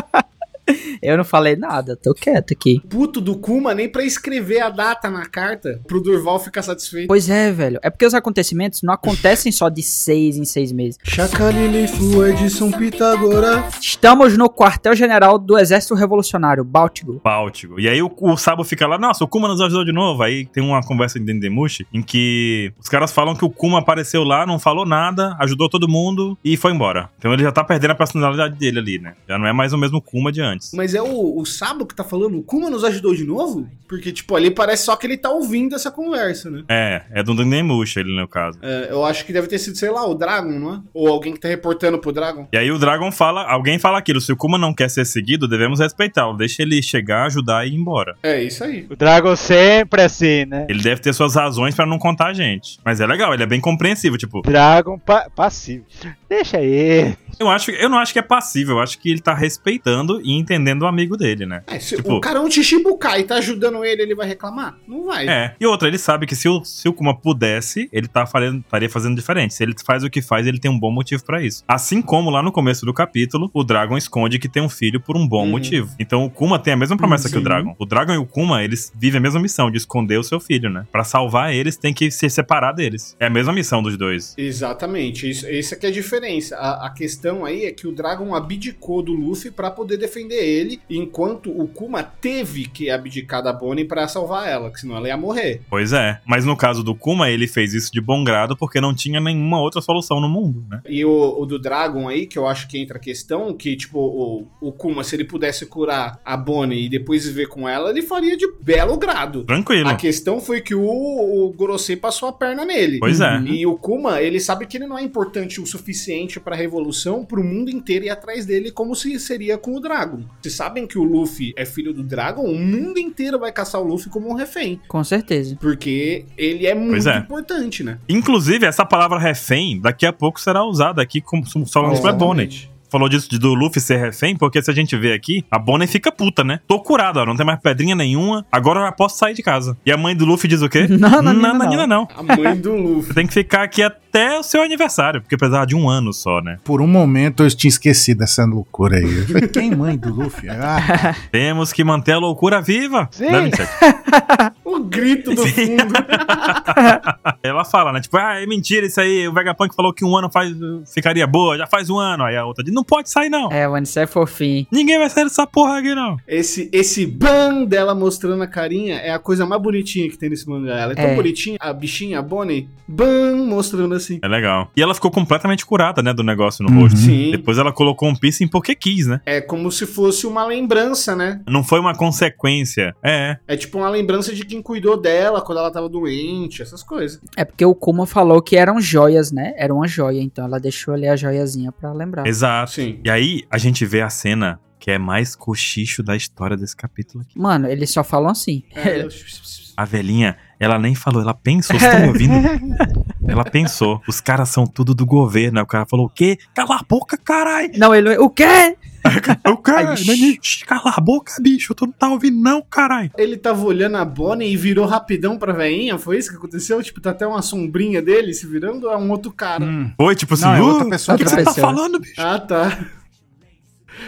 Speaker 2: Eu não falei nada, tô quieto aqui.
Speaker 4: Puto do Kuma nem pra escrever a data na carta pro Durval ficar satisfeito.
Speaker 2: Pois é, velho. É porque os acontecimentos não acontecem só de seis em seis meses.
Speaker 4: Chacalili Fua Edson Pitagora.
Speaker 2: Estamos no quartel-general do Exército Revolucionário, Báltico.
Speaker 1: Báltico. E aí o, o Sabo fica lá, nossa, o Kuma nos ajudou de novo. Aí tem uma conversa em Dendemushi em que os caras falam que o Kuma apareceu lá, não falou nada, ajudou todo mundo e foi embora. Então ele já tá perdendo a personalidade dele ali, né? Já não é mais o mesmo Kuma de antes.
Speaker 4: Mas é o, o Sabo que tá falando, o Kuma nos ajudou de novo? Porque, tipo, ali parece só que ele tá ouvindo essa conversa, né?
Speaker 1: É, é do Dendemushi ele, no caso.
Speaker 4: É, eu acho que deve ter sido, sei lá, o Dragon, não é? Ou alguém que tá reportando pro Dragon.
Speaker 1: E aí o Dragon fala, alguém fala aquilo, se o Kuma não quer ser seguido, devemos respeitá-lo. Deixa ele chegar, ajudar e ir embora.
Speaker 4: É isso aí.
Speaker 5: O Dragon sempre é assim, né?
Speaker 1: Ele deve ter suas razões pra não contar a gente. Mas é legal, ele é bem compreensivo, tipo,
Speaker 5: Dragon pa- passivo. Deixa aí.
Speaker 1: eu acho, eu não acho que é passível, eu acho que ele tá respeitando e entendendo o amigo dele, né?
Speaker 4: É, se
Speaker 1: Tipo-
Speaker 4: o cara é um Chichibukai e tá ajudando ele, ele vai reclamar? Não vai.
Speaker 1: É. E outra, ele sabe que se o, se o Kuma pudesse, ele tá fazendo, estaria fazendo diferente. Se ele faz o que faz, ele tem um bom motivo pra isso. Assim como lá no começo do capítulo, o Dragon esconde que tem um filho por um bom
Speaker 4: Uhum.
Speaker 1: motivo. Então o Kuma tem a mesma promessa que o
Speaker 4: Sim.
Speaker 1: Dragon. O Dragon e o Kuma, eles vivem a mesma missão de esconder o seu filho, né? Pra salvar eles, tem que se separar deles. É a mesma missão dos dois.
Speaker 4: Exatamente, isso, isso aqui é a diferença. A, a questão aí é que o Dragon abdicou do Luffy pra poder defender ele, enquanto o Kuma teve que abdicar da Bonnie pra salvar ela, que senão ela ia morrer.
Speaker 1: Pois é. Mas no caso do Kuma, ele fez isso de bom grado porque não tinha nenhuma outra solução no mundo, né?
Speaker 4: E o, o do Dragon aí, que eu acho que entra a questão, que tipo, o, o Kuma, se ele pudesse curar a Bonnie e depois viver com ela, ele faria de belo grado.
Speaker 1: Tranquilo.
Speaker 4: A questão foi que o, o Gorosei passou a perna nele.
Speaker 1: Pois é.
Speaker 2: uhum.
Speaker 4: E o Kuma, ele sabe que ele não é importante o suficiente pra revolução, pro mundo inteiro ir atrás dele, como se seria com o Dragon. Vocês sabem que o Luffy é filho do Dragon? O mundo inteiro vai caçar o Luffy como um refém.
Speaker 2: Com certeza.
Speaker 4: Porque ele é muito
Speaker 1: é.
Speaker 4: importante, né?
Speaker 1: Inclusive, essa palavra refém daqui a pouco será usada aqui como falando pra Bonnie. Falou disso de do Luffy ser refém, porque se a gente vê aqui, a Bonnie fica puta, né? Tô curada, ó, não tem mais pedrinha nenhuma, agora eu já posso sair de casa. E a mãe do Luffy diz o quê?
Speaker 2: Não, não, não,
Speaker 1: Nina, não.
Speaker 4: A mãe do
Speaker 1: Você
Speaker 4: Luffy.
Speaker 1: tem que ficar aqui até o seu aniversário, porque apesar de um ano só, né?
Speaker 3: Por um momento eu tinha esquecido dessa loucura aí. Eu falei, Quem mãe do Luffy? Ah,
Speaker 1: Temos que manter a loucura viva.
Speaker 5: Sim.
Speaker 1: Né, 27?
Speaker 4: O grito do fundo.
Speaker 1: Ela fala, né? Tipo, ah, é mentira isso aí. O Vegapunk falou que um ano faz, ficaria boa, já faz um ano. Aí a outra diz, não pode sair, não.
Speaker 2: É, mano, isso é fofinho.
Speaker 1: Ninguém vai sair dessa porra aqui, não.
Speaker 4: Esse, esse ban dela mostrando a carinha é a coisa mais bonitinha que tem nesse mangá. Ela é tão
Speaker 2: É.
Speaker 4: bonitinha, a bichinha, a Bonnie, ban mostrando assim.
Speaker 1: É legal. E ela ficou completamente curada, né, do negócio no
Speaker 3: Uhum.
Speaker 1: rosto.
Speaker 4: Sim.
Speaker 1: Depois ela colocou um piercing porque quis, né?
Speaker 4: É como se fosse uma lembrança, né?
Speaker 1: Não foi uma consequência. É.
Speaker 4: É tipo uma lembrança de quem cuidou dela quando ela tava doente, essas coisas.
Speaker 2: É porque o Kuma falou que eram joias, né? Era uma joia, então ela deixou ali a joiazinha pra lembrar.
Speaker 1: Exato.
Speaker 4: Sim.
Speaker 1: E aí a gente vê a cena que é mais cochicho da história desse capítulo aqui.
Speaker 2: Mano, eles só falam assim.
Speaker 4: É, eu-
Speaker 1: A velhinha, ela nem falou, ela pensou, vocês estão me ouvindo? Ela pensou, os caras são tudo do governo. Aí o cara falou, o quê? Cala a boca, caralho!
Speaker 2: Não, ele. O quê?
Speaker 1: É O cara,
Speaker 2: Ai, shh.
Speaker 1: maninho, shh, cala a boca, bicho, tu não tá ouvindo não, caralho!
Speaker 4: Ele tava olhando a Bonnie e virou rapidão pra veinha, foi isso que aconteceu? Tipo, tá até uma sombrinha dele se virando, ou é um outro cara.
Speaker 3: hum.
Speaker 1: Foi tipo assim,
Speaker 3: Não, é
Speaker 1: "Uh,
Speaker 3: outra pessoa
Speaker 1: o que, que você tá
Speaker 2: atravessou.
Speaker 1: falando, bicho?
Speaker 4: Ah, tá.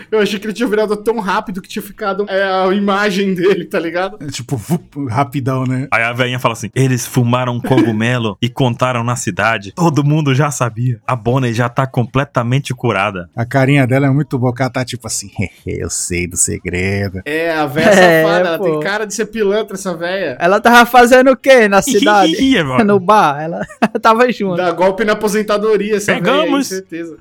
Speaker 4: Eu achei que ele tinha virado tão rápido que tinha ficado é, a imagem dele, tá ligado?
Speaker 3: É tipo, vup, rapidão, né?
Speaker 1: Aí a velhinha fala assim: eles fumaram cogumelo e contaram na cidade. Todo mundo já sabia. A Bonnie já tá completamente curada.
Speaker 3: A carinha dela é muito boa, que ela tá tipo assim, eu sei do segredo.
Speaker 4: É, a véia
Speaker 2: É,
Speaker 4: safada, ela
Speaker 2: pô. É,
Speaker 4: tem cara de ser pilantra, essa véia.
Speaker 2: Ela tava fazendo o quê na cidade?
Speaker 1: Ih, mano.
Speaker 2: no bar? Ela tava junto.
Speaker 4: Dá golpe na aposentadoria, essa véia, aí,
Speaker 1: Pegamos.
Speaker 4: certeza.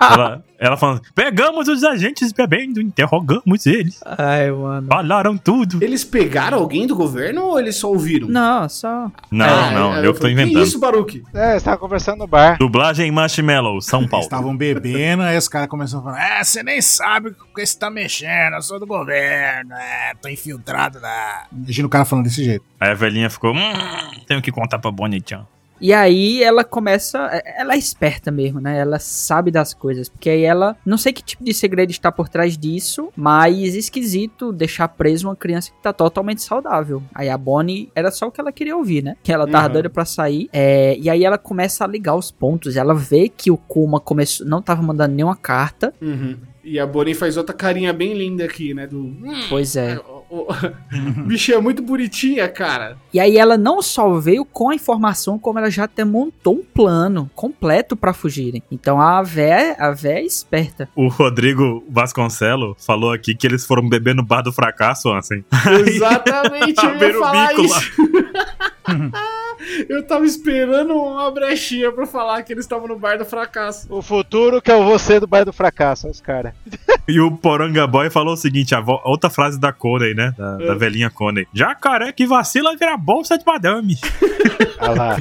Speaker 1: Ela, ela falando: pegamos os agentes bebendo, interrogamos eles.
Speaker 2: Ai, mano.
Speaker 1: Falaram tudo.
Speaker 4: Eles pegaram alguém do governo ou eles só ouviram?
Speaker 2: Não, só.
Speaker 1: Não,
Speaker 4: Ah,
Speaker 1: não, eu, que tô
Speaker 4: falei,
Speaker 1: inventando.
Speaker 4: Que isso, Baruque?
Speaker 5: É, estava conversando no bar.
Speaker 1: Dublagem Marshmallow, São
Speaker 3: Eles
Speaker 1: Paulo.
Speaker 3: estavam bebendo, aí os caras começaram a falar: É, você nem sabe com o que você tá mexendo, eu sou do governo, é, tô infiltrado lá. Imagina o cara falando desse jeito.
Speaker 1: Aí a velhinha ficou: hum, tenho que contar pra Bonnie Chan.
Speaker 2: E aí ela começa. Ela é esperta mesmo, né? Ela sabe das coisas. Porque aí ela. Não sei que tipo de segredo está por trás disso, mas esquisito deixar preso uma criança que tá totalmente saudável. Aí a Bonnie era só o que ela queria ouvir, né? Que ela tava
Speaker 4: Uhum.
Speaker 2: doida pra sair. É, e aí ela começa a ligar os pontos. Ela vê que o Kuma começou, não tava mandando nenhuma carta.
Speaker 4: Uhum. E a Borin faz outra carinha bem linda aqui, né? Do.
Speaker 2: Pois é.
Speaker 4: Bicho, é muito bonitinha, cara.
Speaker 2: E aí ela não só veio com a informação, como ela já até montou um plano completo pra fugirem. Então a véia, a véia é esperta.
Speaker 1: O Rodrigo Vasconcelo falou aqui que eles foram beber no bar do fracasso, assim.
Speaker 4: Exatamente, eu ia
Speaker 1: Abriram o
Speaker 4: falar
Speaker 1: bico lá.
Speaker 4: isso. eu tava esperando uma brechinha pra falar que eles estavam no bar do fracasso.
Speaker 5: O futuro que eu vou ser do bairro do fracasso, olha os caras.
Speaker 1: E o Poronga Boy falou o seguinte: a vo- outra frase da Coney, né? Da,
Speaker 4: É.
Speaker 1: da velhinha Coney. Jacaré que vacila vira bolsa de madame.
Speaker 5: Olha lá.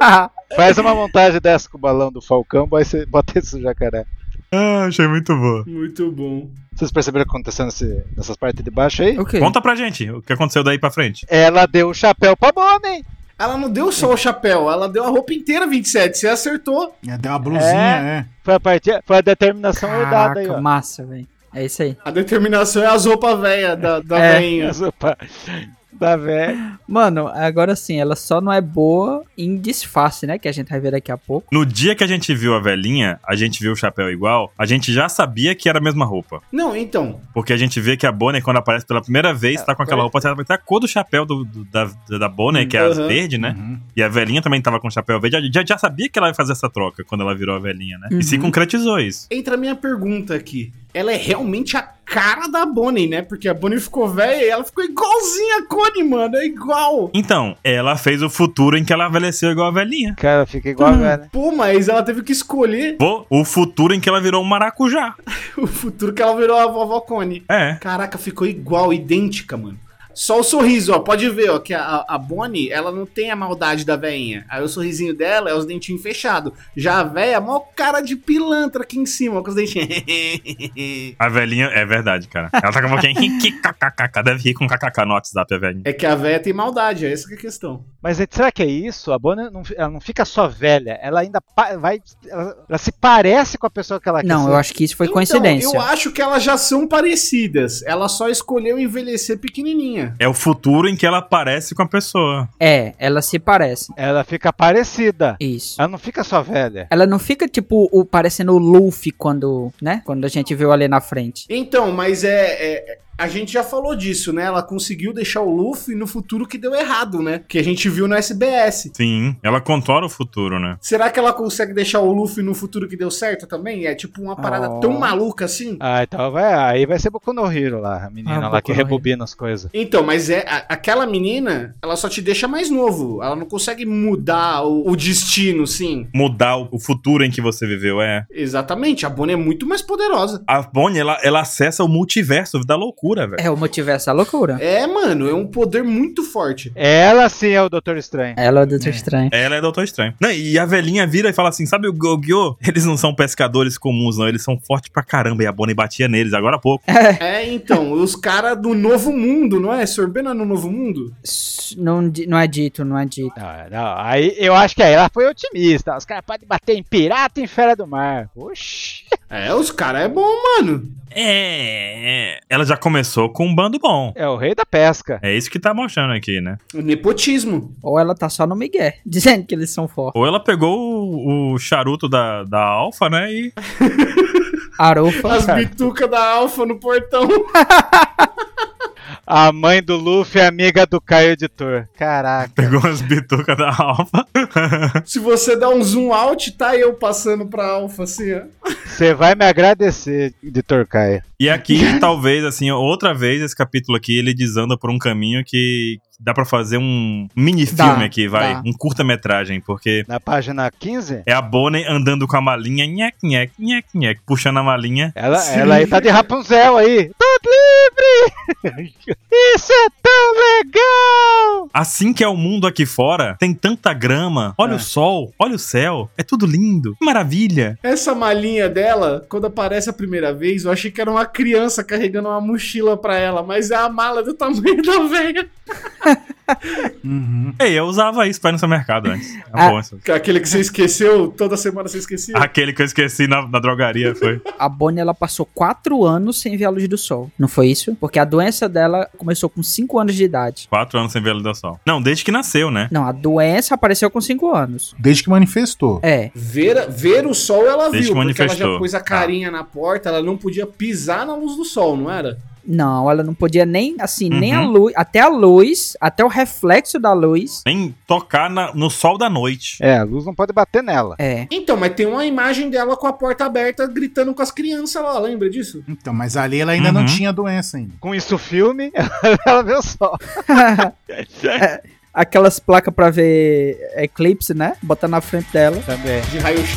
Speaker 5: Ah Faz uma montagem dessa com o balão do Falcão, aí você bota esse jacaré.
Speaker 1: Ah, achei muito boa.
Speaker 4: Muito bom.
Speaker 5: Vocês perceberam o que aconteceu nesse- nessas partes de baixo aí?
Speaker 2: O quê?
Speaker 1: Conta pra gente o que aconteceu daí pra frente.
Speaker 5: Ela deu o chapéu pra Bonnie.
Speaker 4: Ela não deu só o chapéu, ela deu a roupa inteira 27. Você acertou.
Speaker 3: É, Deu uma blusinha, é.
Speaker 5: Foi a, partir, foi a determinação herdada aí,
Speaker 2: Caraca,
Speaker 5: ó.
Speaker 2: massa, velho. É isso aí.
Speaker 4: A determinação é as roupas velhas da, da
Speaker 2: É.
Speaker 4: veinha.
Speaker 5: Mas, opa, Da velha.
Speaker 2: Mano, agora sim, ela só não é boa em disfarce, né? Que a gente vai ver daqui a pouco.
Speaker 1: No dia que a gente viu a velhinha, a gente viu o chapéu igual, a gente já sabia que era a mesma roupa.
Speaker 4: Não, então.
Speaker 1: Porque a gente vê que a Bonnie, quando aparece pela primeira vez, tá com aquela roupa, tá tá a cor do chapéu do- do- da, da Bonnie, que é as
Speaker 4: Uhum.
Speaker 1: verde, né?
Speaker 3: Uhum.
Speaker 1: E a velhinha também tava com o chapéu verde. Já, já- já sabia que ela ia fazer essa troca quando ela virou a velhinha, né?
Speaker 2: Uhum.
Speaker 1: E se concretizou isso.
Speaker 4: Entra a minha pergunta aqui. Ela é realmente a cara da Bonnie, né? Porque a Bonnie ficou velha e ela ficou igualzinha a Connie, mano. É igual.
Speaker 1: Então, ela fez o futuro em que ela envelheceu igual a velhinha.
Speaker 5: Cara, fica igual a velha.
Speaker 4: Pô, mas ela teve que escolher
Speaker 1: Pô, O futuro em que ela virou um maracujá.
Speaker 4: o futuro que ela virou a vovó Connie.
Speaker 1: É.
Speaker 4: Caraca, ficou igual, idêntica, mano. Só o sorriso, ó. Pode ver, ó, que a, a Bonnie, ela não tem a maldade da veinha. Aí o sorrisinho dela é os dentinhos fechados. Já a véia, mó cara de pilantra aqui em cima, ó, com os dentinhos.
Speaker 1: A velhinha, é verdade, cara. Ela tá com a boquinha. kkkkk. Deve rir com kkk no WhatsApp, a velhinha.
Speaker 4: é que a véia tem maldade, é essa que é a questão.
Speaker 5: Mas eh, será que é isso? A Bonnie não, fi- ela não fica só velha, ela ainda pa- vai. Ela, ela se parece com a pessoa Ah, que ela quer
Speaker 2: Não,
Speaker 5: ser.
Speaker 2: eu acho que isso foi
Speaker 4: Então,
Speaker 2: coincidência.
Speaker 4: Eu acho que elas já são parecidas. Ela só escolheu envelhecer pequenininha.
Speaker 1: É o futuro em que ela aparece com a pessoa.
Speaker 2: É, ela se parece.
Speaker 5: Ela fica parecida.
Speaker 2: Isso.
Speaker 5: Ela não fica só velha.
Speaker 2: Ela não fica, tipo, o, parecendo o Luffy quando, né? Quando a gente viu ali na frente.
Speaker 4: Então, mas é, é- A gente já falou disso, né? Ela conseguiu deixar o Luffy no futuro que deu errado, né? Que a gente viu no SBS.
Speaker 1: Sim. Ela controla o futuro, né?
Speaker 4: Será que ela consegue deixar o Luffy no futuro que deu certo também? É tipo uma parada
Speaker 2: Oh.
Speaker 4: tão maluca assim?
Speaker 5: Ah, então vai, aí vai ser Boku no Hero lá, a menina
Speaker 2: Ah,
Speaker 5: lá
Speaker 2: Boku
Speaker 5: que
Speaker 2: no Hero.
Speaker 5: rebobina as coisas.
Speaker 4: Então, mas é a- aquela menina, ela só te deixa mais novo. Ela não consegue mudar o, o destino, sim.
Speaker 1: Mudar o o futuro em que você viveu, é.
Speaker 4: Exatamente, a Bonnie é muito mais poderosa.
Speaker 1: A Bonnie, ela, ela acessa o multiverso da loucura, velho.
Speaker 2: É o motivo é essa loucura.
Speaker 4: É, mano, é um poder muito forte.
Speaker 5: Ela sim é o Doutor Estranho.
Speaker 2: Ela é o Doutor Estranho.
Speaker 1: Ela é Doutor Estranho. Não, e a velhinha vira e fala assim: sabe o Gogyo? Eles não são pescadores comuns, não. Eles são fortes pra caramba. E a Bonnie batia neles agora há pouco.
Speaker 4: É, então, os caras do Novo Mundo, não é? Sorbê não é no Novo Mundo?
Speaker 2: S- Não, di- não é dito, não é dito.
Speaker 5: Não, Ah, não, aí eu acho que aí ela foi otimista. Os caras podem bater em pirata e em fera do mar. Oxi.
Speaker 4: É, os caras é bom, mano.
Speaker 1: É. Ela já começou com um bando bom.
Speaker 5: É o rei da pesca.
Speaker 1: É isso que tá mostrando aqui, né?
Speaker 4: O nepotismo.
Speaker 2: Ou ela tá só no Miguel, dizendo que eles são fortes.
Speaker 1: Ou ela pegou o, o charuto da, da Alfa, né? E
Speaker 2: Arufa.
Speaker 4: As bitucas da Alfa no portão.
Speaker 5: A mãe do Luffy é amiga do Caio Editor. Caraca.
Speaker 1: Pegou as bitucas da Alfa.
Speaker 4: Se você dá um zoom out, tá eu passando pra Alfa, assim, ó.
Speaker 5: Você vai me agradecer, Editor Caio.
Speaker 1: E aqui, talvez, assim, outra vez, esse capítulo aqui, ele desanda por um caminho que dá pra fazer um minifilme
Speaker 2: Dá,
Speaker 1: aqui, vai.
Speaker 2: dá.
Speaker 1: Um curta-metragem, porque
Speaker 5: Na página 15?
Speaker 1: é a Bonnie andando com a malinha, nhec, nhec, nhec, nhec, puxando a malinha.
Speaker 5: Ela,
Speaker 4: Sim.
Speaker 5: ela aí tá de Rapunzel aí. Tô livre! Isso é tão legal!
Speaker 1: Assim que é o mundo aqui fora, tem tanta grama, olha
Speaker 5: É.
Speaker 1: o sol, olha o céu, é tudo lindo, que maravilha.
Speaker 4: Essa malinha dela, quando aparece a primeira vez, eu achei que era uma criança carregando uma mochila pra ela, mas é a mala do tamanho da velha.
Speaker 3: Uhum.
Speaker 1: Ei, eu usava isso pra ir no supermercado antes. É
Speaker 2: Ah.
Speaker 1: bom isso.
Speaker 4: Aquele que você esqueceu, toda semana você esquecia.
Speaker 1: Aquele que eu esqueci na, na drogaria foi.
Speaker 2: A Bonnie, ela passou quatro anos sem ver a luz do sol. Não foi isso? Porque a doença dela começou com cinco anos de idade.
Speaker 1: Quatro anos sem ver a luz do sol. Não, desde que nasceu, né?
Speaker 2: Não, a doença apareceu com cinco anos.
Speaker 3: Desde que manifestou.
Speaker 2: É.
Speaker 4: Ver, ver o sol ela
Speaker 1: Desde
Speaker 4: viu,
Speaker 1: que
Speaker 4: porque ela
Speaker 1: manifestou.
Speaker 4: já pôs a carinha na porta, ela não podia pisar na luz do sol, não era?
Speaker 2: Não, ela não podia nem, assim, nem a
Speaker 1: Uhum.
Speaker 2: luz, até a luz, até o reflexo da luz.
Speaker 1: Nem tocar na- no sol da noite.
Speaker 5: É, a luz não pode bater nela.
Speaker 2: É.
Speaker 4: Então, mas tem uma imagem dela com a porta aberta gritando com as crianças lá, lembra disso?
Speaker 3: Então, mas ali ela ainda
Speaker 1: Uhum.
Speaker 3: não tinha doença ainda.
Speaker 5: Com isso filme, ela vê o sol.
Speaker 2: Aquelas placas pra ver eclipse, né? Botar na frente dela.
Speaker 5: Também.
Speaker 4: De raio-x.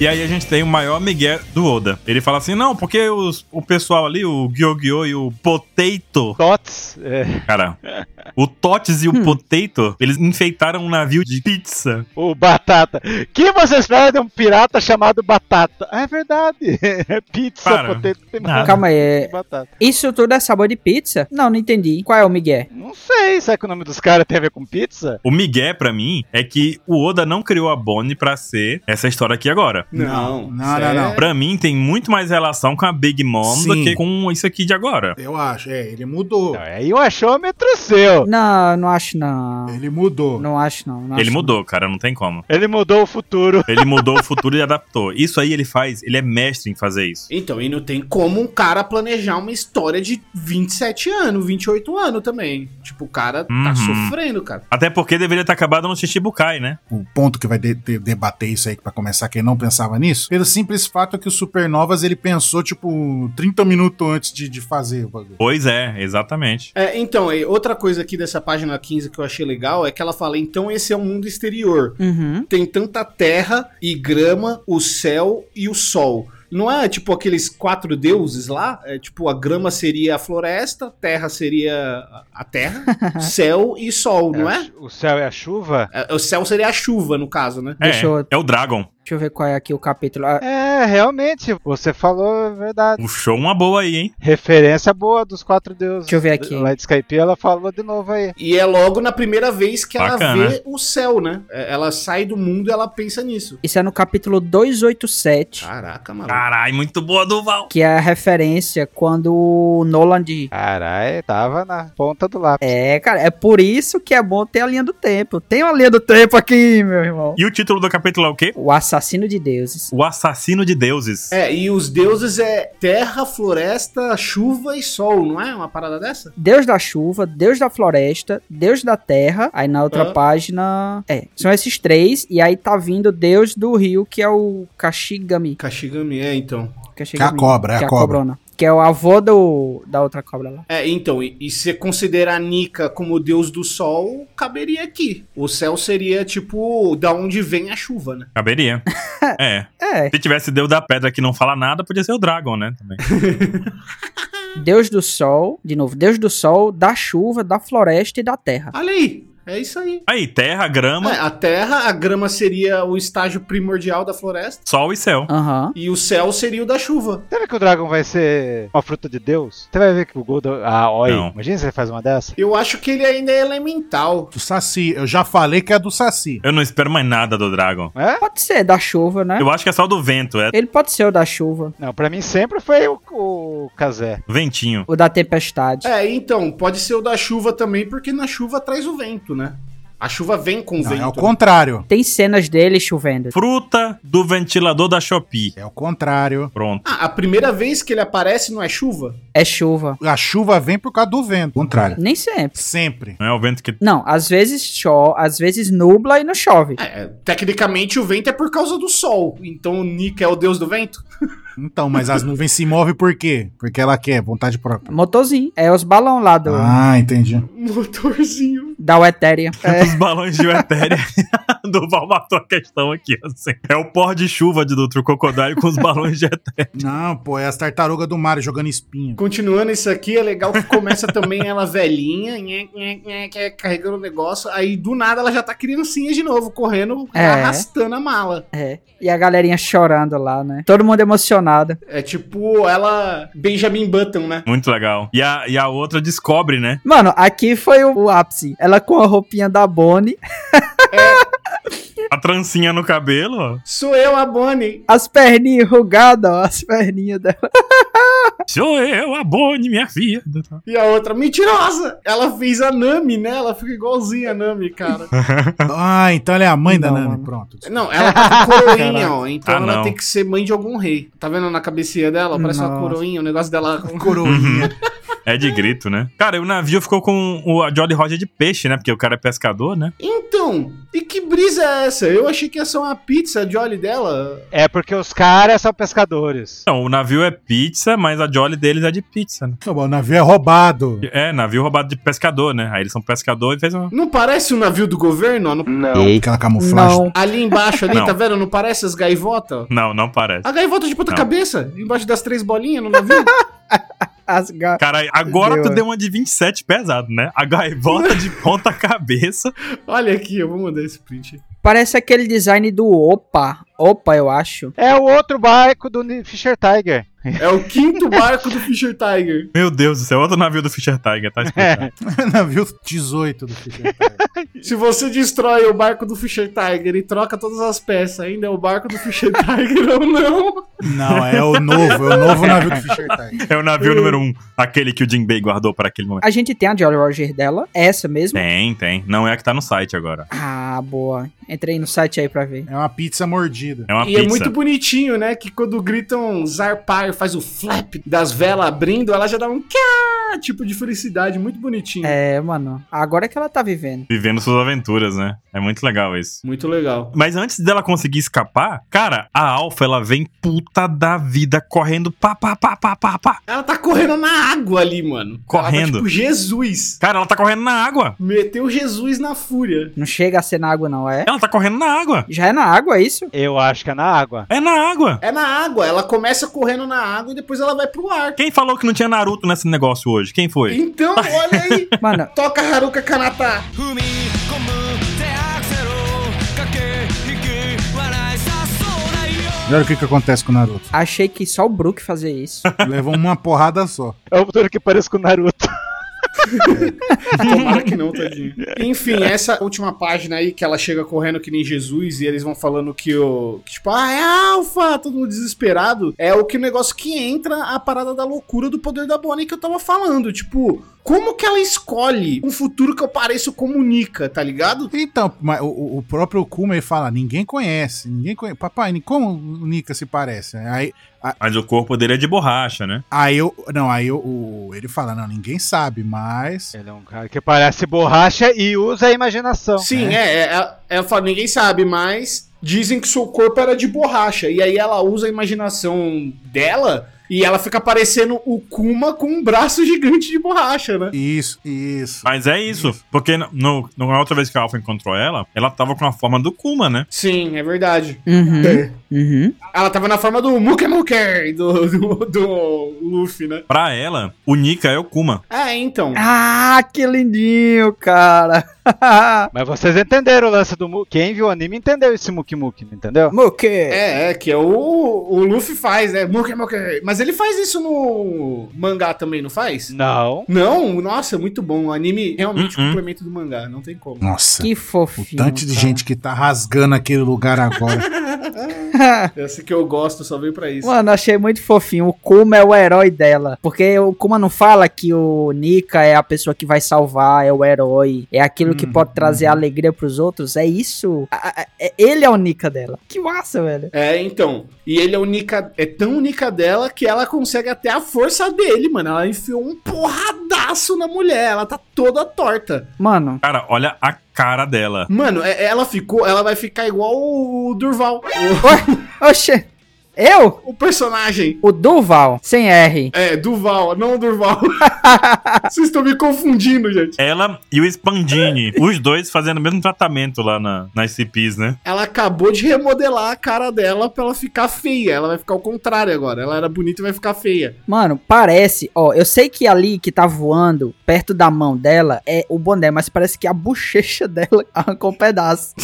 Speaker 1: E aí a gente tem o maior migué do Oda. Ele fala assim, não, porque os- o pessoal ali, o Gyogyo e o Potato...
Speaker 5: Dots. é.
Speaker 1: Cara, o Tots e o
Speaker 2: Hum.
Speaker 1: Potato, eles enfeitaram um navio de pizza.
Speaker 5: O Batata. que você espera de um pirata chamado Batata? Ah, é verdade. É Pizza,
Speaker 1: Para.
Speaker 5: potato, tem
Speaker 1: Nada.
Speaker 2: Calma aí. é-
Speaker 5: batata.
Speaker 2: Isso tudo é sabor de pizza? Não, não entendi. Qual é o Miguel?
Speaker 5: Não sei, será que o nome dos caras tem a ver com pizza?
Speaker 1: O migué, pra mim, é que o Oda não criou a Bonnie pra ser essa história aqui agora.
Speaker 3: Não, não,
Speaker 4: isso
Speaker 3: não, não.
Speaker 4: é-
Speaker 1: Pra mim, tem muito mais relação com a Big Mom do
Speaker 3: Sim.
Speaker 1: que com isso aqui de agora.
Speaker 3: Eu acho, é, ele mudou.
Speaker 5: Não, aí o achômetro é seu.
Speaker 2: Não, não acho não.
Speaker 3: Ele mudou.
Speaker 2: Não acho não. não
Speaker 1: Ele
Speaker 2: acho,
Speaker 1: mudou, cara, não tem como.
Speaker 5: Ele mudou o futuro.
Speaker 1: Ele mudou o futuro e adaptou. Isso aí ele faz, ele é mestre em fazer isso.
Speaker 4: Então, e não tem como um cara planejar uma história de 27 anos, 28 anos também. Tipo, o cara
Speaker 1: Uhum.
Speaker 4: tá sofrendo, cara.
Speaker 1: Até porque deveria ter acabado no Shichibukai, né?
Speaker 3: O ponto que vai de- de- debater isso aí pra começar, quem não pensava nisso, pelo simples fato é que o Supernovas ele pensou, tipo, 30 minutos antes de, de fazer o bagulho.
Speaker 1: Pois é, exatamente.
Speaker 4: É, então, e outra coisa aqui dessa página 15 que eu achei legal é que ela fala: então esse é o mundo exterior.
Speaker 2: não. Uhum.
Speaker 4: Tem tanta terra e grama, o céu e o sol. Não é tipo aqueles quatro deuses lá? É tipo, a grama seria a floresta, terra seria a- a terra, céu e sol, não é?
Speaker 5: O céu é a chuva?
Speaker 4: É, O céu seria a chuva, no caso, né?
Speaker 1: É,
Speaker 2: Deixa eu-
Speaker 1: é o Dragon.
Speaker 2: Deixa eu ver qual é aqui o capítulo. Ah,
Speaker 5: É, realmente, você falou a verdade.
Speaker 1: Puxou é uma boa aí, hein?
Speaker 5: Referência boa dos quatro deuses.
Speaker 2: Deixa eu ver aqui.
Speaker 5: Lá de Skype, ela falou de novo aí.
Speaker 4: E é logo na primeira vez que
Speaker 1: Bacana.
Speaker 4: ela vê o céu, né? É, Ela sai do mundo e ela pensa nisso.
Speaker 2: Isso é no capítulo 287,
Speaker 4: Caraca, maluco.
Speaker 1: Caralho, muito boa, Duval.
Speaker 2: que é a referência quando o Nolan de.
Speaker 5: Caralho, tava na ponta do lápis.
Speaker 2: É, cara, é por isso que é bom ter a linha do tempo. Tem uma linha do tempo aqui, meu irmão.
Speaker 1: E o título do capítulo é o quê?
Speaker 2: O assassino de deuses.
Speaker 1: O Assassino de Deuses.
Speaker 4: É, e os deuses é terra, floresta, chuva e sol, não é? Uma parada dessa?
Speaker 2: Deus da chuva, Deus da floresta, Deus da terra. Aí na outra
Speaker 4: Ah.
Speaker 2: página. É, são esses três. E aí tá vindo o Deus do rio, que é o Kashigami.
Speaker 4: Kashigami, é, então.
Speaker 3: Que é a
Speaker 2: Kashigami
Speaker 3: cobra, é
Speaker 2: que
Speaker 3: a cobra.
Speaker 2: cobrona. Que é o avô do, da outra cobra lá.
Speaker 4: É, então, e, e se considerar Nika como o deus do sol, caberia aqui. O céu seria, tipo, da onde vem a chuva, né?
Speaker 1: Caberia. é.
Speaker 2: É,
Speaker 1: Se tivesse Deus da Pedra que não fala nada, podia ser o Dragon, né? Também.
Speaker 2: Deus do sol, de novo, Deus do sol, da chuva, da floresta e da terra.
Speaker 4: Olha aí! É isso aí.
Speaker 1: Aí, terra, grama,
Speaker 4: É, a terra, a grama seria o estágio primordial da floresta.
Speaker 1: sol e céu.
Speaker 2: Aham.
Speaker 4: E o céu seria o da chuva.
Speaker 5: Você vê que o Dragon vai ser uma fruta de Deus? Você vai ver que o Goldo. Ah, olha.
Speaker 1: Não.
Speaker 5: Imagina se ele faz uma dessa.
Speaker 4: Eu acho que ele ainda é elemental.
Speaker 3: Do Saci. Eu já falei que é do Saci.
Speaker 1: Eu não espero mais nada do Dragon.
Speaker 5: É?
Speaker 2: Pode ser da chuva, né?
Speaker 1: Eu acho que é só do vento, é
Speaker 2: Ele pode ser o da chuva,
Speaker 5: Não, pra mim sempre foi o, o Kazé.
Speaker 1: ventinho.
Speaker 2: o da tempestade.
Speaker 4: É, então, pode ser o da chuva também, porque na chuva traz o vento, né? A chuva vem com o
Speaker 3: Não,
Speaker 4: vento. né?
Speaker 3: é o contrário.
Speaker 2: Tem cenas dele chovendo.
Speaker 1: Fruta do ventilador da Shopee.
Speaker 3: É o contrário.
Speaker 1: Pronto.
Speaker 4: Ah, a primeira vez que ele aparece não é chuva?
Speaker 2: É chuva.
Speaker 3: A chuva vem por causa do vento. Contrário.
Speaker 2: Nem sempre.
Speaker 3: Sempre.
Speaker 1: Não é o vento que.
Speaker 2: Não, às vezes chove, às vezes nubla e não chove.
Speaker 4: É, tecnicamente o vento é por causa do sol. Então o Nika é o deus do vento?
Speaker 3: Então, mas as nuvens se movem por quê? Porque ela quer, vontade própria.
Speaker 2: Motorzinho. É os balão lá do,
Speaker 3: Ah, entendi.
Speaker 4: Motorzinho.
Speaker 2: da Wetéria.
Speaker 1: Os balões de Etéria do Val matou a questão aqui, assim. É o pó de chuva de Dr. Crocodile com os balões de Etéria.
Speaker 3: Não, pô, é as tartarugas do mar jogando espinho.
Speaker 4: Continuando isso aqui, é legal que começa também ela velhinha, nhé, nhé, nhé, nhé, carregando o negócio. Aí do nada ela já tá criancinha de novo, correndo,
Speaker 2: É.
Speaker 4: arrastando a mala.
Speaker 2: É. E a galerinha chorando lá, né? Todo mundo emocionado.
Speaker 4: É tipo ela Benjamin Button, né?
Speaker 1: Muito legal. E a, e a outra descobre, né?
Speaker 2: Mano, aqui foi o, o ápice. Ela com a roupinha da Bonnie,
Speaker 1: A trancinha no cabelo, ó.
Speaker 4: Sou eu, a Bonnie.
Speaker 2: as perninhas enrugadas, ó, as perninhas dela.
Speaker 1: Sou eu, a Bonnie, minha filha.
Speaker 4: E a outra, mentirosa! Ela fez a Nami, né? Ela fica igualzinha a Nami, cara.
Speaker 3: Ah, então ela é a mãe da
Speaker 2: Não,
Speaker 3: Nami.
Speaker 2: mano.
Speaker 3: Pronto.
Speaker 4: Não, ela tá com coroinha, ó. Então
Speaker 1: Ah,
Speaker 4: ela
Speaker 1: não.
Speaker 4: tem que ser mãe de algum rei. Tá vendo na cabecinha dela? Parece uma
Speaker 2: Nossa.
Speaker 4: coroinha, o negócio dela.
Speaker 3: Coroinha.
Speaker 1: É de grito, né? Cara, e o navio ficou com o a Jolly Roger de peixe, né? Porque o cara é pescador, né?
Speaker 4: Então, e que brisa é essa? Eu achei que ia ser uma pizza de óleo dela.
Speaker 5: É porque os caras são pescadores.
Speaker 1: Então, o navio é pizza, mas a Jolly deles é de pizza, né?
Speaker 3: Não, o navio é roubado.
Speaker 1: É, navio roubado de pescador, né? Aí eles são pescador e fez uma.
Speaker 4: Não parece um navio do governo? ó? Não-
Speaker 3: Aquela camuflagem.
Speaker 2: Não.
Speaker 4: Ali embaixo, ali,
Speaker 1: Não.
Speaker 4: tá vendo? Não parece as gaivotas?
Speaker 1: Não, não parece.
Speaker 4: A gaivota de ponta
Speaker 1: Não.
Speaker 4: cabeça, embaixo das três bolinhas no navio.
Speaker 2: As ga...
Speaker 1: Cara, agora
Speaker 2: Deu,
Speaker 1: tu
Speaker 2: é.
Speaker 1: deu uma de 27 pesado, né? A gaivota de ponta cabeça.
Speaker 4: Olha aqui, eu vou mandar esse print.
Speaker 2: Parece aquele design do Opa. Opa, eu acho.
Speaker 5: É o outro barco do Ni- Fisher Tiger.
Speaker 4: É o quinto barco do Fisher Tiger.
Speaker 1: Meu Deus do céu, outro navio do Fischer Tiger, tá explicado.
Speaker 3: navio 18 do Fischer Price.
Speaker 4: Se você destrói o barco do Fisher Tiger e troca todas as peças, ainda é o barco do Fisher Tiger ou não?
Speaker 3: Não, é o novo, é o novo navio do Fischer Tiger.
Speaker 1: É o navio número um, aquele que o Jim Bay guardou para aquele momento.
Speaker 2: A gente tem a Jolly Roger dela. é Essa mesmo?
Speaker 1: Tem, tem. Não é a que tá no site agora.
Speaker 2: Ah, boa. Entrei no site aí pra ver.
Speaker 3: É uma pizza mordida.
Speaker 1: É uma
Speaker 4: e
Speaker 1: pizza.
Speaker 4: é muito bonitinho, né? Que quando gritam zarpar, faz o flap das velas abrindo, ela já dá um cá, tipo de felicidade, muito bonitinho.
Speaker 2: É, mano. Agora que ela tá vivendo.
Speaker 1: Vivendo suas aventuras, né? É muito legal isso.
Speaker 4: Muito legal.
Speaker 1: Mas antes dela conseguir escapar, cara, a Alpha ela vem puta da vida, correndo pá, pá, pá, pá, pá, pá.
Speaker 4: Ela tá correndo na água ali, mano. Ela tá,
Speaker 1: Correndo.
Speaker 4: tipo Jesus.
Speaker 1: Cara, ela tá correndo na água.
Speaker 4: Meteu Jesus na fúria.
Speaker 2: Não chega a ser na água, não, é?
Speaker 1: Ela tá correndo na água.
Speaker 2: Já é na água, é isso?
Speaker 5: Eu acho que é na água.
Speaker 1: É na água.
Speaker 4: É na água, ela começa correndo na água e depois ela vai pro ar.
Speaker 1: Quem falou que não tinha Naruto nesse negócio hoje? Quem foi?
Speaker 4: Então, olha aí.
Speaker 2: Mano,
Speaker 4: Toca Haruka Kanata.
Speaker 8: 踏み込む手アクセル駆け引き笑いさそうないよ
Speaker 3: Olha o que, que acontece com o Naruto.
Speaker 2: achei que só o Brook fazia isso.
Speaker 3: Levou uma porrada só.
Speaker 5: É o motor que parece com o Naruto.
Speaker 4: Tomara que não, tadinho. Enfim, essa última página aí que ela chega correndo que nem Jesus e eles vão falando que o. que tipo, ah, é alfa! Todo mundo desesperado. É o que o negócio que entra a parada da loucura do poder da Bonnie que eu tava falando. Tipo, como que ela escolhe um futuro que eu pareço comunica, tá ligado?
Speaker 3: Então, mas o- o, o próprio Kuma ele fala: ninguém conhece, ninguém conhece. Papai, como o Nika se parece? Aí,
Speaker 1: Mas o corpo dele é de borracha, né?
Speaker 3: aí eu. Não, aí eu, o- ele fala: não, ninguém sabe, mas.
Speaker 5: Ele é um cara que parece borracha e usa a imaginação.
Speaker 4: Sim, é. é, é- ela fala, ninguém sabe, mas dizem que seu corpo era de borracha. E aí ela usa a imaginação dela. E ela fica parecendo o Kuma com um braço gigante de borracha, né?
Speaker 3: Isso, isso.
Speaker 1: Mas é isso. Porque no, no, na outra vez que a Alpha encontrou ela, ela tava com a forma do Kuma, né?
Speaker 4: Sim, é verdade.
Speaker 2: Uhum. Uhum.
Speaker 4: Ela tava na forma do Muke Muke do, do, do Luffy, né?
Speaker 1: Pra ela, o Nika é o Kuma.
Speaker 4: Ah, então.
Speaker 2: Ah, que lindinho, cara.
Speaker 5: Mas vocês entenderam o lance do Mu. Quem viu o anime entendeu esse muki-muki, entendeu?
Speaker 2: Muque!
Speaker 4: É, é, que é o, o Luffy faz, né? Muke, muke. Mas ele faz isso no mangá também, não faz?
Speaker 5: Não.
Speaker 4: Não, nossa, é muito bom. O anime realmente
Speaker 1: Uhum.
Speaker 4: complemento do mangá, não tem como.
Speaker 3: Nossa.
Speaker 2: Que
Speaker 3: O
Speaker 2: fofinho.
Speaker 3: tanto de
Speaker 2: cara.
Speaker 3: gente que tá rasgando aquele lugar agora.
Speaker 4: Essa que eu gosto só veio pra isso.
Speaker 2: Mano, achei muito fofinho. O Kuma é o herói dela. Porque o Kuma não fala que o Nika é a pessoa que vai salvar, é o herói, é aquilo que pode trazer alegria pros outros. É isso. A- a- é- ele é o Nika dela. Que massa, velho.
Speaker 4: É, então. E ele é unica, é tão única dela que ela consegue até a força dele, mano. Ela enfiou um porradaço na mulher. Ela tá toda torta.
Speaker 2: Mano,
Speaker 1: Cara, olha a cara dela.
Speaker 4: Mano, é- ela ficou. Ela vai ficar igual o Durval.
Speaker 2: oxe. Eu?
Speaker 4: O, o personagem.
Speaker 2: O Duval, sem R.
Speaker 4: É, Duval, não Durval. Vocês estão me confundindo, gente.
Speaker 1: Ela e o Spandini. os dois fazendo o mesmo tratamento lá na, nas CPs, né?
Speaker 4: Ela acabou de remodelar a cara dela pra ela ficar feia. Ela vai ficar ao contrário agora. Ela era bonita e vai ficar feia.
Speaker 2: Mano, parece, ó, eu sei que ali que tá voando perto da mão dela é o boné, mas parece que a bochecha dela arrancou um pedaço.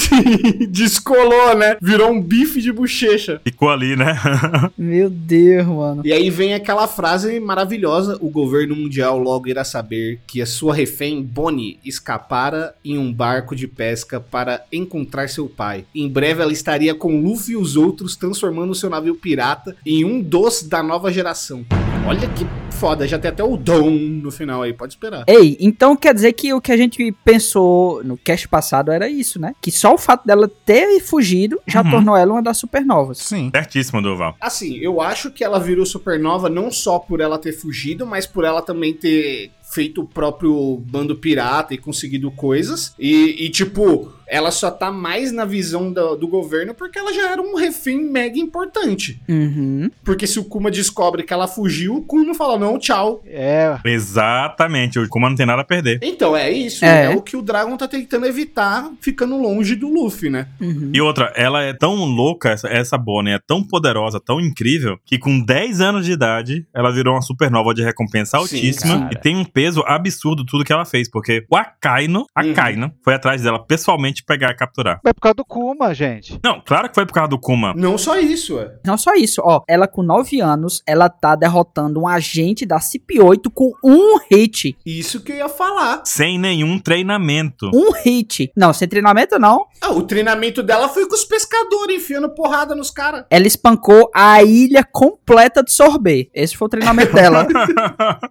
Speaker 4: Descolou, né? Virou um bife de bochecha.
Speaker 1: Ficou ali, né?
Speaker 2: Meu Deus, mano.
Speaker 4: E aí vem aquela frase maravilhosa: o governo mundial logo irá saber que a sua refém, Bonnie, escapara em um barco de pesca para encontrar seu pai. Em breve ela estaria com Luffy e os outros, transformando seu navio pirata em um dos da nova geração. Olha que foda, já tem até o Dom no final aí, pode esperar.
Speaker 2: Ei, então quer dizer que o que a gente pensou no cast passado era isso, né? Que só o fato dela ter fugido já
Speaker 1: Uhum.
Speaker 2: tornou ela uma das supernovas.
Speaker 3: Sim.
Speaker 1: Certíssimo, Duval.
Speaker 4: Assim, eu acho que ela virou supernova não só por ela ter fugido, mas por ela também ter feito o próprio bando pirata e conseguido coisas. E, e, tipo, ela só tá mais na visão do, do governo porque ela já era um refém mega importante.
Speaker 2: Uhum.
Speaker 4: Porque se o Kuma descobre que ela fugiu, o Kuma fala: não, tchau.
Speaker 5: É,
Speaker 1: Exatamente. O Kuma não tem nada a perder.
Speaker 4: Então, é isso.
Speaker 2: É.
Speaker 4: É, o que o Dragon tá tentando evitar ficando longe do Luffy, né?
Speaker 2: uhum.
Speaker 1: E outra, ela é tão louca, essa, essa Bonnie é tão poderosa, tão incrível, que com 10 anos de idade, ela virou uma supernova de recompensa
Speaker 4: Sim,
Speaker 1: altíssima
Speaker 5: cara.
Speaker 1: e tem um peso absurdo tudo que ela fez, porque o Akaino, Akaino, foi atrás dela pessoalmente pegar e capturar.
Speaker 5: mas é por causa do Kuma, gente.
Speaker 1: Não, claro que foi por causa do Kuma.
Speaker 4: Não só isso, é.
Speaker 2: Não só isso, ó. Ela com 9 anos, ela tá derrotando um agente da CP8 com um hit.
Speaker 4: Isso que eu ia falar.
Speaker 1: Sem nenhum treinamento.
Speaker 2: Um hit. Não, sem treinamento não.
Speaker 4: Ah, o treinamento dela foi com os pescadores, enfiando porrada nos caras.
Speaker 2: Ela espancou a ilha completa de sorbet. Esse foi o treinamento dela.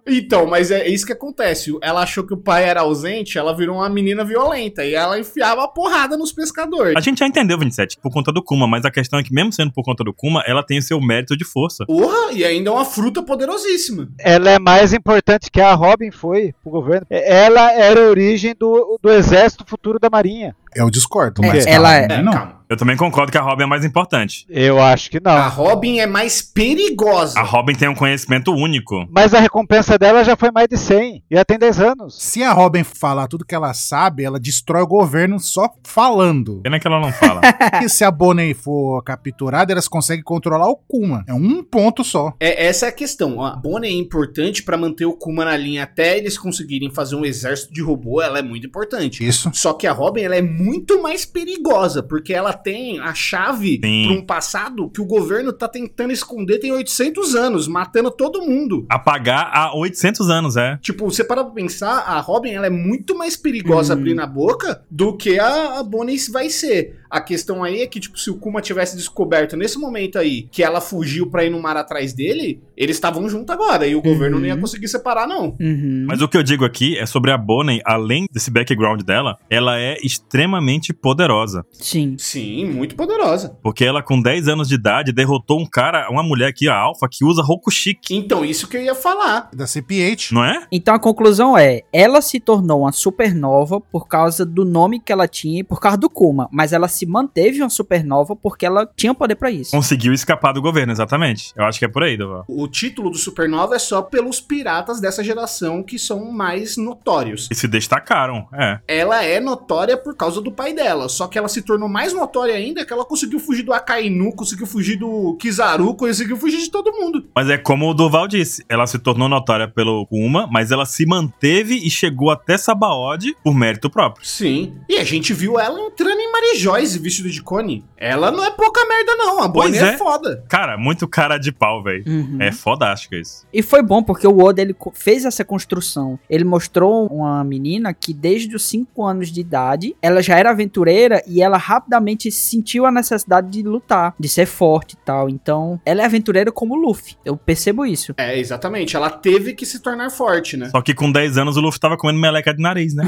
Speaker 4: Então, mas é isso que acontece. Ela achou que o pai era ausente, ela virou uma menina violenta e ela enfiava a porrada nos pescadores.
Speaker 1: A gente já entendeu, 27, por conta do Kuma, mas a questão é que, mesmo sendo por conta do Kuma, ela tem o seu mérito de força.
Speaker 4: Porra, e ainda é uma fruta poderosíssima.
Speaker 5: Ela é mais importante que a Robin foi pro governo. É, Ela era a origem do, do exército futuro da marinha.
Speaker 3: Eu discordo,
Speaker 2: É,
Speaker 3: mas.
Speaker 2: ela é-
Speaker 3: calma, né, não.
Speaker 4: calma.
Speaker 1: Eu também concordo que a Robin é mais importante.
Speaker 5: Eu acho que não.
Speaker 1: Ah.
Speaker 4: A Robin é mais perigosa.
Speaker 1: A Robin tem um conhecimento único.
Speaker 5: Mas a recompensa dela já foi mais de 100. E ela tem 10 anos.
Speaker 3: Se a Robin falar tudo que ela sabe, ela destrói o governo só falando.
Speaker 1: Pena que ela não fala.
Speaker 3: E se a Bonnie for capturada, elas conseguem controlar o Kuma. É um ponto só.
Speaker 4: É, essa é a questão. A Bonnie é importante pra manter o Kuma na linha até eles conseguirem fazer um exército de robô, ela é muito importante.
Speaker 3: Isso.
Speaker 4: Só que a Robin ela é muito mais perigosa, porque ela tem a chave
Speaker 1: Sim.
Speaker 4: pra um passado que o governo tá tentando esconder tem 800 anos, matando todo mundo.
Speaker 1: Apagar há 800 anos, é.
Speaker 4: Tipo, você para pra pensar, a Robin ela é muito mais perigosa abrindo a boca do que a, a Bonnie vai ser. A questão aí é que, tipo, se o Kuma tivesse descoberto nesse momento aí que ela fugiu pra ir no mar atrás dele, eles estavam juntos agora e o governo não ia conseguir separar, não.
Speaker 2: uhum.
Speaker 1: Mas o que eu digo aqui é sobre a Bonnie, além desse background dela, ela é extremamente poderosa.
Speaker 2: Sim.
Speaker 4: Sim, muito poderosa.
Speaker 1: Porque ela, com 10 anos de idade, derrotou um cara, uma mulher aqui, a Alpha, que usa Rokushiki,
Speaker 4: Então, isso que eu ia falar.
Speaker 3: Da CPH.
Speaker 1: não é?
Speaker 2: Então a conclusão é, ela se tornou uma supernova por causa do nome que ela tinha e por causa do Kuma, mas ela se manteve uma supernova porque ela tinha poder pra isso.
Speaker 1: Conseguiu escapar do governo, exatamente. Eu acho que é por aí, Doval.
Speaker 4: O título do Supernova é só pelos piratas dessa geração que são mais notórios.
Speaker 1: E se destacaram, é.
Speaker 4: Ela é notória por causa do pai dela, só que ela se tornou mais notória ainda que ela conseguiu fugir do Akainu, conseguiu fugir do Kizaru, conseguiu fugir de todo mundo.
Speaker 1: Mas é como o Doval disse, ela se tornou notória pelo Kuma, mas ela se manteve e chegou até Sabaody por mérito próprio.
Speaker 4: Sim. E a gente viu ela entrando em Mary Joyce vestida de cone. Ela não é pouca merda não, a
Speaker 1: Pois
Speaker 4: Bonnie
Speaker 1: é.
Speaker 4: é foda.
Speaker 1: Cara, muito cara de pau, velho.
Speaker 2: Uhum.
Speaker 1: É fodástico isso.
Speaker 2: E foi bom porque o Oda ele co- fez essa construção. Ele mostrou uma menina que desde os 5 anos de idade, ela já era aventureira e ela rapidamente sentiu a necessidade de lutar, de ser forte e tal. Então, ela é aventureira como o Luffy. Eu percebo isso.
Speaker 4: É, exatamente. Ela teve que se tornar forte, né?
Speaker 1: Só que com 10 anos o Luffy tava comendo meleca de nariz, né?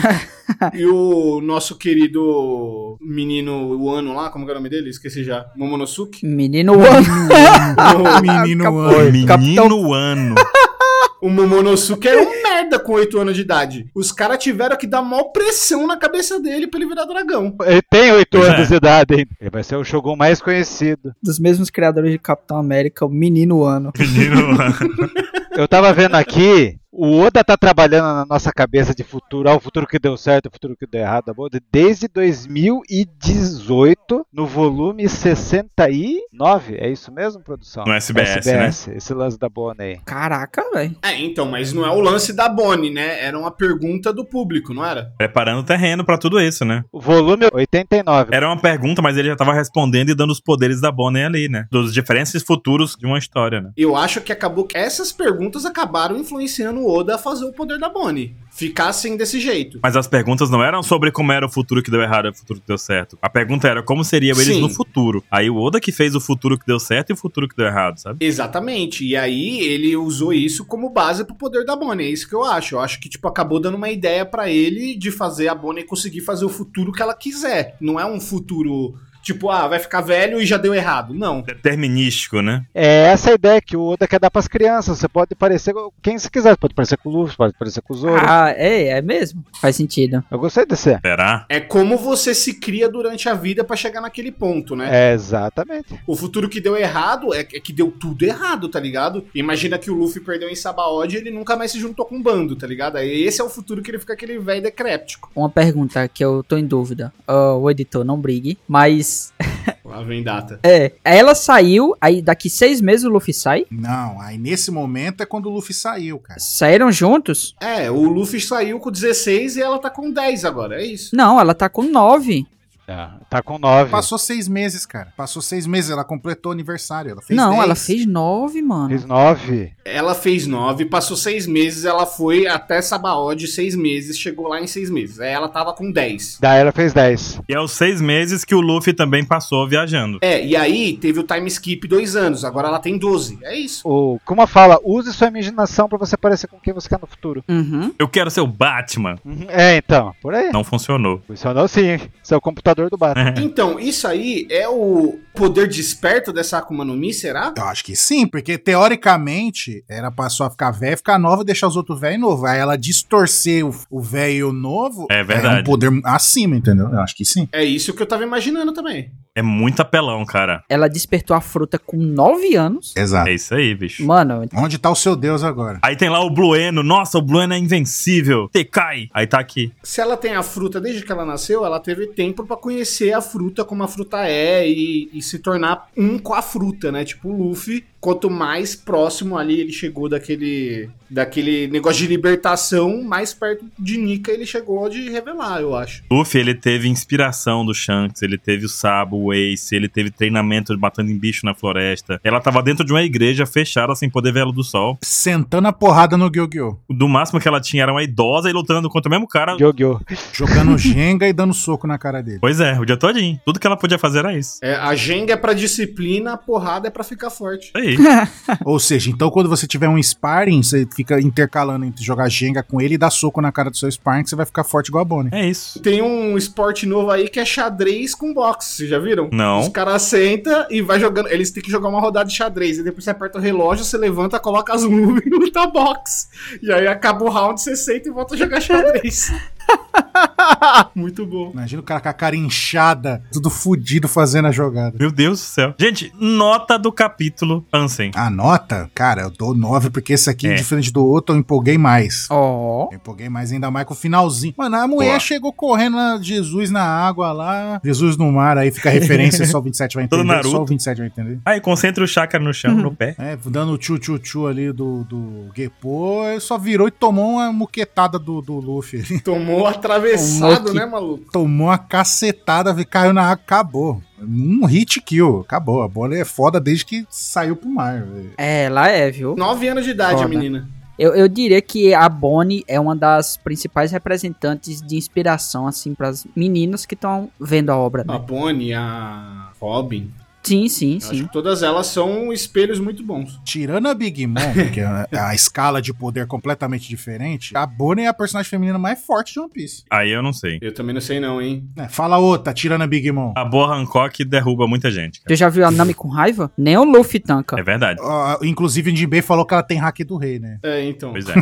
Speaker 4: E o nosso querido menino Wano lá, como que é o nome dele? Esqueci já. Momonosuke.
Speaker 2: Menino One.
Speaker 3: O menino
Speaker 2: Acabou.
Speaker 3: anjo.
Speaker 1: Menino
Speaker 2: Capitão-
Speaker 1: ano.
Speaker 4: O Momonosuke era um merda com 8 anos de idade. Os caras tiveram que dar maior pressão na cabeça dele pra ele virar dragão.
Speaker 5: Ele tem 8
Speaker 1: Pois
Speaker 5: anos
Speaker 1: é.
Speaker 5: de idade ainda. Ele vai ser o Shogun mais conhecido.
Speaker 2: Dos mesmos criadores de Capitão América, o Menino Ano.
Speaker 1: Menino ano.
Speaker 5: Eu tava vendo aqui, o Oda tá trabalhando na nossa cabeça de futuro, ah, o futuro que deu certo, o futuro que deu errado, tá bom? desde 2018, no volume 69, é isso mesmo, produção?
Speaker 1: No SBS,
Speaker 5: né? Esse lance da Bonnie aí.
Speaker 2: Caraca, velho.
Speaker 4: É, então, mas não é o lance da Bonnie, né? Era uma pergunta do público, não era?
Speaker 1: Preparando o terreno pra tudo isso, né?
Speaker 5: O volume 89.
Speaker 1: Era uma pergunta, mas ele já tava respondendo e dando os poderes da Bonnie ali, né? Dos diferentes futuros de uma história, né?
Speaker 4: Eu acho que acabou que essas perguntas acabaram influenciando o Oda a fazer o poder da Bonnie. Ficar assim desse jeito.
Speaker 1: Mas as perguntas não eram sobre como era o futuro que deu errado e o futuro que deu certo. A pergunta era como seriam eles
Speaker 4: Sim.
Speaker 1: no futuro. Aí o Oda que fez o futuro que deu certo e o futuro que deu errado, sabe?
Speaker 4: Exatamente. E aí ele usou isso como base pro poder da Bonnie. É isso que eu acho. Eu acho que tipo acabou dando uma ideia pra ele de fazer a Bonnie conseguir fazer o futuro que ela quiser. Não é um futuro tipo, ah, vai ficar velho e já deu errado. Não.
Speaker 1: Determinístico, né?
Speaker 5: É essa a ideia que o Oda quer dar pras crianças. Você pode parecer com quem você quiser. Você pode parecer com o Luffy, pode parecer com o Zoro.
Speaker 2: Ah, é, é mesmo. Faz sentido.
Speaker 5: Eu gostei desse.
Speaker 1: Será?
Speaker 4: É como você se cria durante a vida pra chegar naquele ponto, né?
Speaker 5: É, exatamente.
Speaker 4: O futuro que deu errado é é que deu tudo errado, tá ligado? Imagina que o Luffy perdeu em Sabaody e ele nunca mais se juntou com um bando, tá ligado? Aí Esse é o futuro que ele fica aquele velho decréptico.
Speaker 2: Uma pergunta que eu tô em dúvida. Ó, o editor, não brigue. Mas
Speaker 4: Lá vem data.
Speaker 2: É, ela saiu, aí daqui seis meses o Luffy sai.
Speaker 3: Não, aí nesse momento é quando o Luffy saiu, cara.
Speaker 2: Saíram juntos?
Speaker 4: É, o Luffy saiu com 16 e ela tá com 10 agora, é isso.
Speaker 2: Não, ela tá com nove.
Speaker 5: É, tá com 9.
Speaker 3: Passou seis meses, cara. Passou seis meses, ela completou o aniversário. Ela fez
Speaker 2: não,
Speaker 3: 10.
Speaker 2: ela fez nove, mano.
Speaker 5: Fez 9.
Speaker 4: Ela fez 9, passou 6 meses, ela foi até Sabaody 6 meses, chegou lá em 6 meses. Aí ela tava com 10.
Speaker 5: Daí ela fez 10.
Speaker 1: E é os seis meses que o Luffy também passou viajando.
Speaker 4: É, e aí teve o time skip 2 anos, agora ela tem 12. É isso.
Speaker 5: O Kuma fala, use sua imaginação pra você parecer com quem você quer no futuro.
Speaker 2: Uhum.
Speaker 1: Eu quero ser o Batman.
Speaker 5: Uhum, É, então, por aí.
Speaker 1: Não funcionou.
Speaker 5: Funcionou sim. Seu computador do bar.
Speaker 4: Então, isso aí é o poder desperto dessa Akuma no Mi, será?
Speaker 3: Eu acho que sim, porque teoricamente era passou a ficar velha, ficar nova, deixar os outros velhos novos. Aí ela distorcer o- o velho e o novo.
Speaker 1: É
Speaker 3: É um
Speaker 1: verdade.
Speaker 3: poder acima, entendeu? Eu acho que sim.
Speaker 4: É isso que eu tava imaginando também.
Speaker 1: É muito apelão, cara.
Speaker 2: Ela despertou a fruta com nove anos.
Speaker 3: Exato.
Speaker 1: É isso aí, bicho.
Speaker 2: Mano,
Speaker 3: Onde tá o seu Deus agora?
Speaker 1: Aí tem lá o Blueno. Nossa, o Blueno é invencível. Tekai. Aí tá aqui.
Speaker 4: Se ela tem a fruta desde que ela nasceu, ela teve tempo pra conhecer a fruta como a fruta é e, e se tornar um com a fruta, né? Tipo o Luffy, quanto mais próximo ali ele chegou daquele daquele negócio de libertação, mais perto de Nika ele chegou de revelar, eu acho.
Speaker 1: Luffy, ele teve inspiração do Shanks, ele teve o Sabo, o Ace, ele teve treinamento de matando em bicho na floresta. Ela tava dentro de uma igreja fechada sem poder ver a luz do sol.
Speaker 3: Sentando a porrada no Gyo-Gyo.
Speaker 1: Do máximo que ela tinha era uma idosa e lutando contra o mesmo cara.
Speaker 5: Gyo-Gyo.
Speaker 3: Jogando Jenga e dando soco na cara dele.
Speaker 1: Pois é, o dia todinho. Tudo que ela podia fazer era isso.
Speaker 4: É, a Jenga é pra disciplina, a porrada é pra ficar forte.
Speaker 1: Isso aí.
Speaker 3: Ou seja, então quando você tiver um sparring, você fica intercalando entre jogar Jenga com ele e dar soco na cara do seu sparring, que você vai ficar forte igual a Bonnie.
Speaker 1: É isso.
Speaker 4: Tem um esporte novo aí que é xadrez com boxe, vocês já viram? Os
Speaker 1: Não.
Speaker 4: caras sentam e vai jogando. Eles têm que jogar uma rodada de xadrez. E depois você aperta o relógio, você levanta, coloca as luvas e luta box. E aí acaba o round, você senta e volta a jogar xadrez. Muito bom.
Speaker 3: Imagina o cara com a cara inchada, tudo fudido fazendo a jogada.
Speaker 1: Meu Deus do céu. Gente, nota do capítulo Ansem.
Speaker 3: A nota, cara, eu dou 9, porque esse aqui,
Speaker 1: É.
Speaker 3: diferente do outro, eu empolguei mais.
Speaker 2: Ó.
Speaker 3: Eu empolguei mais ainda mais com o finalzinho. Mano, a mulher
Speaker 1: Boa.
Speaker 3: chegou correndo lá, Jesus na água lá, Jesus no mar, aí fica a referência, só o 27 vai
Speaker 1: Todo
Speaker 3: entender. Só o
Speaker 1: Naruto.
Speaker 3: 27 vai entender.
Speaker 1: Aí concentra o chakra no chão, no pé.
Speaker 3: É, dando o tchu-tchu-tchu ali do, do Gepo, ele só virou e tomou uma muquetada do, do Luffy ali.
Speaker 4: Tomou
Speaker 2: Tomou
Speaker 4: atravessado,
Speaker 2: que-
Speaker 4: né, maluco?
Speaker 3: Tomou uma cacetada, vi- caiu na água, acabou. Um hit kill, acabou. A bola é foda desde que saiu pro mar. velho.
Speaker 2: É, lá é, viu?
Speaker 4: Nove anos de idade,
Speaker 2: Foda.
Speaker 4: a menina.
Speaker 2: Eu, eu diria que a Bonnie é uma das principais representantes de inspiração, assim, pras meninas que estão vendo a obra,
Speaker 4: A
Speaker 2: né?
Speaker 4: Bonnie, a Robin.
Speaker 2: Sim, sim,
Speaker 4: Eu acho
Speaker 2: sim.
Speaker 4: que todas elas são espelhos muito bons.
Speaker 3: Tirando a Big Mom, que é a- a escala de poder completamente diferente, a Bonnie é a personagem feminina mais forte de One Piece.
Speaker 1: Aí eu não sei.
Speaker 4: Eu também não sei não, hein?
Speaker 3: É, fala outra, tirando a Big Mom.
Speaker 1: A boa Hancock derruba muita gente, cara.
Speaker 2: Tu já viu a Nami com raiva? Nem o Luffy tanca.
Speaker 1: É verdade.
Speaker 3: Ah, inclusive, o Jinbei falou que ela tem hack do rei, né?
Speaker 4: É, então.
Speaker 1: Pois é.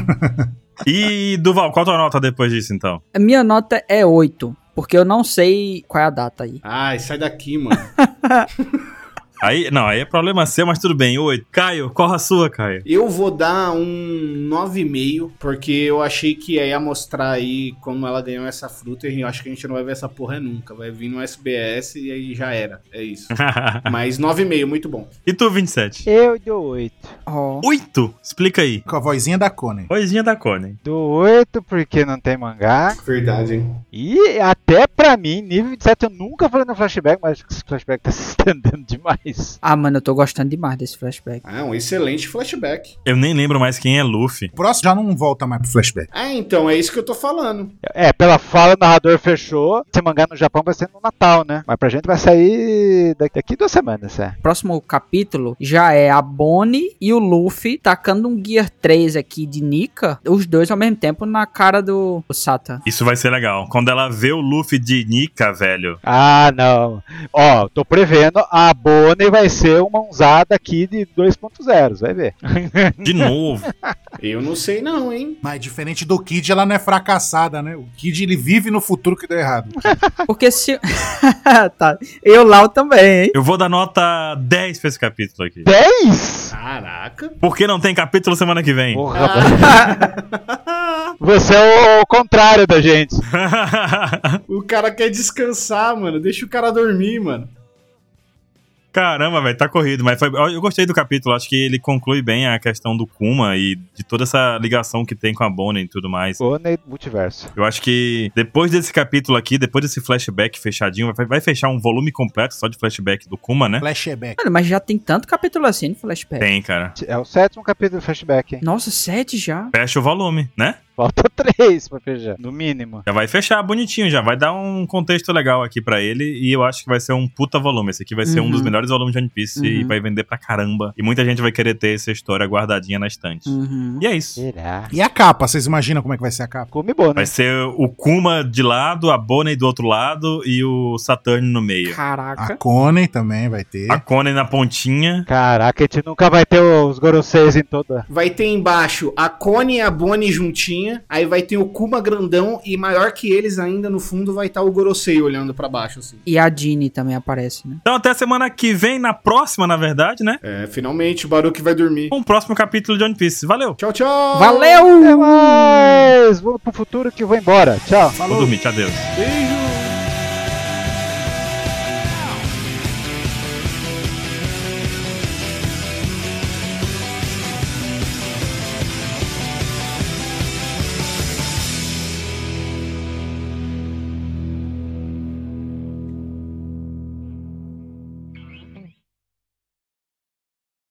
Speaker 1: E, Duval, qual a tua nota depois disso, então?
Speaker 2: A minha nota é 8, porque eu não sei qual é a data aí.
Speaker 4: Ai, sai daqui, mano.
Speaker 1: Aí, não, aí é problema seu, mas tudo bem. Oi, Caio, corra a sua, Caio.
Speaker 4: Eu vou dar um 9,5, porque eu achei que ia mostrar aí como ela ganhou essa fruta e eu acho que a gente não vai ver essa porra nunca. Vai vir no SBS e aí já era. É isso. Mas 9,5, muito bom.
Speaker 1: e tu, 27?
Speaker 5: Eu dou 8.
Speaker 2: Ó.
Speaker 1: Oito? Explica aí.
Speaker 3: Com a vozinha da Connie.
Speaker 1: Coisinha da Cone.
Speaker 5: Dou 8 porque não tem mangá.
Speaker 4: Verdade, hein?
Speaker 5: E até pra mim, nível 27 eu nunca falei no flashback, mas acho que esse flashback tá se estendendo demais.
Speaker 2: Ah, mano, eu tô gostando demais desse flashback.
Speaker 4: Ah, um excelente flashback.
Speaker 1: Eu nem lembro mais quem é Luffy.
Speaker 3: O próximo já não volta mais pro flashback.
Speaker 4: Ah, então, é isso que eu tô falando.
Speaker 5: É, pela fala, o narrador fechou. Esse mangá no Japão vai ser no Natal, né? Mas pra gente vai sair daqui, daqui duas semanas, é.
Speaker 2: Próximo capítulo já é a Bonnie e o Luffy tacando um Gear 3 aqui de Nika, os dois ao mesmo tempo na cara do do Sata.
Speaker 1: Isso vai ser legal. Quando ela vê o Luffy de Nika, velho.
Speaker 5: Ah, não. Ó, tô prevendo, a Bonnie vai ser uma usada aqui de 2.0, vai ver.
Speaker 1: De novo.
Speaker 4: Eu não sei não, hein?
Speaker 3: Mas diferente do Kid, ela não é fracassada, né? O Kid, ele vive no futuro que deu errado.
Speaker 2: Porque se. tá. Eu lá também, hein?
Speaker 1: Eu vou dar nota 10 pra esse capítulo aqui.
Speaker 5: 10?
Speaker 4: Caraca.
Speaker 1: Porque não tem capítulo semana que vem.
Speaker 5: Porra, mano. Você é o contrário da gente.
Speaker 4: O cara quer descansar, mano. Deixa o cara dormir, mano.
Speaker 1: Caramba, velho, tá corrido. Mas foi- eu gostei do capítulo. Acho que ele conclui bem a questão do Kuma e de toda essa ligação que tem com a Bonnie e tudo mais.
Speaker 5: Bonnie Multiverso.
Speaker 1: Eu acho que depois desse capítulo aqui, depois desse flashback fechadinho, vai, vai fechar um volume completo só de flashback do Kuma, né?
Speaker 3: Flashback.
Speaker 2: Mano, mas já tem tanto capítulo assim no flashback.
Speaker 1: Tem, cara.
Speaker 5: É o sétimo capítulo do flashback, hein?
Speaker 2: Nossa, sete já.
Speaker 1: Fecha o volume, né?
Speaker 5: Falta três pra fechar, no mínimo.
Speaker 1: Já vai fechar bonitinho, já vai dar um contexto legal aqui pra ele e eu acho que vai ser um puta volume. Esse aqui vai ser um
Speaker 2: Uhum.
Speaker 1: dos melhores volumes de One Piece e
Speaker 2: Uhum.
Speaker 1: vai vender pra caramba. E muita gente vai querer ter essa história guardadinha na estante.
Speaker 2: Uhum.
Speaker 1: E é isso.
Speaker 5: Será?
Speaker 3: E a capa? Vocês imaginam como é que vai ser a capa?
Speaker 5: Come Bonnie.
Speaker 1: Vai ser o Kuma de lado, a Bonnie do outro lado e o Saturn no meio.
Speaker 3: A
Speaker 2: Caraca.
Speaker 3: Connie também vai ter.
Speaker 1: A Connie na pontinha.
Speaker 5: Caraca, a gente nunca vai ter os Goroseis em toda.
Speaker 4: Vai ter embaixo a Cone e a Bonnie juntinha, aí vai ter o Kuma grandão e maior que eles ainda no fundo vai estar o Gorosei olhando pra baixo assim.
Speaker 2: E a Jeannie também aparece, né?
Speaker 1: Então até semana que vem, na próxima, na verdade, né?
Speaker 4: É, finalmente o Baruque vai dormir.
Speaker 1: com o próximo capítulo de One Piece. Valeu!
Speaker 4: Tchau, tchau.
Speaker 2: Valeu!
Speaker 5: Até mais! Vamos pro futuro que eu vou embora. Tchau.
Speaker 1: Vou dormir, tchau, adeus.
Speaker 4: Beijo.